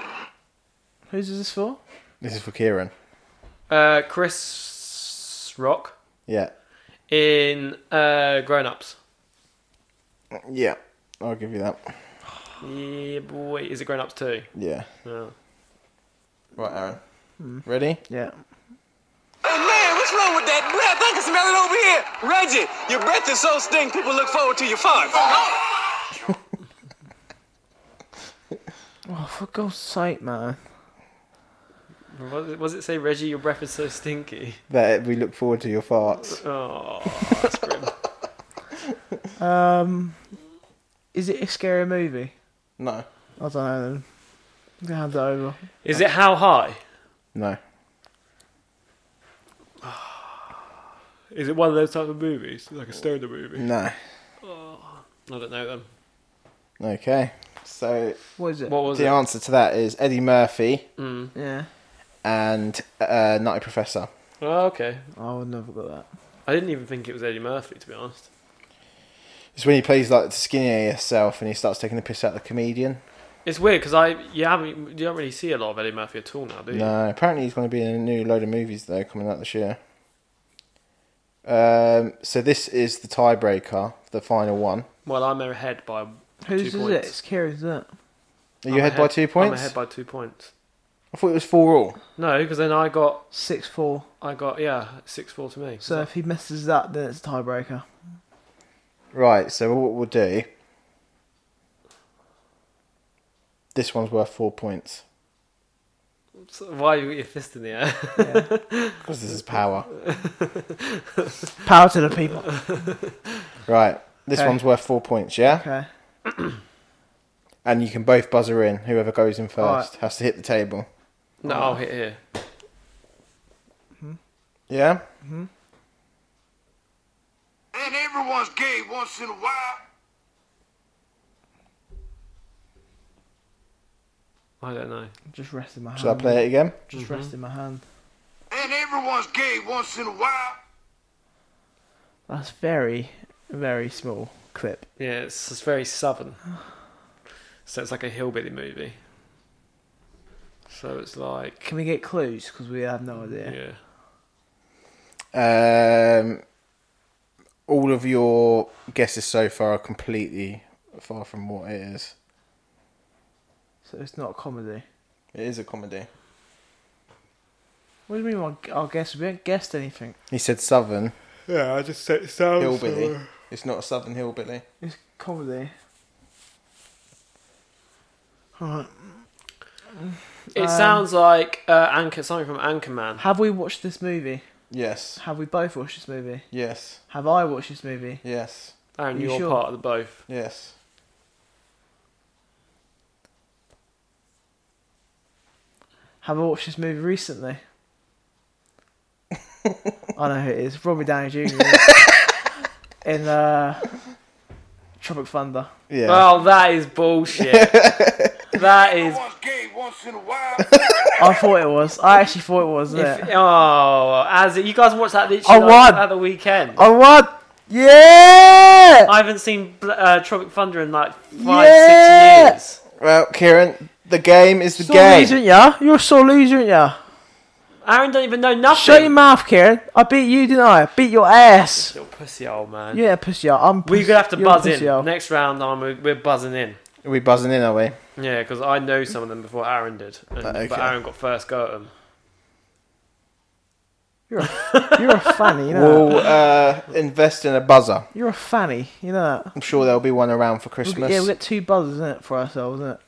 Speaker 2: Who's is this for?
Speaker 3: This is for Kieran.
Speaker 1: Uh, Chris Rock
Speaker 3: Yeah,
Speaker 1: in uh, Grown Ups.
Speaker 3: yeah. I'll give you that.
Speaker 1: Yeah, boy. Is it grown ups too?
Speaker 3: Yeah.
Speaker 1: No.
Speaker 3: Right, Aaron.
Speaker 1: Hmm.
Speaker 3: Ready?
Speaker 2: Yeah.
Speaker 5: Hey man, what's wrong with that breath? I can smell it over here. Reggie, your breath is so stink, people look forward to your fart.
Speaker 2: Oh, for God's sake, man.
Speaker 1: What does it- what does it say, Reggie? Your breath is so stinky.
Speaker 3: That we look forward to your farts.
Speaker 1: Oh, that's grim.
Speaker 2: Um, is it a scary movie?
Speaker 3: No.
Speaker 2: I don't know. Then. I'm gonna hand it over.
Speaker 1: Is it how high?
Speaker 3: No.
Speaker 1: Is it one of those type of movies, like a stoner movie?
Speaker 3: No.
Speaker 1: I don't know them.
Speaker 3: Okay. So
Speaker 2: What is it?
Speaker 1: What was
Speaker 3: the
Speaker 1: it?
Speaker 3: answer to that is Eddie Murphy
Speaker 2: Yeah.
Speaker 3: and uh, Nutty Professor.
Speaker 1: Oh, okay.
Speaker 2: I would never got that.
Speaker 1: I didn't even think it was Eddie Murphy, to be honest.
Speaker 3: It's when he plays like the skinnier self and he starts taking the piss out of the comedian.
Speaker 1: It's weird because I you haven't you don't really see a lot of Eddie Murphy at all now, do you?
Speaker 3: No, apparently he's going to be in a new load of movies though coming out this year. Um, so this is the tiebreaker, the final one.
Speaker 1: Well, I'm ahead by
Speaker 2: Whose
Speaker 1: two
Speaker 2: is it?
Speaker 1: points.
Speaker 2: It's Kira's, isn't it?
Speaker 3: Are you
Speaker 1: I'm
Speaker 3: ahead, by two points?
Speaker 1: I'm ahead by two points.
Speaker 3: I thought it was four all.
Speaker 1: No, because then I got
Speaker 2: Six four.
Speaker 1: I got yeah six four to me.
Speaker 2: So if he misses that, then it's a tiebreaker.
Speaker 3: Right. So what we'll do? This one's worth four points
Speaker 1: So why you got your fist in the air?
Speaker 3: because this is power.
Speaker 2: Power to the people.
Speaker 3: Right. This
Speaker 2: Okay.
Speaker 3: one's worth four points. Yeah.
Speaker 2: Okay.
Speaker 3: And you can both buzzer in. Whoever goes in first
Speaker 2: Alright.
Speaker 3: has to hit the table.
Speaker 1: no,
Speaker 3: Oh.
Speaker 1: I'll hit here.
Speaker 3: Yeah.
Speaker 6: And everyone's gay once in a while.
Speaker 1: I don't know.
Speaker 2: Just resting my hand.
Speaker 3: Should I play it again?
Speaker 2: Just resting my hand.
Speaker 6: And everyone's gay once in a while.
Speaker 2: That's very, very small clip.
Speaker 1: Yeah, it's, it's very southern. So it's like a hillbilly movie. So it's like
Speaker 2: Can we get clues? Because we have no idea.
Speaker 1: yeah.
Speaker 3: Um, all of your guesses so far are completely far from what it is.
Speaker 2: So it's not a comedy.
Speaker 3: It is a comedy.
Speaker 2: What do you mean? Our, our guess? We haven't guessed anything.
Speaker 3: He said southern
Speaker 1: Yeah, I just said uh, it sounds
Speaker 3: hillbilly. It's not a southern hillbilly.
Speaker 2: It's comedy. Alright.
Speaker 1: It
Speaker 2: Um,
Speaker 1: sounds like uh, Anchor, something from Anchorman.
Speaker 2: Have we watched this movie?
Speaker 3: Yes.
Speaker 2: Have we both watched this movie?
Speaker 3: Yes.
Speaker 2: Have I watched this movie?
Speaker 3: Yes.
Speaker 1: Aaron,
Speaker 2: You
Speaker 1: you are
Speaker 2: sure?
Speaker 1: part of the both.
Speaker 3: Yes.
Speaker 2: Have I watched this movie recently? I know who it is. Robbie Downey Jr. in uh, Tropic Thunder.
Speaker 3: Yeah.
Speaker 1: Well, that is bullshit. that is.
Speaker 6: Everyone's gay once in a while.
Speaker 2: I thought it was. I actually thought it was. Wasn't
Speaker 1: If,
Speaker 2: it?
Speaker 1: oh, as it, you guys watched that
Speaker 2: I
Speaker 1: literally
Speaker 2: won.
Speaker 1: like, at the weekend.
Speaker 2: I won. Yeah.
Speaker 1: I haven't seen Bl- uh, Tropic Thunder in like five,
Speaker 2: Yeah.
Speaker 1: six years.
Speaker 3: Well, Kieran, the game is the
Speaker 2: Sore loser,
Speaker 3: game.
Speaker 2: ain't ya? You're a sore loser, ain't ya?
Speaker 1: Aaron don't even know nothing.
Speaker 2: Shut your mouth, Karen. I beat you, didn't I? Beat your ass.
Speaker 1: Little pussy old man.
Speaker 2: Yeah, pussy. hole. I'm.
Speaker 1: We're
Speaker 2: pussy-
Speaker 1: gonna have to
Speaker 2: you're a
Speaker 1: buzz in
Speaker 2: pussy hole.
Speaker 1: next round. I'm, we're, we're buzzing in.
Speaker 3: Are we buzzing in, are we?
Speaker 1: Yeah, because I know some of them before Aaron did, and,
Speaker 3: Uh, Okay.
Speaker 1: but Aaron got first go at them.
Speaker 2: You're a fanny. You know. that?
Speaker 3: We'll uh, invest in a buzzer.
Speaker 2: You're a fanny. You know. That?
Speaker 3: I'm sure there'll be one around for
Speaker 2: We-
Speaker 3: Christmas.
Speaker 2: Yeah, we got two buzzers in it for ourselves, isn't it?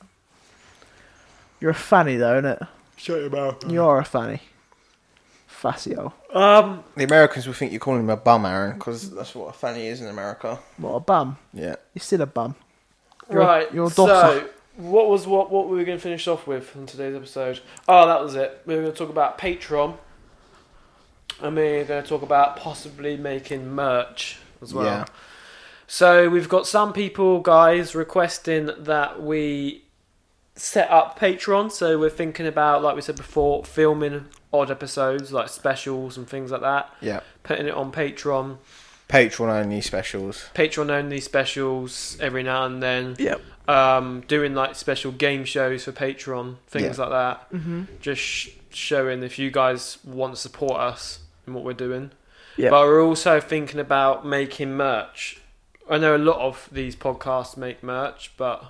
Speaker 2: You're a fanny, though, innit?
Speaker 1: Shut your mouth.
Speaker 2: You are a fanny. oh. Fascio.
Speaker 1: Um,
Speaker 3: the Americans will think you're calling him a bum, Aaron, because that's what a fanny is in America.
Speaker 2: What a bum.
Speaker 3: Yeah.
Speaker 2: You're still a bum. You're a-
Speaker 1: right.
Speaker 2: you're a
Speaker 1: so,
Speaker 2: doctor.
Speaker 1: what was what what we were going to finish off with on today's episode? Oh, that was it. We were going to talk about Patreon, and we we're going to talk about possibly making merch as well.
Speaker 3: Yeah.
Speaker 1: So we've got some people, guys, requesting that we set up Patreon. So we're thinking about, like we said before, filming odd episodes like specials and things like that,
Speaker 3: Yeah.
Speaker 1: putting it on Patreon.
Speaker 3: Patreon only specials.
Speaker 1: Patreon only specials every now and then.
Speaker 2: Yep.
Speaker 1: Um, doing like special game shows for Patreon, things
Speaker 3: Yeah.
Speaker 1: like that. Mm-hmm. Just sh- showing if you guys want to support us in what we're doing.
Speaker 2: Yep.
Speaker 1: But we're also thinking about making merch. I know a lot of these podcasts make merch, but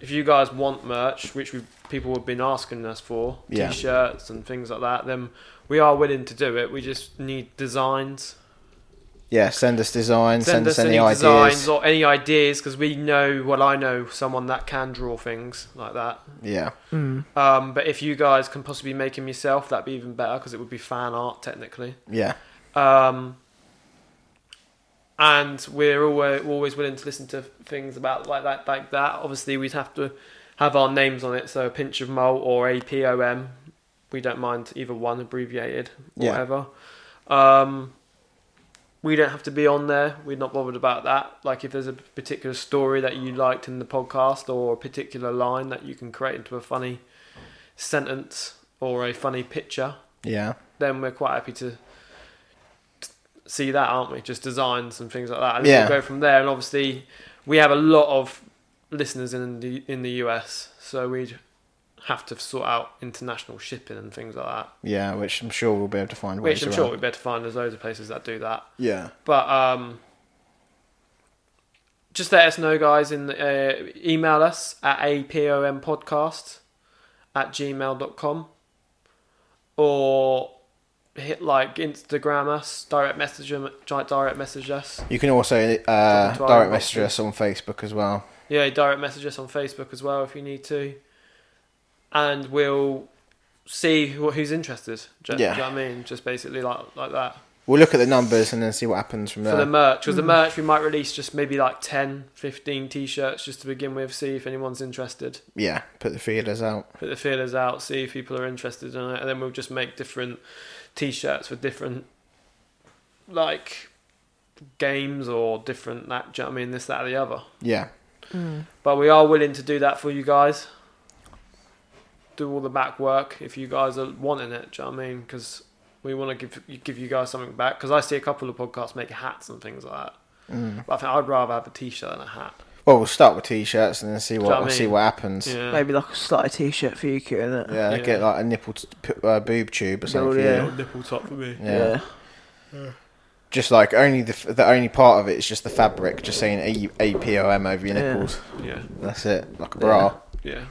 Speaker 1: if you guys want merch, which we, people have been asking us for,
Speaker 3: Yeah.
Speaker 1: t-shirts and things like that, then we are willing to do it. We just need designs.
Speaker 3: Yeah, send us designs, send, us, any, ideas.
Speaker 1: designs or any ideas because we know, well, I know someone that can draw things like that.
Speaker 3: yeah.
Speaker 1: Um, but if you guys can possibly make them yourself, that'd be even better because it would be fan art technically.
Speaker 3: Yeah.
Speaker 1: Um, and we're always, always willing to listen to things about like that, like that. Obviously, we'd have to have our names on it, so a pinch of malt or a POM. We don't mind either one, abbreviated,
Speaker 3: Yeah.
Speaker 1: whatever. Um, we don't have to be on there. We're not bothered about that. Like if there's a particular story that you liked in the podcast or a particular line that you can create into a funny sentence or a funny picture,
Speaker 3: Yeah.
Speaker 1: then we're quite happy to t- see that, aren't we? Just designs and things like that, and
Speaker 3: Yeah.
Speaker 1: we'll go from there. And obviously, we have a lot of listeners in the in the US, so we'd have to sort out international shipping and things like that.
Speaker 3: Yeah, which I'm sure we'll be able to find ways
Speaker 1: Which I'm
Speaker 3: around.
Speaker 1: sure we'd better find. There's loads of places that do that.
Speaker 3: Yeah.
Speaker 1: But um, just let us know, guys. In the, uh, email us at apompodcast at gmail.com or hit like Instagram us, direct message them, direct message us.
Speaker 3: You can also uh,
Speaker 1: Drop into our
Speaker 3: direct
Speaker 1: inbox,
Speaker 3: message
Speaker 1: yeah.
Speaker 3: us on Facebook as well.
Speaker 1: Yeah, direct message us on Facebook as well if you need to, and we'll see who, who's interested. Do,
Speaker 3: Yeah.
Speaker 1: do you know what I mean? Just basically like like that.
Speaker 3: We'll look at the numbers and then see what happens from
Speaker 1: for
Speaker 3: there.
Speaker 1: the merch because the merch we might release just maybe like 10 15 t-shirts just to begin with see if anyone's interested
Speaker 3: yeah, put the feelers out.
Speaker 1: put the feelers out see if people are interested in it and then we'll just make different t-shirts for different like games or different that do you know what I mean this that or the other
Speaker 3: Yeah.
Speaker 1: but we are willing to do that for you guys do all the back work if you guys are wanting it do you know what I mean because we want to give give you guys something back because I see a couple of podcasts make hats and things like that but I think I'd rather have a t-shirt than a hat
Speaker 3: Well, we'll start with t-shirts and then see what,
Speaker 1: what I
Speaker 3: we'll see
Speaker 1: mean?
Speaker 3: what happens. Yeah,
Speaker 1: yeah
Speaker 2: Maybe like a slight t-shirt for you, Q, innit?
Speaker 1: Yeah.
Speaker 3: get like a nipple t- p- uh, boob tube or something.
Speaker 2: Oh,
Speaker 3: for you.
Speaker 2: yeah.
Speaker 1: nipple top for me
Speaker 3: yeah. Just like only the f- the only part of it is just the fabric, just saying E, a a p o m over your
Speaker 2: Yeah.
Speaker 3: nipples.
Speaker 1: yeah
Speaker 3: That's it, like a bra.
Speaker 1: yeah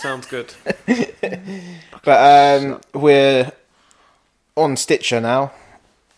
Speaker 1: sounds good
Speaker 3: But um, we're on Stitcher now.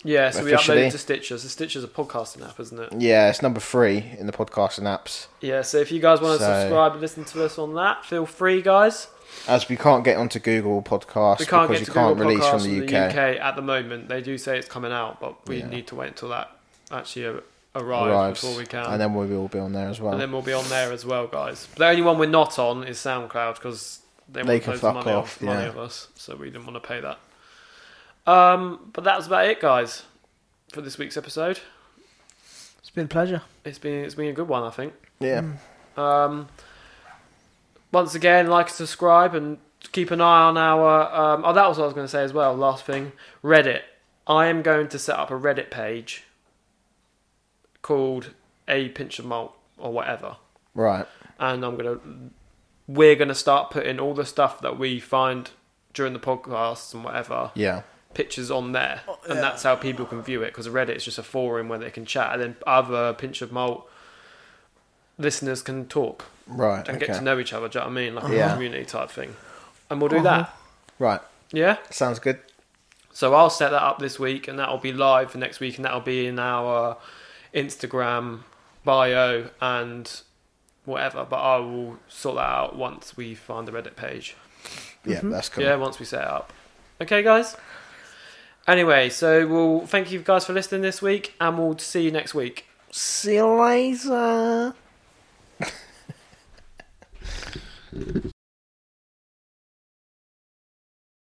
Speaker 1: yeah so we
Speaker 3: Officially.
Speaker 1: uploaded to Stitcher so Stitcher's a podcasting app isn't it
Speaker 3: Yeah, it's number three in the podcasting apps.
Speaker 1: yeah so if you guys want to
Speaker 3: So-
Speaker 1: subscribe and listen to us on that feel free guys
Speaker 3: As we can't get onto Google Podcasts
Speaker 1: we can't get
Speaker 3: because you
Speaker 1: to
Speaker 3: can't
Speaker 1: Google
Speaker 3: release
Speaker 1: Podcasts
Speaker 3: from the UK.
Speaker 1: at the moment. They do say it's coming out, but we
Speaker 3: Yeah.
Speaker 1: need to wait until that actually a- arrives,
Speaker 3: Arrives,
Speaker 1: before we can.
Speaker 3: and then we'll be all be on there as well.
Speaker 1: And then we'll be on there as well, guys. The only one we're not on is SoundCloud because they,
Speaker 3: They
Speaker 1: want
Speaker 3: can
Speaker 1: loads
Speaker 3: fuck
Speaker 1: of money
Speaker 3: off,
Speaker 1: off money
Speaker 3: yeah.
Speaker 1: of us, so we didn't want to pay that. Um, but that was about it, guys, for this week's episode.
Speaker 2: It's been a pleasure.
Speaker 1: It's been it's been a good one, I think.
Speaker 3: yeah,
Speaker 1: Um, once again, like and subscribe and keep an eye on our. Um, oh, that was what I was going to say as well. Last thing, Reddit. I am going to set up a Reddit page called a pinch of malt or whatever,
Speaker 3: right.
Speaker 1: and I'm gonna. We're gonna start putting all the stuff that we find during the podcasts and whatever
Speaker 3: Yeah,
Speaker 1: pictures on there, and that's how people can view it. Because Reddit is just a forum where they can chat, and then other pinch of malt listeners can talk
Speaker 3: right.
Speaker 1: and
Speaker 3: Okay.
Speaker 1: get to know each other. Do you know what I mean? Like
Speaker 3: Yeah.
Speaker 1: a community type thing. And we'll do that.
Speaker 3: Right.
Speaker 1: Yeah.
Speaker 3: Sounds good.
Speaker 1: So I'll set that up this week, and that'll be live for next week, and that'll be in our Instagram bio and whatever. But I will sort that out once we find the Reddit page.
Speaker 3: Yeah, that's cool.
Speaker 1: Mm-hmm. Yeah, once we set it up. Okay, guys. Anyway, so we'll thank you guys for listening this week, and we'll see you next week.
Speaker 2: See you later.